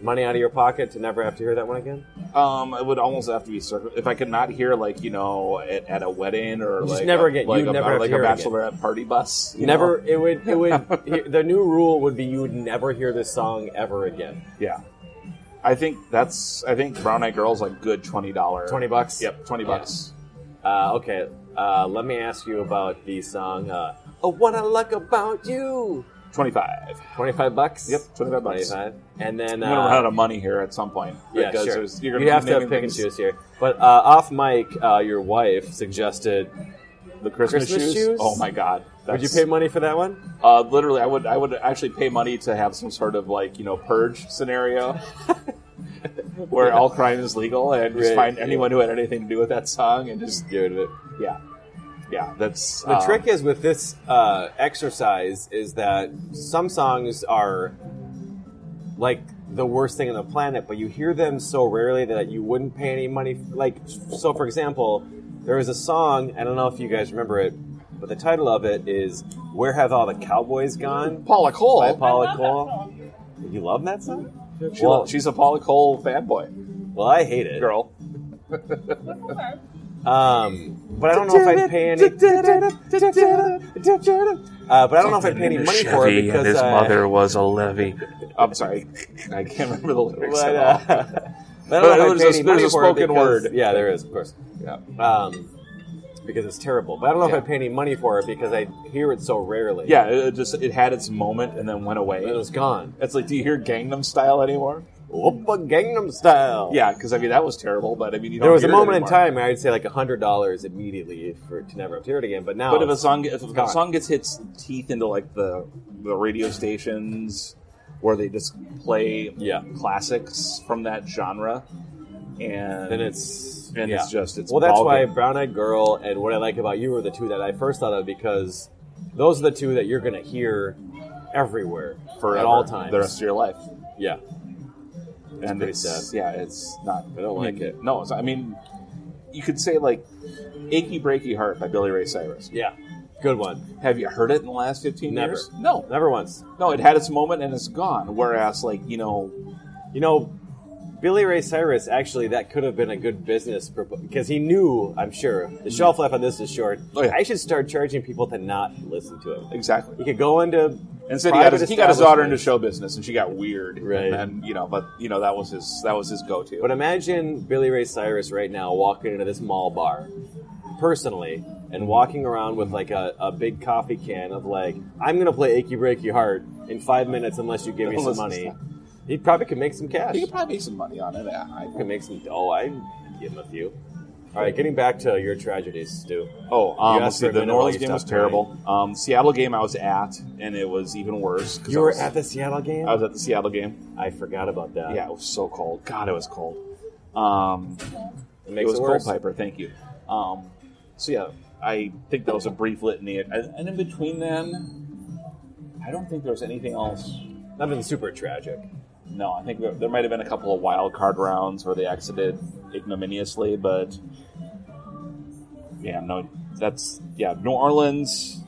[SPEAKER 1] money out of your pocket to never have to hear that one again?
[SPEAKER 2] Um, it would almost have to be circum. If I could not hear, like you know, at, at a wedding or
[SPEAKER 1] Just
[SPEAKER 2] like
[SPEAKER 1] never
[SPEAKER 2] a,
[SPEAKER 1] again.
[SPEAKER 2] like,
[SPEAKER 1] You'd
[SPEAKER 2] a,
[SPEAKER 1] never have
[SPEAKER 2] like
[SPEAKER 1] to
[SPEAKER 2] a
[SPEAKER 1] hear it again.
[SPEAKER 2] bachelorette party bus. you
[SPEAKER 1] Never.
[SPEAKER 2] know?
[SPEAKER 1] It would. It would. [LAUGHS] the new rule would be you would never hear this song ever again.
[SPEAKER 2] Yeah, I think that's. I think Brown Eyed Girl's like good twenty dollar.
[SPEAKER 1] 20 bucks?
[SPEAKER 2] Yep, twenty
[SPEAKER 1] Yeah.
[SPEAKER 2] bucks.
[SPEAKER 1] Uh, okay, uh, let me ask you about the song. Uh, oh, what I like about you.
[SPEAKER 2] Twenty five.
[SPEAKER 1] Twenty-five bucks.
[SPEAKER 2] Yep, 25 bucks.
[SPEAKER 1] Twenty-five. And then
[SPEAKER 2] I'm gonna run out
[SPEAKER 1] uh,
[SPEAKER 2] of money here at some point.
[SPEAKER 1] yeah,
[SPEAKER 2] because
[SPEAKER 1] sure.
[SPEAKER 2] there's- You're gonna
[SPEAKER 1] you
[SPEAKER 2] be
[SPEAKER 1] have to
[SPEAKER 2] naming
[SPEAKER 1] pick and
[SPEAKER 2] things-
[SPEAKER 1] choose here. But uh, off mic, uh, your wife suggested.
[SPEAKER 2] the Christmas,
[SPEAKER 1] Christmas shoes?
[SPEAKER 2] Oh my god!
[SPEAKER 1] Would you
[SPEAKER 2] that's-
[SPEAKER 1] pay money for that one?
[SPEAKER 2] Uh, literally, I would I would actually pay money to have some sort of like you know purge scenario where all crime is legal and just
[SPEAKER 1] Right,
[SPEAKER 2] find
[SPEAKER 1] yeah.
[SPEAKER 2] anyone who had anything to do with that song and just
[SPEAKER 1] Get rid of it.
[SPEAKER 2] yeah, yeah. That's
[SPEAKER 4] Um,
[SPEAKER 1] uh, The trick is with this uh, exercise is that some songs are like the worst thing on the planet, but you hear them so rarely that you wouldn't pay any money. Like, so for example, there was a song, I don't know if you guys remember it, but the title of it is Where Have All the Cowboys Gone?
[SPEAKER 2] Paula Cole.
[SPEAKER 1] by Paula
[SPEAKER 4] love that
[SPEAKER 1] Cole. You love that song?
[SPEAKER 2] She-
[SPEAKER 1] Well-
[SPEAKER 2] she's a Paula Cole fanboy
[SPEAKER 1] Well, I hate it.
[SPEAKER 2] girl.
[SPEAKER 1] Um, but I don't know if I'd pay
[SPEAKER 4] [LAUGHS]
[SPEAKER 1] any. [LAUGHS] Uh, but I don't know if I'd pay any money for it because uh,
[SPEAKER 5] was a levy.
[SPEAKER 2] I'm sorry, I can't remember the lyrics
[SPEAKER 1] But, [LAUGHS]
[SPEAKER 2] at
[SPEAKER 1] uh,
[SPEAKER 2] all.
[SPEAKER 1] but I don't know if I'd
[SPEAKER 2] There's
[SPEAKER 1] pay
[SPEAKER 2] a-
[SPEAKER 1] any money
[SPEAKER 2] there's a
[SPEAKER 1] for it
[SPEAKER 2] spoken
[SPEAKER 1] because-
[SPEAKER 2] word.
[SPEAKER 1] Yeah, there is, of course.
[SPEAKER 2] Yeah.
[SPEAKER 1] Um, because it's terrible. But I don't know
[SPEAKER 2] Yeah.
[SPEAKER 1] if I pay any money for it because I hear it so rarely.
[SPEAKER 2] Yeah, it it just it had its moment and then went away.
[SPEAKER 1] And it was gone.
[SPEAKER 2] It's like, do you hear Gangnam Style anymore?
[SPEAKER 1] Whoopa Gangnam Style.
[SPEAKER 2] Yeah, because I mean that was terrible, but I mean you don't
[SPEAKER 1] There was a
[SPEAKER 2] hear it
[SPEAKER 1] moment in
[SPEAKER 2] anymore.
[SPEAKER 1] time where I'd say like hundred dollars immediately for to never hear it again. But now,
[SPEAKER 2] But if a song if a
[SPEAKER 1] gone.
[SPEAKER 2] song gets its teeth into like the the radio stations where they just play
[SPEAKER 1] Yeah.
[SPEAKER 2] classics from that genre, and
[SPEAKER 1] then it's
[SPEAKER 2] and
[SPEAKER 1] yeah.
[SPEAKER 2] it's just it's
[SPEAKER 1] well, that's why
[SPEAKER 2] vulgar.
[SPEAKER 1] Brown Eyed Girl and What I Like About You were the two that I first thought of because those are the two that you're gonna hear everywhere
[SPEAKER 2] forever
[SPEAKER 1] at all times.
[SPEAKER 2] the rest of your life.
[SPEAKER 1] yeah,
[SPEAKER 2] and
[SPEAKER 1] pretty
[SPEAKER 2] it's,
[SPEAKER 1] sad. Hmm.
[SPEAKER 2] yeah, it's not. I don't
[SPEAKER 1] like it.
[SPEAKER 2] No, it's, I mean, you could say like "Achy Breaky Heart" by Billy Ray Cyrus.
[SPEAKER 1] yeah, good one.
[SPEAKER 2] Have you heard it in the last fifteen
[SPEAKER 1] Never.
[SPEAKER 2] years? No,
[SPEAKER 1] Never once.
[SPEAKER 2] no, it had its moment and it's gone. Whereas, like you know,
[SPEAKER 1] You know, Billy Ray Cyrus actually that could have been a good business because he knew, I'm sure, the shelf life on this is short.
[SPEAKER 2] Mm-hmm. Oh, yeah.
[SPEAKER 1] I should start charging people to not listen to it.
[SPEAKER 2] exactly.
[SPEAKER 1] He could go into
[SPEAKER 2] Instead, he got, his,
[SPEAKER 1] private
[SPEAKER 2] he got his daughter into
[SPEAKER 1] establishments.
[SPEAKER 2] show business, and she got weird.
[SPEAKER 1] Right.
[SPEAKER 2] And then, you know, but you know that was his that was his go to.
[SPEAKER 1] But imagine Billy Ray Cyrus right now walking into this mall bar, personally, and walking around with like a, a big coffee can of like, I'm gonna play Achy Breaky Heart in five minutes unless you give me some
[SPEAKER 2] [LAUGHS] Unless-
[SPEAKER 1] money. He probably could make some cash.
[SPEAKER 2] he could probably make some money on it. I,
[SPEAKER 1] could make some. Oh, I give him a few. All right, getting back to your tragedies, Stu.
[SPEAKER 2] oh, um,
[SPEAKER 1] You
[SPEAKER 2] let's
[SPEAKER 1] asked
[SPEAKER 2] see,
[SPEAKER 1] for a
[SPEAKER 2] the
[SPEAKER 1] minute
[SPEAKER 2] New
[SPEAKER 1] while
[SPEAKER 2] Orleans
[SPEAKER 1] you
[SPEAKER 2] game was
[SPEAKER 1] stopped crying.
[SPEAKER 2] terrible. Um, Seattle game I was at, and it was even worse. 'cause
[SPEAKER 1] You
[SPEAKER 2] I
[SPEAKER 1] were
[SPEAKER 2] was-
[SPEAKER 1] at the Uh. Seattle game.
[SPEAKER 2] I was at the Seattle game.
[SPEAKER 1] I forgot about that.
[SPEAKER 2] Yeah, it was so cold. God, it was cold. Um,
[SPEAKER 1] it makes
[SPEAKER 2] it was
[SPEAKER 1] it
[SPEAKER 2] Cole
[SPEAKER 1] worse.
[SPEAKER 2] Piper. Thank you. Um, so yeah, I think that was a brief litany, and, and in between then, I don't think there was anything else
[SPEAKER 1] Nothing super tragic.
[SPEAKER 2] No, I think there, there might have been a couple of wild card rounds where they exited ignominiously, but yeah, no, that's yeah. New Orleans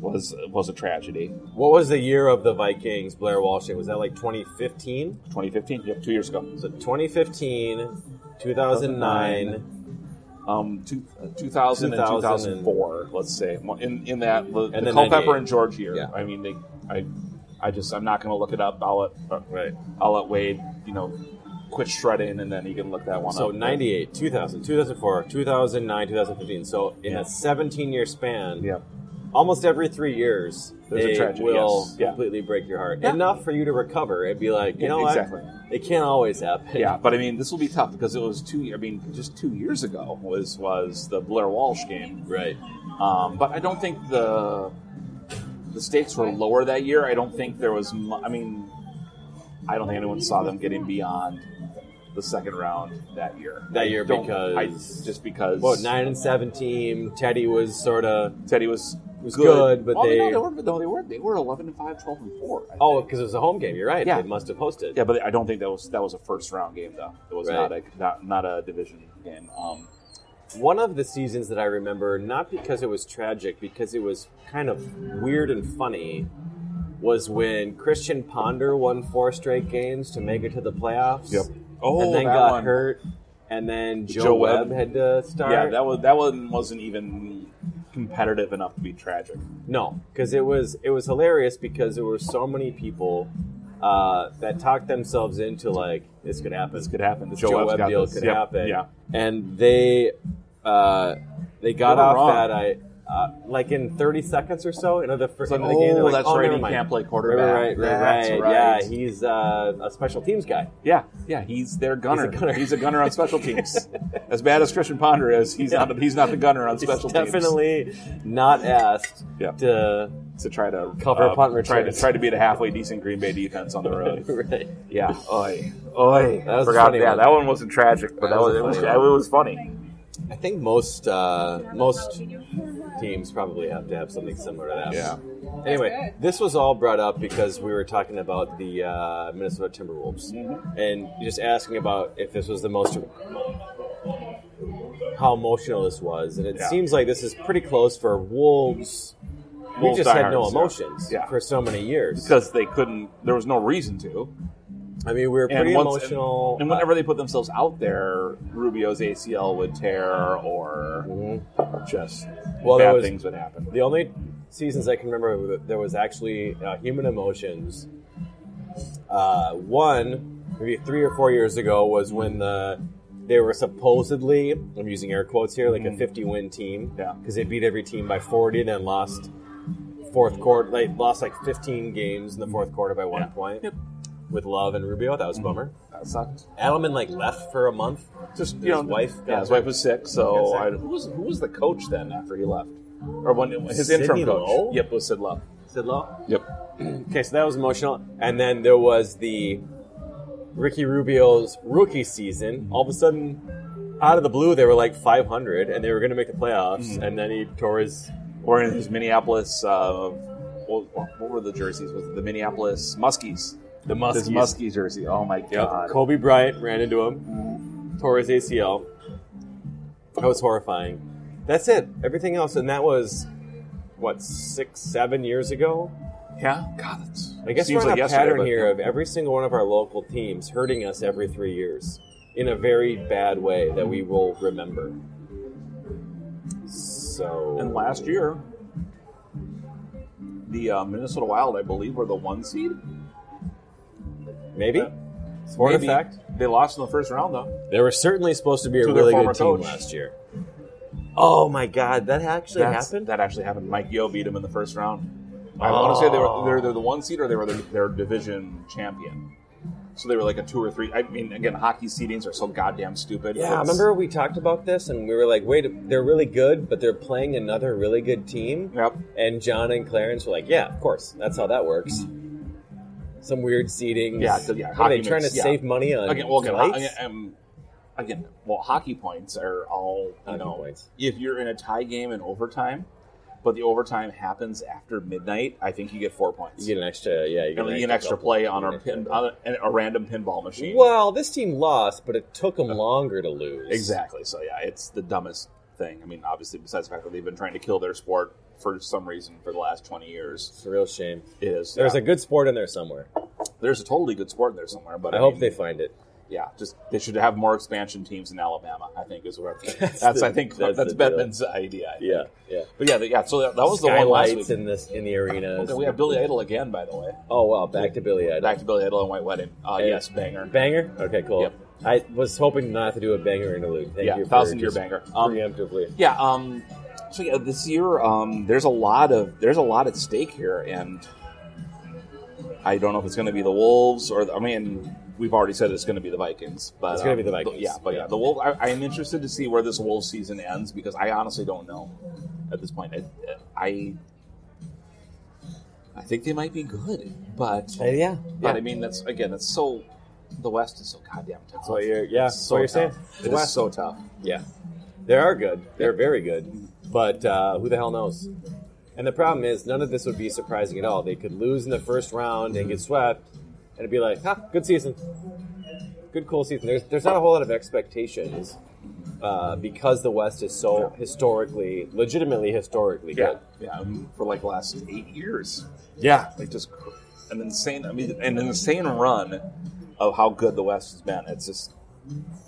[SPEAKER 2] was was a tragedy.
[SPEAKER 1] What was the year of the Vikings? Blair Walsh. Was that like 2015?
[SPEAKER 2] 2015, yep, two years ago.
[SPEAKER 1] So 2015, 2009,
[SPEAKER 2] Um, two, uh,
[SPEAKER 1] 2000
[SPEAKER 2] 2000, and
[SPEAKER 1] and-
[SPEAKER 2] 2004, let's say Well, in in that the,
[SPEAKER 1] And
[SPEAKER 2] the
[SPEAKER 1] then
[SPEAKER 2] Culpepper
[SPEAKER 1] 98.
[SPEAKER 2] and George year.
[SPEAKER 1] Yeah.
[SPEAKER 2] I mean, they, I, I just I'm not going to look it up. I'll let uh,
[SPEAKER 1] Right.
[SPEAKER 2] I'll let Wade, you know, quit shredding, and then he can look that one
[SPEAKER 1] so
[SPEAKER 2] up.
[SPEAKER 1] 98, 2000, 2004, 2009, 2015. So in
[SPEAKER 2] Yeah.
[SPEAKER 1] a 17 year span,
[SPEAKER 2] Yeah.
[SPEAKER 1] almost every three years,
[SPEAKER 2] There's a
[SPEAKER 1] they
[SPEAKER 2] tragedy,
[SPEAKER 1] will
[SPEAKER 2] yes. Yeah.
[SPEAKER 1] completely break your heart.
[SPEAKER 2] Yeah.
[SPEAKER 1] Enough for you to recover and be like, you
[SPEAKER 2] Yeah,
[SPEAKER 1] know what?
[SPEAKER 2] exactly.
[SPEAKER 1] It can't always happen.
[SPEAKER 2] Yeah, but I mean, this will be tough because it was two. I mean, just two years ago was was the Blair Walsh game.
[SPEAKER 1] Right.
[SPEAKER 2] Um, but I don't think the the stakes were lower that year. I don't think there was. mu- I mean, I don't think anyone saw them getting beyond the second round that year.
[SPEAKER 1] That
[SPEAKER 2] I
[SPEAKER 1] year
[SPEAKER 2] don't-
[SPEAKER 1] because-
[SPEAKER 2] I, just because
[SPEAKER 1] Well, 9 and 7 team. Teddy was sort of.
[SPEAKER 2] Teddy was
[SPEAKER 1] was good, but
[SPEAKER 2] Oh,
[SPEAKER 1] they-
[SPEAKER 2] no, they were no, they were they were eleven and 5, 12 and four. I
[SPEAKER 1] Oh,
[SPEAKER 2] think.
[SPEAKER 1] because it was a home game. You're right.
[SPEAKER 2] Yeah.
[SPEAKER 1] They must have hosted.
[SPEAKER 2] Yeah, but I don't think that was that was a first round game though. It was
[SPEAKER 1] Right.
[SPEAKER 2] not a not, not a division game. Um,
[SPEAKER 1] One of the seasons that I remember, not because it was tragic, because it was kind of weird and funny, was when Christian Ponder won four straight games to make it to the playoffs.
[SPEAKER 2] Yep. Oh,
[SPEAKER 1] and then
[SPEAKER 2] that
[SPEAKER 1] got
[SPEAKER 2] one.
[SPEAKER 1] hurt, and then Joe,
[SPEAKER 2] Joe
[SPEAKER 1] Webb.
[SPEAKER 2] Webb.
[SPEAKER 1] had to start.
[SPEAKER 2] Yeah, that was that one wasn't even competitive enough to be tragic.
[SPEAKER 1] No, because it was it was hilarious because there were so many people uh, that talked themselves into like this could happen. This
[SPEAKER 2] could happen.
[SPEAKER 1] This
[SPEAKER 2] Joe
[SPEAKER 1] Joe,
[SPEAKER 2] Webb's
[SPEAKER 1] Webb
[SPEAKER 2] got
[SPEAKER 1] deal
[SPEAKER 2] this.
[SPEAKER 1] could
[SPEAKER 2] Yep,
[SPEAKER 1] happen.
[SPEAKER 2] yeah.
[SPEAKER 1] and they uh, they got
[SPEAKER 2] They were
[SPEAKER 1] off
[SPEAKER 2] wrong.
[SPEAKER 1] that I. Uh, like in 30 seconds or so, into the first
[SPEAKER 2] It's like,
[SPEAKER 1] into the game, they're
[SPEAKER 2] oh,
[SPEAKER 1] like,
[SPEAKER 2] that's
[SPEAKER 1] oh,
[SPEAKER 2] right,
[SPEAKER 1] never
[SPEAKER 2] he
[SPEAKER 1] mind."
[SPEAKER 2] can't play quarterback.
[SPEAKER 1] Right, right, right,
[SPEAKER 2] That's
[SPEAKER 1] right.
[SPEAKER 2] right.
[SPEAKER 1] Yeah, he's uh, a special teams guy.
[SPEAKER 2] Yeah, yeah, he's their gunner.
[SPEAKER 1] He's a gunner. [LAUGHS]
[SPEAKER 2] on special teams. as bad as Christian Ponder is, he's not he's not the gunner on
[SPEAKER 1] He's
[SPEAKER 2] special teams.
[SPEAKER 1] definitely not asked
[SPEAKER 2] Yeah. [LAUGHS]
[SPEAKER 1] to.
[SPEAKER 2] to try to uh,
[SPEAKER 1] Cover punt
[SPEAKER 2] try to
[SPEAKER 1] returns.
[SPEAKER 2] try to beat a halfway decent Green Bay defense on the road.
[SPEAKER 1] [LAUGHS] Right.
[SPEAKER 2] yeah, oi, oi.
[SPEAKER 1] That was a
[SPEAKER 2] Forgot
[SPEAKER 1] funny one.
[SPEAKER 2] that. That one wasn't tragic, but
[SPEAKER 1] That
[SPEAKER 2] that,
[SPEAKER 1] was
[SPEAKER 2] was,
[SPEAKER 1] a
[SPEAKER 2] it was,
[SPEAKER 1] funny
[SPEAKER 2] yeah, it
[SPEAKER 1] one.
[SPEAKER 2] was funny.
[SPEAKER 1] I think most uh, most teams probably have to have something similar to that.
[SPEAKER 2] Yeah.
[SPEAKER 1] Anyway, this was all brought up because we were talking about the uh, Minnesota Timberwolves and just asking about if this was the most how emotional this was, and it
[SPEAKER 2] Yeah.
[SPEAKER 1] seems like this is pretty close for Wolves. We
[SPEAKER 2] Wolves
[SPEAKER 1] just had no
[SPEAKER 2] diehards, yeah.
[SPEAKER 1] emotions
[SPEAKER 2] Yeah.
[SPEAKER 1] for so many years.
[SPEAKER 2] because they couldn't. There was no reason to.
[SPEAKER 1] I mean, we were pretty
[SPEAKER 2] once-
[SPEAKER 1] emotional.
[SPEAKER 2] And, whenever they put themselves out there, Rubio's ACL would tear, or just
[SPEAKER 1] Well, there
[SPEAKER 2] bad
[SPEAKER 1] was-
[SPEAKER 2] things would happen.
[SPEAKER 1] The only seasons I can remember that there was actually uh, human emotions. Uh, one, maybe three or four years ago, was when the they were supposedly I'm using air quotes here like a 50 win team
[SPEAKER 2] Mm-hmm. Yeah.
[SPEAKER 1] because they beat every team by 40 then lost fourth quarter they lost like 15 games in the fourth quarter by one
[SPEAKER 2] Yeah. Mm-hmm.
[SPEAKER 1] point with Love and Rubio that was a bummer.
[SPEAKER 2] That sucked.
[SPEAKER 1] Adelman like left for a month.
[SPEAKER 2] Just
[SPEAKER 1] His
[SPEAKER 2] you know,
[SPEAKER 1] wife
[SPEAKER 2] Yeah,
[SPEAKER 1] got-
[SPEAKER 2] his wife was sick. So
[SPEAKER 1] Got
[SPEAKER 2] I,
[SPEAKER 1] sick.
[SPEAKER 2] who was who was the coach then after he left, or when his
[SPEAKER 1] Sidney
[SPEAKER 2] interim coach?
[SPEAKER 1] Lowe?
[SPEAKER 2] Yep, was Sid Lowe.
[SPEAKER 1] Said Love.
[SPEAKER 2] Yep.
[SPEAKER 1] Okay, so that was emotional. And then there was the Ricky Rubio's rookie season. All of a sudden, out of the blue, they were like 500 and they were going to make the playoffs. And then he tore his.
[SPEAKER 2] Or in his Minneapolis. Uh, what, what were the jerseys? Was it the Minneapolis Muskies?
[SPEAKER 1] The
[SPEAKER 2] His Muskie jersey. Oh my
[SPEAKER 1] Yep.
[SPEAKER 2] god.
[SPEAKER 1] Kobe Bryant ran into him, tore his ACL. That was horrifying. That's it. Everything else. And that was, what, six, seven years ago?
[SPEAKER 2] Yeah. God, that's,
[SPEAKER 1] I guess
[SPEAKER 2] seems
[SPEAKER 1] we're on
[SPEAKER 2] like
[SPEAKER 1] a
[SPEAKER 2] yesterday,
[SPEAKER 1] pattern
[SPEAKER 2] but-
[SPEAKER 1] here of every single one of our local teams hurting us every three years in a very bad way that we will remember. So
[SPEAKER 2] And last year, the uh, Minnesota Wild, I believe, were the one seed.
[SPEAKER 1] maybe
[SPEAKER 2] Yeah.
[SPEAKER 1] it's more
[SPEAKER 2] Maybe.
[SPEAKER 1] fact.
[SPEAKER 2] They lost in the first round, though.
[SPEAKER 1] They were certainly supposed to be a
[SPEAKER 2] To their
[SPEAKER 1] really
[SPEAKER 2] former
[SPEAKER 1] good team
[SPEAKER 2] coach.
[SPEAKER 1] last year. Oh my God, that actually
[SPEAKER 2] That's-
[SPEAKER 1] happened.
[SPEAKER 2] That actually happened. Mike Yo beat them in the first round. I want to say they
[SPEAKER 1] Oh.
[SPEAKER 2] were they're, they're the one seed or they were their, their division champion. So they were like a two or three. I mean, again, hockey seedings are so goddamn stupid.
[SPEAKER 1] yeah,
[SPEAKER 2] It's-
[SPEAKER 1] remember we talked about this and we were like, wait, they're really good, but they're playing another really good team.
[SPEAKER 2] Yep.
[SPEAKER 1] And John and Clarence were like, yeah, of course, that's how that works. Some weird seedings.
[SPEAKER 2] Yeah, so, yeah,
[SPEAKER 1] What, are they
[SPEAKER 2] hockey
[SPEAKER 1] trying
[SPEAKER 2] makes-
[SPEAKER 1] to
[SPEAKER 2] yeah.
[SPEAKER 1] save money on
[SPEAKER 2] Again, well, again, ho-
[SPEAKER 1] flights?
[SPEAKER 2] again, um, again, well, hockey points are all you
[SPEAKER 1] Hockey
[SPEAKER 2] know.
[SPEAKER 1] points.
[SPEAKER 2] If you're in a tie game in overtime, but the overtime happens after midnight, I think you get four points.
[SPEAKER 1] You get an extra, yeah, you
[SPEAKER 2] And
[SPEAKER 1] get
[SPEAKER 2] you get an extra
[SPEAKER 1] double.
[SPEAKER 2] play on
[SPEAKER 1] You
[SPEAKER 2] a
[SPEAKER 1] get an
[SPEAKER 2] pin,
[SPEAKER 1] extra-
[SPEAKER 2] on a, a Uh-huh. random pinball machine.
[SPEAKER 1] Well, this team lost, but it took them longer to lose.
[SPEAKER 2] Exactly. So yeah, it's the dumbest thing. I mean, obviously, besides the fact that they've been trying to kill their sport for some reason for the last twenty years,
[SPEAKER 1] It's a real shame.
[SPEAKER 2] it is.
[SPEAKER 1] There's
[SPEAKER 2] yeah.
[SPEAKER 1] a good sport in there somewhere.
[SPEAKER 2] there's a totally good sport in there somewhere, but
[SPEAKER 1] I,
[SPEAKER 2] I,
[SPEAKER 1] hope
[SPEAKER 2] mean,
[SPEAKER 1] they find it.
[SPEAKER 2] yeah, just they should have more expansion teams in Alabama. I think is
[SPEAKER 1] [LAUGHS]
[SPEAKER 2] what that's.
[SPEAKER 1] the-
[SPEAKER 2] I think
[SPEAKER 1] that's
[SPEAKER 2] that's,
[SPEAKER 1] the deal.
[SPEAKER 2] Bedman's idea. I think.
[SPEAKER 1] Yeah, yeah.
[SPEAKER 2] But yeah, the- yeah. So that, that was the one last
[SPEAKER 1] Skylights
[SPEAKER 2] week.
[SPEAKER 1] in this in the arenas.
[SPEAKER 2] Okay, we have Billy Idol again, by the way.
[SPEAKER 1] oh wow, back to Billy Idol.
[SPEAKER 2] Back to Billy Idol and White Wedding. Uh,
[SPEAKER 1] Hey.
[SPEAKER 2] yes, banger.
[SPEAKER 1] Banger. Okay, cool.
[SPEAKER 2] Yep.
[SPEAKER 1] I was hoping not to do a banger interlude. Thank
[SPEAKER 2] Yeah,
[SPEAKER 1] you for
[SPEAKER 2] thousand year
[SPEAKER 1] just
[SPEAKER 2] banger. Um,
[SPEAKER 1] preemptively.
[SPEAKER 2] Yeah. Um, so yeah, this year um, there's a lot of there's a lot at stake here, and I don't know if it's going to be the Wolves or the, I mean we've already said it's going to be the Vikings, but
[SPEAKER 1] It's gonna
[SPEAKER 2] um,
[SPEAKER 1] be the Vikings.
[SPEAKER 2] yeah, but yeah, the Wolves. I, I am interested to see where this Wolves season ends because I honestly don't know at this point. I I, I think they might be good, but
[SPEAKER 1] Uh, yeah,
[SPEAKER 2] but I mean that's again that's so the West is so goddamn tough.
[SPEAKER 1] what you're- yeah,
[SPEAKER 2] It's
[SPEAKER 1] that's
[SPEAKER 2] so
[SPEAKER 1] what you're
[SPEAKER 2] tough.
[SPEAKER 1] saying.
[SPEAKER 2] It
[SPEAKER 1] The
[SPEAKER 2] is
[SPEAKER 1] West.
[SPEAKER 2] so tough.
[SPEAKER 1] Yeah, they are good. They're very good. But uh, who the hell knows? And the problem is, none of this would be surprising at all. They could lose in the first round and get swept, and it'd be like, "Ha, good season, good cool season." There's there's not a whole lot of expectations uh, because the West is so historically, legitimately historically
[SPEAKER 2] Yeah,
[SPEAKER 1] good.
[SPEAKER 2] yeah, um, for like the last eight years,
[SPEAKER 1] Yeah,
[SPEAKER 2] like just cr- an insane. I mean, an insane run of how good the West has been. It's just,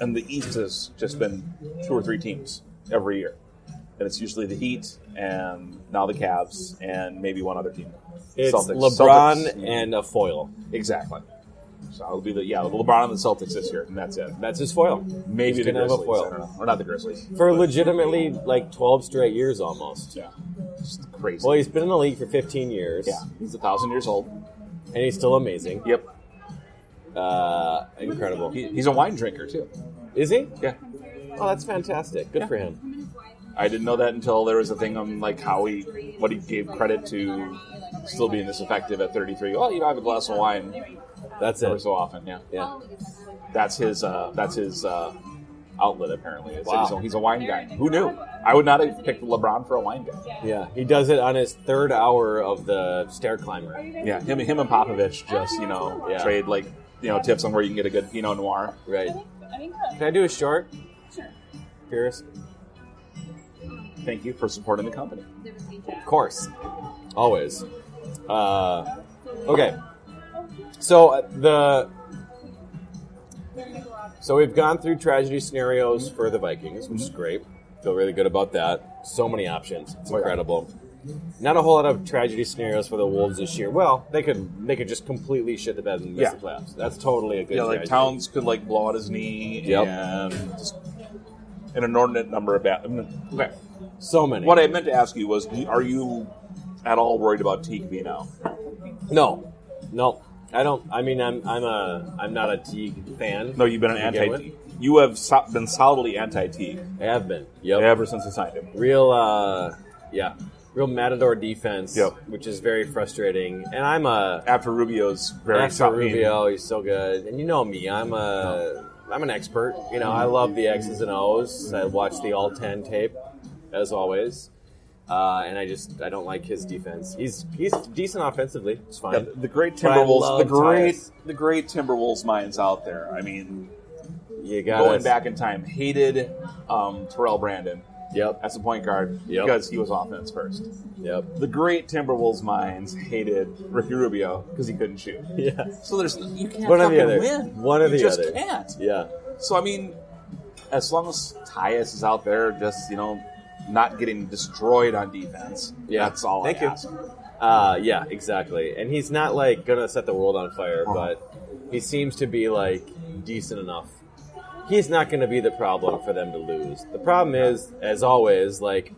[SPEAKER 2] and the East has just been two or three teams every year, and it's usually the Heat and now the Cavs and maybe one other team.
[SPEAKER 1] it's
[SPEAKER 2] Celtics.
[SPEAKER 1] LeBron
[SPEAKER 2] Celtics.
[SPEAKER 1] and a foil.
[SPEAKER 2] exactly. So it'll be the yeah, LeBron and the Celtics this year, and that's it.
[SPEAKER 1] That's his foil.
[SPEAKER 2] Maybe
[SPEAKER 1] He's
[SPEAKER 2] the
[SPEAKER 1] gonna have a
[SPEAKER 2] Grizzlies,
[SPEAKER 1] foil.
[SPEAKER 2] I don't know. or not the Grizzlies.
[SPEAKER 1] for legitimately like 12 straight years almost.
[SPEAKER 2] Yeah, just crazy.
[SPEAKER 1] Well, he's been in the league for 15 years,
[SPEAKER 2] yeah, he's a thousand years old.
[SPEAKER 1] and he's still amazing.
[SPEAKER 2] Yep,
[SPEAKER 1] Uh, incredible.
[SPEAKER 2] He- he's a wine drinker too.
[SPEAKER 1] Is he?
[SPEAKER 2] Yeah.
[SPEAKER 1] Oh, that's fantastic. Good for him.
[SPEAKER 2] I didn't know that until there was a thing on like how he what he gave credit to still being this effective at 33. Well, you know, I have a glass of wine
[SPEAKER 1] That's
[SPEAKER 2] every
[SPEAKER 1] it.
[SPEAKER 2] so often. Yeah,
[SPEAKER 1] Yeah.
[SPEAKER 2] that's his. Uh, that's his uh, outlet. Apparently, is
[SPEAKER 1] Wow.
[SPEAKER 2] he's, a, he's a wine guy.
[SPEAKER 4] They're
[SPEAKER 2] Who knew? I would not have picked LeBron for a wine guy.
[SPEAKER 1] Yeah, he does it on his third hour of the stair climber.
[SPEAKER 2] Yeah, him, him and Popovich just you know
[SPEAKER 1] Yeah.
[SPEAKER 2] trade like you know tips on where you can get a good Pinot Noir.
[SPEAKER 1] Right.
[SPEAKER 3] I think
[SPEAKER 1] Can I do a short? Curious?
[SPEAKER 2] Thank you for supporting the company.
[SPEAKER 1] Of course. Always. Uh, okay. So uh, the. So we've gone through tragedy scenarios for the Vikings, which is great. Feel really good about that. So many options.
[SPEAKER 2] Oh,
[SPEAKER 1] It's incredible. Not a whole lot of tragedy scenarios for the Wolves this year. Well, they could they could just completely shit the bed and miss
[SPEAKER 2] Yeah.
[SPEAKER 1] the playoffs. That's totally a good.
[SPEAKER 2] Yeah, like
[SPEAKER 1] tragedy.
[SPEAKER 2] Towns could like blow out his knee
[SPEAKER 1] Yep.
[SPEAKER 2] and just an inordinate number of bad. Okay.
[SPEAKER 1] So many.
[SPEAKER 2] What I meant to ask you was, do- are you at all worried about Teague being out?
[SPEAKER 1] No, no, I don't. I mean, I'm I'm a I'm not a Teague fan.
[SPEAKER 2] No, you've been an
[SPEAKER 1] To begin
[SPEAKER 2] anti. You have so- been solidly anti-Teague
[SPEAKER 1] with. I have been. Yep.
[SPEAKER 2] ever since I signed him.
[SPEAKER 1] Real, uh, yeah, real matador defense.
[SPEAKER 2] Yep.
[SPEAKER 1] Which is very frustrating. And I'm a
[SPEAKER 2] After Rubio's very
[SPEAKER 1] after
[SPEAKER 2] solid-
[SPEAKER 1] Rubio. He's so good. And you know me. I'm a I'm an expert. You know,
[SPEAKER 2] Mm-hmm.
[SPEAKER 1] I love the X's and O's. I watch the all ten tape as always. Uh, and I just I don't like his defense. He's he's decent offensively. It's fine.
[SPEAKER 2] Yeah, the great
[SPEAKER 1] But I
[SPEAKER 2] Timberwolves,
[SPEAKER 1] love
[SPEAKER 2] the great,
[SPEAKER 1] Tyus.
[SPEAKER 2] the great Timberwolves minds out there. I mean,
[SPEAKER 1] You got
[SPEAKER 2] going back in time, hated um, Terrell Brandon
[SPEAKER 1] Yep.
[SPEAKER 2] as a point guard
[SPEAKER 1] Yep.
[SPEAKER 2] because he was offense first.
[SPEAKER 1] Yep. [LAUGHS]
[SPEAKER 2] The great Timberwolves minds hated Ricky Rubio because he couldn't shoot.
[SPEAKER 1] Yeah.
[SPEAKER 2] So there's you can't
[SPEAKER 1] One or
[SPEAKER 2] fucking
[SPEAKER 1] the other.
[SPEAKER 2] win.
[SPEAKER 1] One or
[SPEAKER 2] you
[SPEAKER 1] the
[SPEAKER 2] just
[SPEAKER 1] other.
[SPEAKER 2] Can't.
[SPEAKER 1] Yeah.
[SPEAKER 2] So I mean, as long as Tyus is out there, just you know, not getting destroyed on defense.
[SPEAKER 1] Yeah.
[SPEAKER 2] that's all.
[SPEAKER 1] Thank
[SPEAKER 2] I
[SPEAKER 1] you.
[SPEAKER 2] ask.
[SPEAKER 1] Uh, yeah, exactly. And he's not like gonna set the world on fire, but he seems to be like decent enough. He's not gonna be the problem for them to lose. The problem is, as always, like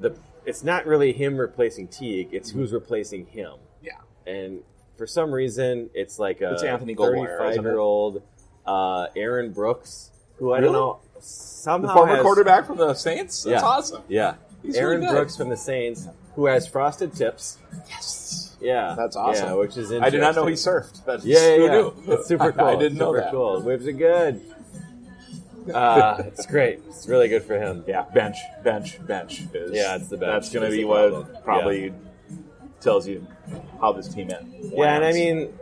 [SPEAKER 1] the it's not really him replacing Teague. It's who's replacing him.
[SPEAKER 2] Yeah.
[SPEAKER 1] And for some reason, it's like a
[SPEAKER 2] It's Anthony Goldwire, isn't it?
[SPEAKER 1] thirty-five-year-old uh, Aaron Brooks, who I don't
[SPEAKER 2] Really?
[SPEAKER 1] know somehow
[SPEAKER 2] The former
[SPEAKER 1] has-
[SPEAKER 2] quarterback from the Saints. That's awesome.
[SPEAKER 1] Yeah.
[SPEAKER 2] He's
[SPEAKER 1] Aaron
[SPEAKER 2] really good.
[SPEAKER 1] Brooks from the Saints, who has frosted tips.
[SPEAKER 2] Yes.
[SPEAKER 1] Yeah.
[SPEAKER 2] That's awesome.
[SPEAKER 1] Yeah, which is interesting.
[SPEAKER 2] I did not know he surfed. That's,
[SPEAKER 1] Yeah,
[SPEAKER 2] who
[SPEAKER 1] yeah, yeah.
[SPEAKER 2] knew?
[SPEAKER 1] It's super cool.
[SPEAKER 2] [LAUGHS] I, didn't know
[SPEAKER 1] super
[SPEAKER 2] that.
[SPEAKER 1] cool. Waves are good.
[SPEAKER 2] [LAUGHS]
[SPEAKER 1] Uh, it's great. It's really good for him.
[SPEAKER 2] Yeah, bench, bench, bench. Is,
[SPEAKER 1] Yeah, it's the bench.
[SPEAKER 2] That's going
[SPEAKER 1] It's
[SPEAKER 2] to
[SPEAKER 1] the
[SPEAKER 2] be what
[SPEAKER 1] problem.
[SPEAKER 2] probably tells you how this team ends.
[SPEAKER 1] Yeah, and I mean,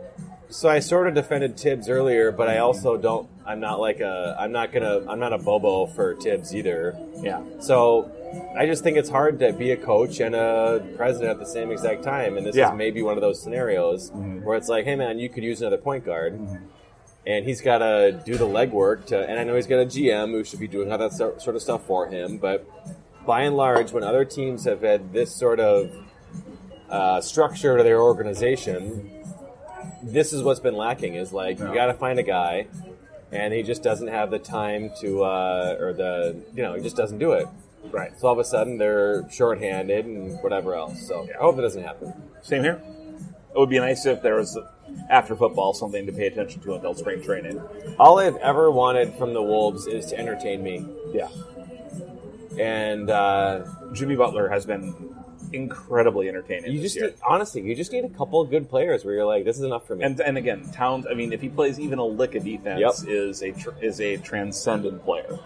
[SPEAKER 1] so I sort of defended Tibbs earlier, but I also don't. I'm not like a. I'm not gonna. I'm not a bobo for Tibbs either.
[SPEAKER 2] yeah,
[SPEAKER 1] So I just think it's hard to be a coach and a president at the same exact time. And this
[SPEAKER 2] Yeah.
[SPEAKER 1] is maybe one of those scenarios where it's like, hey, man, you could use another point guard. And he's got to do the legwork to, and I know he's got a GM who should be doing all that so- sort of stuff for him. But by and large, when other teams have had this sort of uh, structure to their organization, this is what's been lacking. Is like you got to find a guy and he just doesn't have the time to uh, or the you know he just doesn't do it
[SPEAKER 2] right.
[SPEAKER 1] so all of a sudden they're shorthanded and whatever else so i hope it doesn't happen
[SPEAKER 2] Same here. It would be nice if there was after football something to pay attention to until spring training.
[SPEAKER 1] all i've ever wanted from the wolves is to entertain me
[SPEAKER 2] Yeah,
[SPEAKER 1] and uh,
[SPEAKER 2] Jimmy Butler has been incredibly entertaining.
[SPEAKER 1] you
[SPEAKER 2] this
[SPEAKER 1] just
[SPEAKER 2] year.
[SPEAKER 1] need, honestly you just need a couple of good players where you're like this is enough for me
[SPEAKER 2] And and again, Towns. I mean, if he plays even a lick of defense,
[SPEAKER 1] Yep.
[SPEAKER 2] is a tr- is a transcendent player.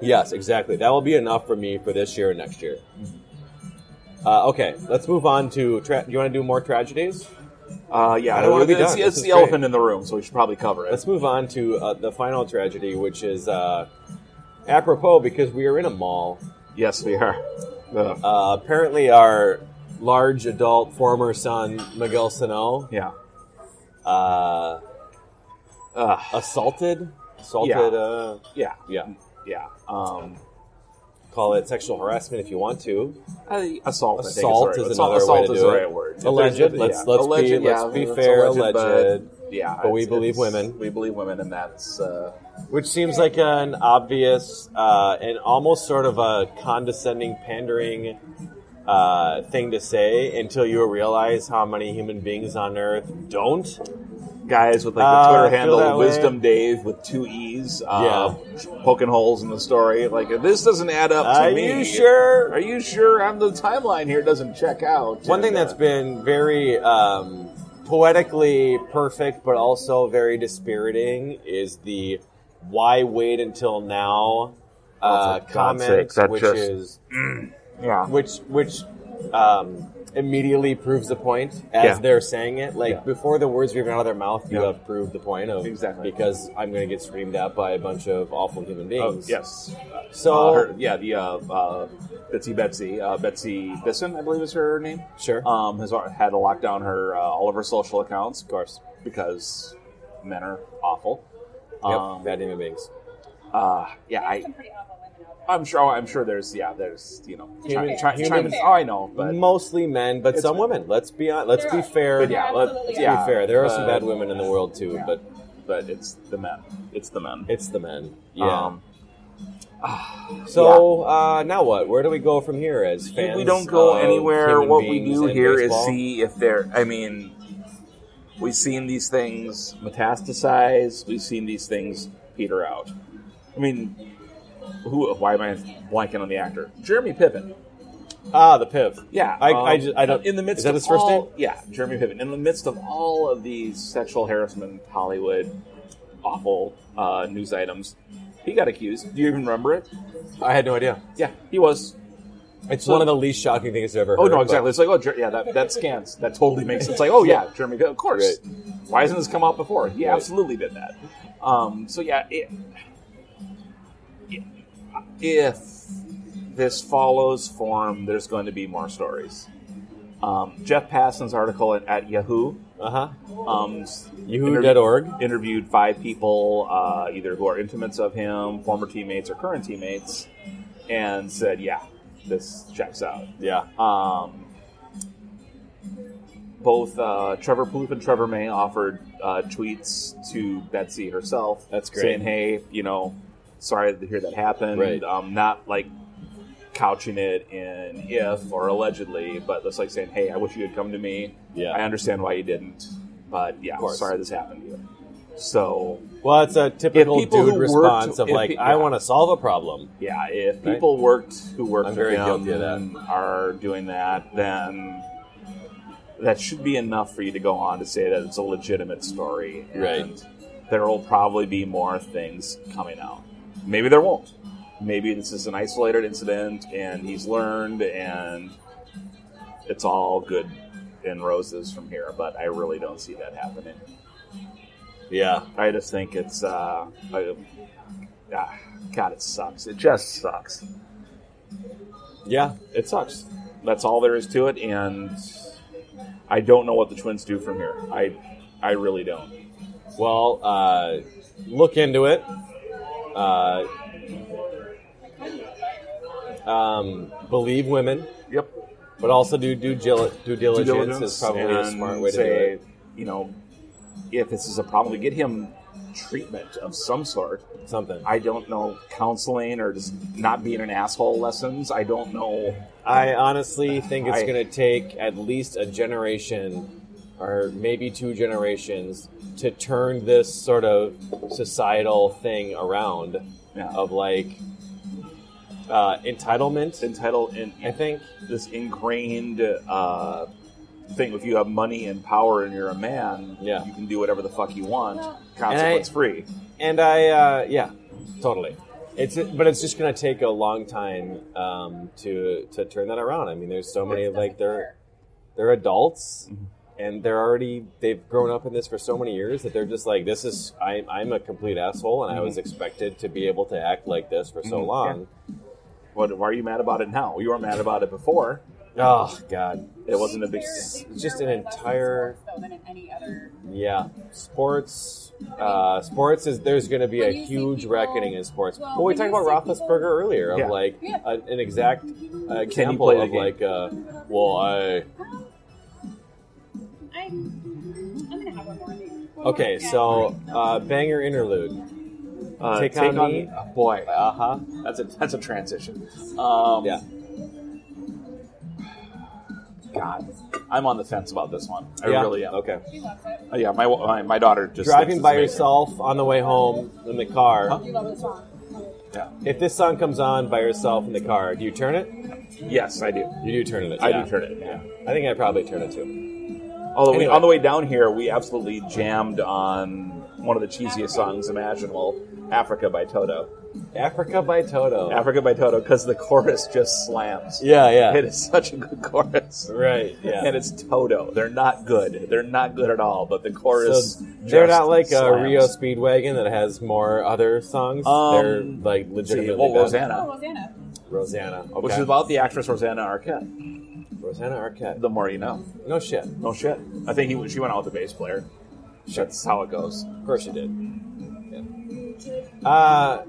[SPEAKER 1] yes exactly that will be enough for me for this year and next year uh, okay let's move on to tra- do you want to do more tragedies
[SPEAKER 2] Uh, yeah, I
[SPEAKER 1] don't wanna be
[SPEAKER 2] it's,
[SPEAKER 1] done.
[SPEAKER 2] it's
[SPEAKER 1] This is
[SPEAKER 2] the
[SPEAKER 1] great.
[SPEAKER 2] elephant in the room, so we should probably cover it.
[SPEAKER 1] Let's move on to uh, the final tragedy, which is uh, apropos because we are in a mall.
[SPEAKER 2] yes, we are. Ugh.
[SPEAKER 1] Uh, apparently, our large adult former son, Miguel Sano,
[SPEAKER 2] yeah.
[SPEAKER 1] uh,
[SPEAKER 2] Ugh.
[SPEAKER 1] assaulted. Assaulted,
[SPEAKER 2] Yeah.
[SPEAKER 1] uh,
[SPEAKER 2] yeah,
[SPEAKER 1] yeah.
[SPEAKER 2] yeah. Um,
[SPEAKER 1] Call it sexual harassment if you want to.
[SPEAKER 2] I- assault. I think
[SPEAKER 1] Assault
[SPEAKER 2] is, the right
[SPEAKER 1] is
[SPEAKER 2] word.
[SPEAKER 1] another
[SPEAKER 2] assault
[SPEAKER 1] way to
[SPEAKER 2] is
[SPEAKER 1] do
[SPEAKER 2] the
[SPEAKER 1] it.
[SPEAKER 2] right word. If
[SPEAKER 1] Alleged,
[SPEAKER 2] there's-
[SPEAKER 1] let's- let's be- let's
[SPEAKER 2] yeah,
[SPEAKER 1] be
[SPEAKER 2] it's
[SPEAKER 1] fair,
[SPEAKER 2] but-
[SPEAKER 1] alleged.
[SPEAKER 2] yeah,
[SPEAKER 1] But we
[SPEAKER 2] it's-
[SPEAKER 1] believe
[SPEAKER 2] it's-
[SPEAKER 1] women.
[SPEAKER 2] We believe women, and that's uh,
[SPEAKER 1] Which seems like an obvious uh, and almost sort of a condescending, pandering uh, thing to say until you realize how many human beings on Earth don't.
[SPEAKER 2] guys with like the
[SPEAKER 1] Uh,
[SPEAKER 2] Twitter
[SPEAKER 1] feel that
[SPEAKER 2] handle
[SPEAKER 1] way.
[SPEAKER 2] Wisdom Dave with two E's. Uh, poking holes in the story. Like this doesn't add up. to
[SPEAKER 1] Are
[SPEAKER 2] me.
[SPEAKER 1] you sure?
[SPEAKER 2] Are you sure? On the timeline here, it doesn't check out.
[SPEAKER 1] One thing
[SPEAKER 2] And, uh,
[SPEAKER 1] that's been very um, poetically perfect, but also very dispiriting, is the why wait until now? Uh,
[SPEAKER 2] for God's
[SPEAKER 1] comment,
[SPEAKER 2] sakes, that
[SPEAKER 1] which
[SPEAKER 2] just-
[SPEAKER 1] is
[SPEAKER 2] Yeah.
[SPEAKER 1] which which um, immediately proves the point as
[SPEAKER 2] Yeah.
[SPEAKER 1] they're saying it. Like
[SPEAKER 2] Yeah.
[SPEAKER 1] before the words are even out of their mouth, you
[SPEAKER 2] Yeah.
[SPEAKER 1] have proved the point of
[SPEAKER 2] Exactly.
[SPEAKER 1] because I'm going to get screamed at by a bunch of awful human
[SPEAKER 2] Oh,
[SPEAKER 1] beings.
[SPEAKER 2] yes.
[SPEAKER 1] So-
[SPEAKER 2] Uh, her- yeah, the uh, uh, Betsy Betsy uh, Betsy Bisson, I believe is her name.
[SPEAKER 1] Sure.
[SPEAKER 2] Um, has al- had to lock down her uh, all of her social accounts, of course, because men are awful.
[SPEAKER 1] Yep,
[SPEAKER 2] Um,
[SPEAKER 1] bad human beings.
[SPEAKER 2] uh, yeah,
[SPEAKER 3] There's
[SPEAKER 2] I,
[SPEAKER 3] some pretty awful women out there.
[SPEAKER 2] I'm sure. I'm sure there's yeah, there's you know,
[SPEAKER 1] Human-
[SPEAKER 2] chi- chi-
[SPEAKER 1] human-
[SPEAKER 2] chime in- Oh, I know, but
[SPEAKER 1] Mostly men, but
[SPEAKER 2] It's
[SPEAKER 1] some
[SPEAKER 2] men.
[SPEAKER 1] women. Let's be on, let's
[SPEAKER 3] There
[SPEAKER 1] be
[SPEAKER 3] are-
[SPEAKER 1] fair.
[SPEAKER 3] there are
[SPEAKER 1] let,
[SPEAKER 3] absolutely
[SPEAKER 1] let's
[SPEAKER 2] are.
[SPEAKER 1] be fair. There are some
[SPEAKER 2] Uh,
[SPEAKER 1] bad women in the world too,
[SPEAKER 2] yeah.
[SPEAKER 1] but
[SPEAKER 2] but it's the men. It's the men.
[SPEAKER 1] it's the men. Yeah.
[SPEAKER 2] Um,
[SPEAKER 1] so uh, now what? Where do we go from here as fans?
[SPEAKER 2] we don't go
[SPEAKER 1] of
[SPEAKER 2] anywhere.
[SPEAKER 1] human
[SPEAKER 2] What we
[SPEAKER 1] beings
[SPEAKER 2] do
[SPEAKER 1] and
[SPEAKER 2] here is
[SPEAKER 1] baseball?
[SPEAKER 2] see if they're. I mean, we've seen these things metastasize. We've seen these things peter out. I mean, who? Why am I blanking on the actor? Jeremy Piven.
[SPEAKER 1] ah the piv.
[SPEAKER 2] Yeah,
[SPEAKER 1] I, I,
[SPEAKER 2] um,
[SPEAKER 1] just, I don't.
[SPEAKER 2] In the midst
[SPEAKER 1] is that
[SPEAKER 2] of
[SPEAKER 1] his first
[SPEAKER 2] all,
[SPEAKER 1] name?
[SPEAKER 2] yeah, Jeremy Piven. In the midst of all of these sexual harassment, Hollywood, awful uh, news items, he got accused. Do you even remember it?
[SPEAKER 1] I had no idea.
[SPEAKER 2] Yeah, he was.
[SPEAKER 1] It's
[SPEAKER 2] So-
[SPEAKER 1] one of the least shocking things I've ever.
[SPEAKER 2] Oh
[SPEAKER 1] heard,
[SPEAKER 2] no,
[SPEAKER 1] but-
[SPEAKER 2] exactly. It's like, oh, Jer- yeah, that, that scans. That totally makes sense. It's like, oh yeah, Jeremy, Piven, of course. Why hasn't this come out before? He
[SPEAKER 1] Right.
[SPEAKER 2] absolutely did that. Um, so yeah, it, if this follows form, there's going to be more stories. Um, Jeff Passon's article at, at Yahoo
[SPEAKER 1] Uh
[SPEAKER 2] um,
[SPEAKER 1] Yahoo.org?
[SPEAKER 2] interviewed five people, uh, either who are intimates of him, former teammates, or current teammates, and said, yeah, this checks out.
[SPEAKER 1] Yeah.
[SPEAKER 2] Um, both uh, Trevor Plouffe and Trevor May offered uh, tweets to Betsy herself.
[SPEAKER 1] That's great.
[SPEAKER 2] Saying, hey, you know, sorry to hear that happened.
[SPEAKER 1] Right.
[SPEAKER 2] Um, not like couching it in if or allegedly, but just like saying, hey, I wish you had come to me.
[SPEAKER 1] Yeah.
[SPEAKER 2] I understand why you didn't, but yeah,
[SPEAKER 1] course.
[SPEAKER 2] sorry this happened to you. So
[SPEAKER 1] Well, it's a typical
[SPEAKER 2] people who
[SPEAKER 1] dude
[SPEAKER 2] worked-
[SPEAKER 1] response of
[SPEAKER 2] if
[SPEAKER 1] like,
[SPEAKER 2] pe-
[SPEAKER 1] I
[SPEAKER 2] yeah.
[SPEAKER 1] want to solve a problem.
[SPEAKER 2] Yeah, if
[SPEAKER 1] Right.
[SPEAKER 2] people worked who worked
[SPEAKER 1] I'm
[SPEAKER 2] for
[SPEAKER 1] very
[SPEAKER 2] him
[SPEAKER 1] guilty of that.
[SPEAKER 2] are doing that, then that should be enough for you to go on to say that it's a legitimate story. And
[SPEAKER 1] Right.
[SPEAKER 2] There will probably be more things coming out. Maybe there won't. Maybe this is an isolated incident, and he's learned, and it's all good and roses from here. But I really don't see that happening.
[SPEAKER 1] Yeah.
[SPEAKER 2] I just think it's uh, I, ah, God, it sucks. It just sucks.
[SPEAKER 1] Yeah.
[SPEAKER 2] It sucks. That's all there is to it, and I don't know what the Twins do from here. I, I really don't.
[SPEAKER 1] Well, uh, look into it. Uh, um, believe women,
[SPEAKER 2] Yep.
[SPEAKER 1] but also do due, gil- due diligence, is probably a
[SPEAKER 2] and
[SPEAKER 1] smart way to
[SPEAKER 2] say,
[SPEAKER 1] do it.
[SPEAKER 2] You know, if this is a problem, get him treatment of some sort.
[SPEAKER 1] Something.
[SPEAKER 2] I don't know, counseling or just not being an asshole lessons. I don't know.
[SPEAKER 1] I honestly think it's
[SPEAKER 2] I-
[SPEAKER 1] going to take at least a generation or maybe two generations to turn this sort of societal thing around
[SPEAKER 2] Yeah.
[SPEAKER 1] of like uh, entitlement.
[SPEAKER 2] Entitled in,
[SPEAKER 1] I think
[SPEAKER 2] this ingrained uh, thing. If you have money and power and you're a man,
[SPEAKER 1] Yeah.
[SPEAKER 2] you can do whatever the fuck you want,
[SPEAKER 1] I-
[SPEAKER 2] consequence free.
[SPEAKER 1] and I uh, yeah, totally. It's but it's just gonna take a long time um, to to turn that around. I mean, there's so many like they're they're adults and they're already they've grown up in this for so many years that they're just like this is I, I'm a complete asshole and I was expected to be able to act like this for so
[SPEAKER 2] Mhm.
[SPEAKER 1] long.
[SPEAKER 2] What, why are you mad about it now? You were mad about it before.
[SPEAKER 1] Oh God,
[SPEAKER 2] It wasn't a big.
[SPEAKER 3] They're- they're
[SPEAKER 1] just an
[SPEAKER 3] way less in
[SPEAKER 1] entire-
[SPEAKER 3] sports, though, than in any other.
[SPEAKER 1] yeah, sports. Uh, sports is there's going to be a
[SPEAKER 3] When you see
[SPEAKER 1] huge
[SPEAKER 3] people-
[SPEAKER 1] reckoning in sports.
[SPEAKER 3] well,
[SPEAKER 1] Well, we
[SPEAKER 3] when
[SPEAKER 1] talked
[SPEAKER 3] you
[SPEAKER 1] about
[SPEAKER 3] see
[SPEAKER 1] Roethlisberger
[SPEAKER 3] people-
[SPEAKER 1] earlier of
[SPEAKER 2] Yeah.
[SPEAKER 1] like
[SPEAKER 3] Yeah.
[SPEAKER 1] a- an exact uh, example
[SPEAKER 2] play the
[SPEAKER 1] of
[SPEAKER 2] game?
[SPEAKER 1] like, uh, well, I
[SPEAKER 3] I'm, I'm gonna have one more. of these. One more
[SPEAKER 1] okay.
[SPEAKER 3] can.
[SPEAKER 1] So uh, banger interlude.
[SPEAKER 2] Uh,
[SPEAKER 1] Take on Me.
[SPEAKER 2] Oh, boy,
[SPEAKER 1] Uh huh.
[SPEAKER 2] that's a that's a transition. Um,
[SPEAKER 1] Yeah.
[SPEAKER 2] God, I'm on the fence about this one. I
[SPEAKER 1] yeah.
[SPEAKER 2] really am.
[SPEAKER 1] Okay.
[SPEAKER 3] She loves it.
[SPEAKER 2] Uh, yeah, my, my my daughter just
[SPEAKER 1] Driving
[SPEAKER 2] thinks
[SPEAKER 1] by
[SPEAKER 2] it's amazing.
[SPEAKER 1] yourself on the way home in the car.
[SPEAKER 3] You love the song.
[SPEAKER 1] If this song comes on by yourself in the car, do you turn it?
[SPEAKER 2] Yes, I do.
[SPEAKER 1] You do turn it.
[SPEAKER 2] I
[SPEAKER 1] yeah.
[SPEAKER 2] do turn it. Yeah.
[SPEAKER 1] I think I probably turn it too.
[SPEAKER 2] Although we,
[SPEAKER 1] Anyway.
[SPEAKER 2] on the way down here, we absolutely jammed on one of the cheesiest songs imaginable, Africa by Toto.
[SPEAKER 1] Africa by Toto.
[SPEAKER 2] Africa by Toto, because the chorus just slams.
[SPEAKER 5] Yeah, yeah.
[SPEAKER 2] It is such a good chorus.
[SPEAKER 1] Right, yeah.
[SPEAKER 2] And it's Toto. They're not good. They're not good at all, but the chorus.
[SPEAKER 1] So they're
[SPEAKER 2] just
[SPEAKER 1] not like a
[SPEAKER 2] slams.
[SPEAKER 1] Rio Speedwagon that has more other songs.
[SPEAKER 2] Um,
[SPEAKER 1] they're like legitimately.
[SPEAKER 2] well,
[SPEAKER 1] bad.
[SPEAKER 2] Rosanna,
[SPEAKER 3] Oh, Rosanna.
[SPEAKER 1] Rosanna. Okay.
[SPEAKER 2] which is about the actress Rosanna Arquette.
[SPEAKER 1] Rosanna Arquette.
[SPEAKER 2] The more you know.
[SPEAKER 1] no shit.
[SPEAKER 2] No shit. I think he, she went out with the bass player. That's how it goes.
[SPEAKER 1] Of course you did. Yeah. Uh,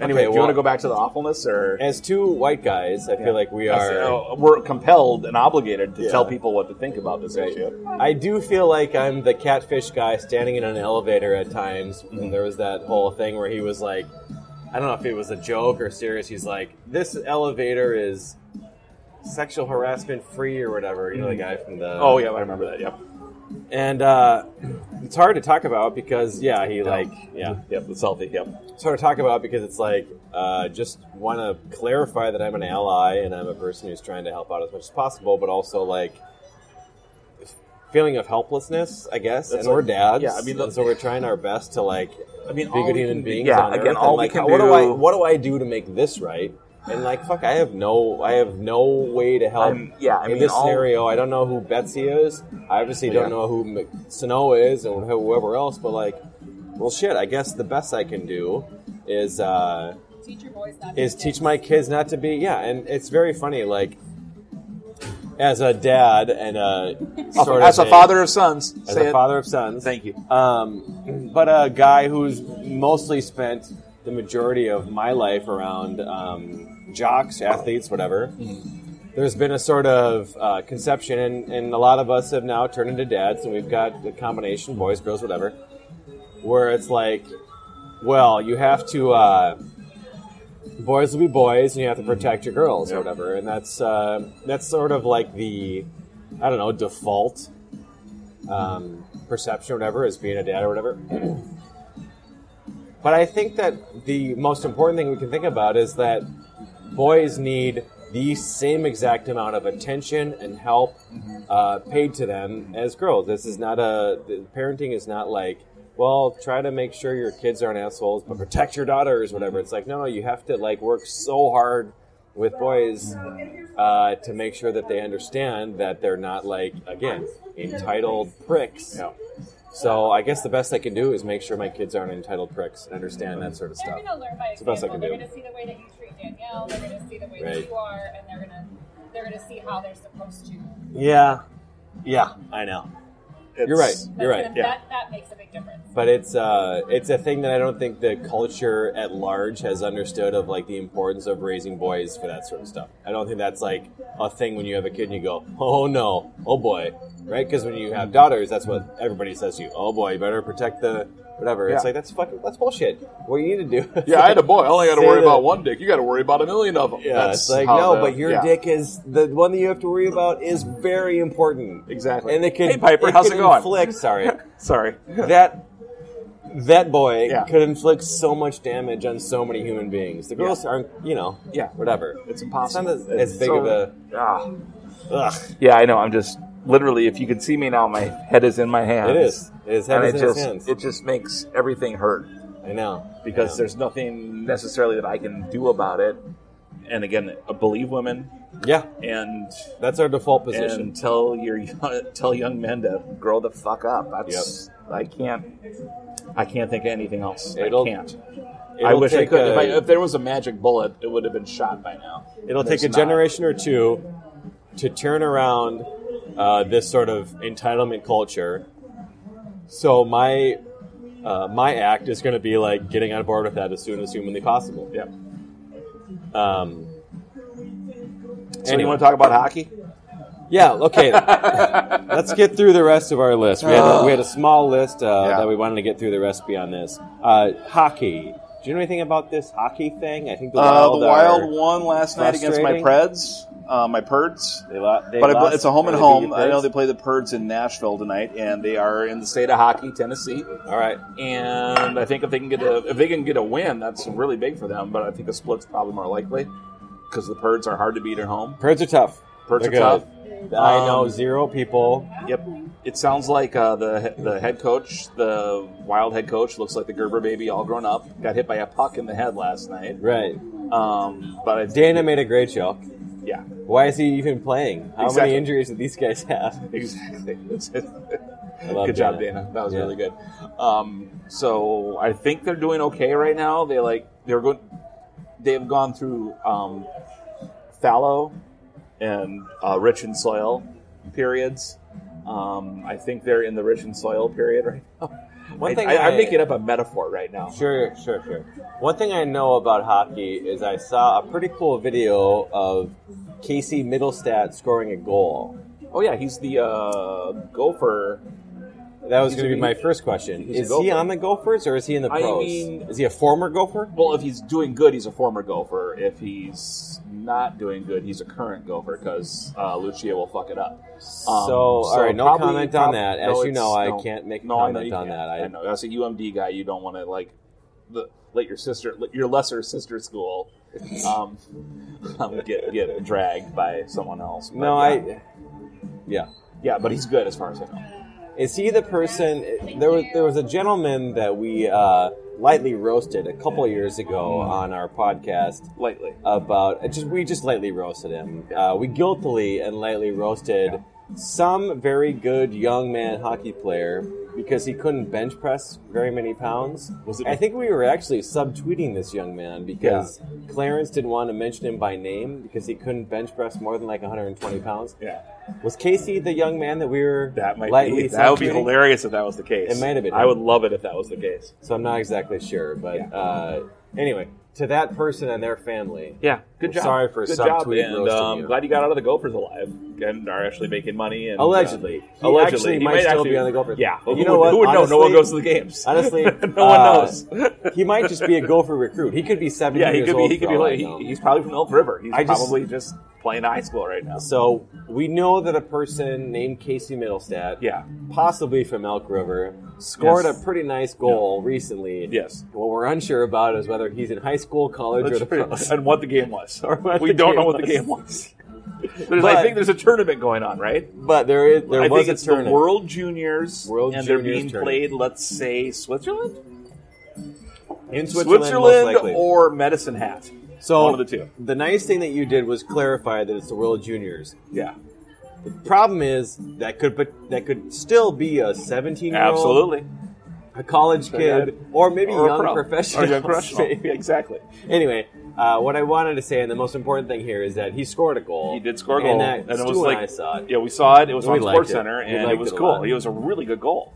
[SPEAKER 2] Anyway,
[SPEAKER 1] Okay,
[SPEAKER 2] do you
[SPEAKER 1] well-
[SPEAKER 2] want to go back to the awfulness or?
[SPEAKER 1] as two white guys, I
[SPEAKER 2] Yeah.
[SPEAKER 1] feel like we
[SPEAKER 2] That's-
[SPEAKER 1] are. Oh.
[SPEAKER 2] uh, we're compelled and obligated to
[SPEAKER 1] Yeah.
[SPEAKER 2] tell people what to think about this issue.
[SPEAKER 1] I do feel like I'm the catfish guy standing in an elevator at times.
[SPEAKER 2] Mm-hmm.
[SPEAKER 1] And there was that whole thing where he was like, I don't know if it was a joke or serious. He's like, this elevator is sexual harassment free or whatever. You know, the guy from the.
[SPEAKER 2] Oh yeah, I remember that. Yep,
[SPEAKER 1] And uh, it's hard to talk about because, yeah, he like, yeah.
[SPEAKER 2] yep, the selfie. Yep.
[SPEAKER 1] It's hard to talk about because it's like, uh, just want to clarify that I'm an ally and I'm a person who's trying to help out as much as possible, but also like, feeling of helplessness, I guess.
[SPEAKER 2] That's
[SPEAKER 1] and we're
[SPEAKER 2] like-
[SPEAKER 1] dads.
[SPEAKER 2] yeah, I mean,
[SPEAKER 1] and
[SPEAKER 2] the-
[SPEAKER 1] so we're trying our best to like
[SPEAKER 2] I
[SPEAKER 1] be
[SPEAKER 2] mean, all
[SPEAKER 1] good
[SPEAKER 2] we
[SPEAKER 1] human
[SPEAKER 2] can do-
[SPEAKER 1] beings.
[SPEAKER 2] yeah,
[SPEAKER 1] on Earth
[SPEAKER 2] again,
[SPEAKER 1] and,
[SPEAKER 2] all we
[SPEAKER 1] like,
[SPEAKER 2] can
[SPEAKER 1] how- what do I
[SPEAKER 2] do-
[SPEAKER 1] what do I do to make this right? And like, fuck, I have no, I have no way to help.
[SPEAKER 2] I'm- yeah, I
[SPEAKER 1] in
[SPEAKER 2] mean,
[SPEAKER 1] this
[SPEAKER 2] all-
[SPEAKER 1] scenario, I don't know who Betsy is. I obviously don't
[SPEAKER 2] Oh, Yeah.
[SPEAKER 1] know who Mc- Snow is and whoever else. But like, well, shit, I guess the best I can do is. uh
[SPEAKER 3] Teach your boys not to
[SPEAKER 1] is
[SPEAKER 3] do
[SPEAKER 1] teach
[SPEAKER 3] this.
[SPEAKER 1] my kids not to be yeah and it's very funny like as a dad and a sort
[SPEAKER 2] As
[SPEAKER 1] of
[SPEAKER 2] a father of sons,
[SPEAKER 1] as
[SPEAKER 2] say
[SPEAKER 1] a
[SPEAKER 2] it. Uh,
[SPEAKER 1] father of sons
[SPEAKER 2] Thank you.
[SPEAKER 1] um, but a guy who's mostly spent the majority of my life around um, jocks athletes whatever there's been a sort of uh, conception and, and a lot of us have now turned into dads and we've got the combination boys girls whatever where it's like well you have to uh, boys will be boys and you have to protect your girls or whatever and that's uh, that's sort of like the i don't know default um, perception or whatever as being a dad or whatever but i think that the most important thing we can think about is that boys need the same exact amount of attention and help uh, paid to them as girls this is not a the parenting is not like well try to make sure your kids aren't assholes but protect your daughters whatever it's like no no you have to like work so hard with boys uh, to make sure that they understand that they're not like again entitled pricks so i guess the best i can do is make sure my kids aren't entitled pricks and understand that sort of
[SPEAKER 3] They're
[SPEAKER 1] stuff
[SPEAKER 3] going to learn by
[SPEAKER 1] the best I
[SPEAKER 3] example.
[SPEAKER 1] can
[SPEAKER 3] They're
[SPEAKER 1] do.
[SPEAKER 3] going to see the way that you treat Danielle. They're going to see the way
[SPEAKER 1] Right.
[SPEAKER 3] that you are, and they're going to they're going to see how they're supposed to. That's
[SPEAKER 1] yeah yeah i know you're right
[SPEAKER 2] It's-
[SPEAKER 1] you're right
[SPEAKER 3] gonna-
[SPEAKER 2] yeah.
[SPEAKER 3] That that makes a big difference.
[SPEAKER 1] but it's uh, it's a thing that I don't think the culture at large has understood of like the importance of raising boys for that sort of stuff. I don't think that's like a thing when you have a kid and you go, oh no, oh boy, right? Because when you have daughters, that's what everybody says to you. Oh boy, you better protect the whatever. It's
[SPEAKER 2] Yeah.
[SPEAKER 1] like that's fucking that's bullshit. What you need to do? [LAUGHS]
[SPEAKER 2] Yeah, I had a boy. I only got to
[SPEAKER 1] Say
[SPEAKER 2] worry
[SPEAKER 1] that-
[SPEAKER 2] about one dick. You got to worry about a million of them.
[SPEAKER 1] Yeah, it's like no, but your dick is the one that you have to worry about is very important.
[SPEAKER 2] Exactly.
[SPEAKER 1] And it can
[SPEAKER 2] Hey, Piper, how's
[SPEAKER 1] can
[SPEAKER 2] it going?
[SPEAKER 1] Inflict,
[SPEAKER 2] [LAUGHS]
[SPEAKER 1] sorry.
[SPEAKER 2] Sorry.
[SPEAKER 1] that that boy
[SPEAKER 2] Yeah.
[SPEAKER 1] could inflict so much damage on so many human beings. The girls aren't, you know,
[SPEAKER 2] Yeah.
[SPEAKER 1] whatever.
[SPEAKER 2] It's impossible.
[SPEAKER 1] It's not as, as big of a.
[SPEAKER 2] Ah.
[SPEAKER 1] Ugh,
[SPEAKER 2] Yeah, I know. I'm just literally. If you could see me now, my head is in my hands.
[SPEAKER 1] it is. It's
[SPEAKER 2] and
[SPEAKER 1] heavy
[SPEAKER 2] it
[SPEAKER 1] in his
[SPEAKER 2] just
[SPEAKER 1] hands.
[SPEAKER 2] it just makes everything hurt
[SPEAKER 1] I know
[SPEAKER 2] because
[SPEAKER 1] I know.
[SPEAKER 2] there's nothing necessarily that I can do about it. And again, believe women
[SPEAKER 1] yeah,
[SPEAKER 2] and
[SPEAKER 1] that's our default position.
[SPEAKER 2] and tell your [LAUGHS] tell young men to grow the fuck up. That's I can't I can't think of anything else.
[SPEAKER 1] It'll-
[SPEAKER 2] I can't.
[SPEAKER 1] It'll
[SPEAKER 2] I wish I
[SPEAKER 1] take
[SPEAKER 2] could.
[SPEAKER 1] a-
[SPEAKER 2] if, I, if there was a magic bullet, it would have been shot by now.
[SPEAKER 1] It'll
[SPEAKER 2] There's
[SPEAKER 1] take a
[SPEAKER 2] not.
[SPEAKER 1] generation or two to turn around uh, this sort of entitlement culture. So my uh, my act is going to be like getting on board with that as soon as humanly possible.
[SPEAKER 2] Yeah.
[SPEAKER 1] Um,
[SPEAKER 2] So you want to talk about hockey?
[SPEAKER 1] Yeah,
[SPEAKER 2] [LAUGHS]
[SPEAKER 1] okay. Let's get through the rest of our list. We had, we had a small list uh,
[SPEAKER 2] Yeah.
[SPEAKER 1] that we wanted to get through the rest beyond this. Uh, hockey. Do you know anything about this hockey thing? I think the
[SPEAKER 2] Uh,
[SPEAKER 1] Wild
[SPEAKER 2] the
[SPEAKER 1] are-
[SPEAKER 2] Wild won last night against my Preds, uh, my Perds.
[SPEAKER 1] They lo- they
[SPEAKER 2] but I-
[SPEAKER 1] lost-
[SPEAKER 2] it's a home and
[SPEAKER 1] they beat
[SPEAKER 2] home.
[SPEAKER 1] the
[SPEAKER 2] I know
[SPEAKER 1] Preds?
[SPEAKER 2] they play the Perds in Nashville tonight, and they are in the state of hockey, Tennessee.
[SPEAKER 1] All right.
[SPEAKER 2] And I think if they can get a if they can get a win, that's really big for them. But I think a split's probably more likely because the Perds are hard to beat at home.
[SPEAKER 1] Preds are tough. Um,
[SPEAKER 2] Perds
[SPEAKER 1] They're
[SPEAKER 2] are
[SPEAKER 1] good. I know zero people.
[SPEAKER 2] Yep. It sounds like uh, the the head coach, the Wild head coach, looks like the Gerber baby, all grown up. Got hit by a puck in the head last night.
[SPEAKER 1] Right.
[SPEAKER 2] Um, but I,
[SPEAKER 1] Dana made a great show.
[SPEAKER 2] yeah,
[SPEAKER 1] Why is he even playing? How
[SPEAKER 2] Exactly.
[SPEAKER 1] many injuries did these guys have?
[SPEAKER 2] exactly. [LAUGHS]
[SPEAKER 1] love
[SPEAKER 2] good job,
[SPEAKER 1] Dana.
[SPEAKER 2] Dana. That was
[SPEAKER 1] Yeah.
[SPEAKER 2] really good. Um, so I think they're doing okay right now. They like they're going. They've gone through um, fallow and uh, rich in soil periods. Um, I think they're in the rich in soil period right now.
[SPEAKER 1] One
[SPEAKER 2] I,
[SPEAKER 1] thing
[SPEAKER 2] I, am
[SPEAKER 1] I-
[SPEAKER 2] making up a metaphor right now.
[SPEAKER 1] Sure, sure, sure. One thing I know about hockey is I saw a pretty cool video of Casey Middlestat scoring a goal.
[SPEAKER 2] Oh yeah, he's the uh, gopher.
[SPEAKER 1] That was
[SPEAKER 2] He's
[SPEAKER 1] going to
[SPEAKER 2] a-
[SPEAKER 1] be my first question.
[SPEAKER 2] he's a
[SPEAKER 1] Is he
[SPEAKER 2] Gopher.
[SPEAKER 1] on the Gophers or is he in the
[SPEAKER 2] I
[SPEAKER 1] pros?
[SPEAKER 2] mean-
[SPEAKER 1] is he a former Gopher?
[SPEAKER 2] Well, if he's doing good, he's a former gopher. If he's not doing good, he's a current gopher because uh, Lucia will fuck it up. Um, so,
[SPEAKER 1] all right, no comment on that. As you
[SPEAKER 2] it's-
[SPEAKER 1] know, I can't make a
[SPEAKER 2] I know
[SPEAKER 1] comment
[SPEAKER 2] you
[SPEAKER 1] on
[SPEAKER 2] can't.
[SPEAKER 1] that. I-
[SPEAKER 2] I, know. As a UMD guy, you don't want to like the, let your sister, let your lesser sister school, um, [LAUGHS] um, get get dragged by someone else. But,
[SPEAKER 1] No,
[SPEAKER 2] yeah.
[SPEAKER 1] I. Yeah.
[SPEAKER 2] yeah, but he's good as far as I know.
[SPEAKER 1] Is he the person? There was there was a gentleman that we uh, lightly roasted a couple years ago on our podcast
[SPEAKER 2] Lightly.
[SPEAKER 1] about just we just lightly roasted him. Uh, we guiltily and lightly roasted some very good young man hockey player because he couldn't bench press very many pounds.
[SPEAKER 2] Was it-
[SPEAKER 1] I think we were actually subtweeting this young man because Clarence didn't want to mention him by name because he couldn't bench press more than like 120 pounds.
[SPEAKER 2] Yeah,
[SPEAKER 1] Was Casey the young man that we were
[SPEAKER 2] that might
[SPEAKER 1] lightly
[SPEAKER 2] be that would be
[SPEAKER 1] subtweeting?
[SPEAKER 2] hilarious if that was the case.
[SPEAKER 1] It might have been.
[SPEAKER 2] I would love it if that was the case.
[SPEAKER 1] So I'm not exactly sure, but uh, anyway, to that person and their family.
[SPEAKER 2] Yeah, good
[SPEAKER 1] We're
[SPEAKER 2] job.
[SPEAKER 1] sorry for
[SPEAKER 2] good
[SPEAKER 1] subtweet
[SPEAKER 2] job, and
[SPEAKER 1] roasting
[SPEAKER 2] um,
[SPEAKER 1] you.
[SPEAKER 2] glad you got out of the Gophers alive and are actually making money. And,
[SPEAKER 1] Allegedly.
[SPEAKER 2] uh,
[SPEAKER 1] He
[SPEAKER 2] allegedly,
[SPEAKER 1] actually
[SPEAKER 2] He
[SPEAKER 1] might still be on the Gophers.
[SPEAKER 2] Yeah,
[SPEAKER 1] And
[SPEAKER 2] who
[SPEAKER 1] you know
[SPEAKER 2] would-
[SPEAKER 1] what?
[SPEAKER 2] Who would know? No
[SPEAKER 1] Honestly-
[SPEAKER 2] one goes to the games.
[SPEAKER 1] Honestly,
[SPEAKER 2] [LAUGHS] no one
[SPEAKER 1] uh,
[SPEAKER 2] knows.
[SPEAKER 1] [LAUGHS] he might just be a Gopher recruit. He could be 70
[SPEAKER 2] yeah, he
[SPEAKER 1] years
[SPEAKER 2] could be.
[SPEAKER 1] old.
[SPEAKER 2] He could be. Like, he, he's probably from Elk River. He's
[SPEAKER 1] I just-
[SPEAKER 2] probably just playing high school right now.
[SPEAKER 1] so we know that a person named Casey Middlestat,
[SPEAKER 2] Yeah.
[SPEAKER 1] possibly from Elk River, scored
[SPEAKER 2] Yes.
[SPEAKER 1] a pretty nice goal recently.
[SPEAKER 2] Yes.
[SPEAKER 1] What we're unsure about is whether he's in high school, college, or the pros.
[SPEAKER 2] [LAUGHS] and what the game was.
[SPEAKER 1] Or what
[SPEAKER 2] we
[SPEAKER 1] the
[SPEAKER 2] don't
[SPEAKER 1] game
[SPEAKER 2] know what the
[SPEAKER 1] was.
[SPEAKER 2] game was.
[SPEAKER 1] [LAUGHS]
[SPEAKER 2] There's, I
[SPEAKER 1] But-
[SPEAKER 2] think there's a tournament going on, right?
[SPEAKER 1] But there is there
[SPEAKER 2] I
[SPEAKER 1] was
[SPEAKER 2] think
[SPEAKER 1] a
[SPEAKER 2] it's the
[SPEAKER 1] tournament.
[SPEAKER 2] World Juniors,
[SPEAKER 1] World
[SPEAKER 2] and they're
[SPEAKER 1] Juniors
[SPEAKER 2] being
[SPEAKER 1] tournament.
[SPEAKER 2] played. Let's say Switzerland.
[SPEAKER 1] in Switzerland,
[SPEAKER 2] Switzerland,
[SPEAKER 1] most likely.
[SPEAKER 2] or Medicine Hat.
[SPEAKER 1] so
[SPEAKER 2] one of the two.
[SPEAKER 1] The nice thing that you did was clarify that it's the World Juniors.
[SPEAKER 2] Yeah,
[SPEAKER 1] Problem is that could but that could still be a 17 year old,
[SPEAKER 2] absolutely.
[SPEAKER 1] a college kid, or maybe
[SPEAKER 2] Or a
[SPEAKER 1] young
[SPEAKER 2] pro.
[SPEAKER 1] professional.
[SPEAKER 2] Or
[SPEAKER 1] [LAUGHS]
[SPEAKER 2] young [LAUGHS] professional. Yeah, exactly.
[SPEAKER 1] Anyway, uh, what I wanted to say, and the most important thing here, is that he scored a goal.
[SPEAKER 2] He did score a
[SPEAKER 1] And,
[SPEAKER 2] goal,
[SPEAKER 1] that
[SPEAKER 2] and it
[SPEAKER 1] Stu
[SPEAKER 2] was like
[SPEAKER 1] I saw it.
[SPEAKER 2] yeah, we saw it. It was
[SPEAKER 1] We
[SPEAKER 2] on
[SPEAKER 1] liked
[SPEAKER 2] Sports
[SPEAKER 1] it.
[SPEAKER 2] Center,
[SPEAKER 1] We
[SPEAKER 2] and
[SPEAKER 1] liked
[SPEAKER 2] it was
[SPEAKER 1] it a
[SPEAKER 2] cool.
[SPEAKER 1] lot.
[SPEAKER 2] It was a really good goal.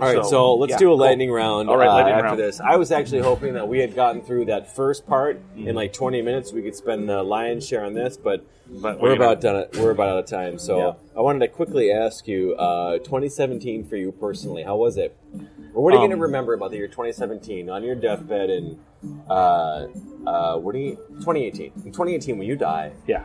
[SPEAKER 1] All right, so, let's
[SPEAKER 2] yeah,
[SPEAKER 1] do a
[SPEAKER 2] cool.
[SPEAKER 1] lightning round.
[SPEAKER 2] All right,
[SPEAKER 1] uh,
[SPEAKER 2] lightning
[SPEAKER 1] after
[SPEAKER 2] round.
[SPEAKER 1] this, I was actually hoping that we had gotten through that first part
[SPEAKER 2] Mm-hmm.
[SPEAKER 1] in like 20 minutes. We could spend the lion's share on this, but,
[SPEAKER 2] But
[SPEAKER 1] we're
[SPEAKER 2] we're
[SPEAKER 1] about done. We're about out of time. So I wanted to quickly ask you, uh, 2017 for you personally, how was it? Or what are you
[SPEAKER 2] Um,
[SPEAKER 1] going to remember about the year 2017 on your deathbed and uh, uh, what do you 2018? In 2018, when you die,
[SPEAKER 2] Yeah,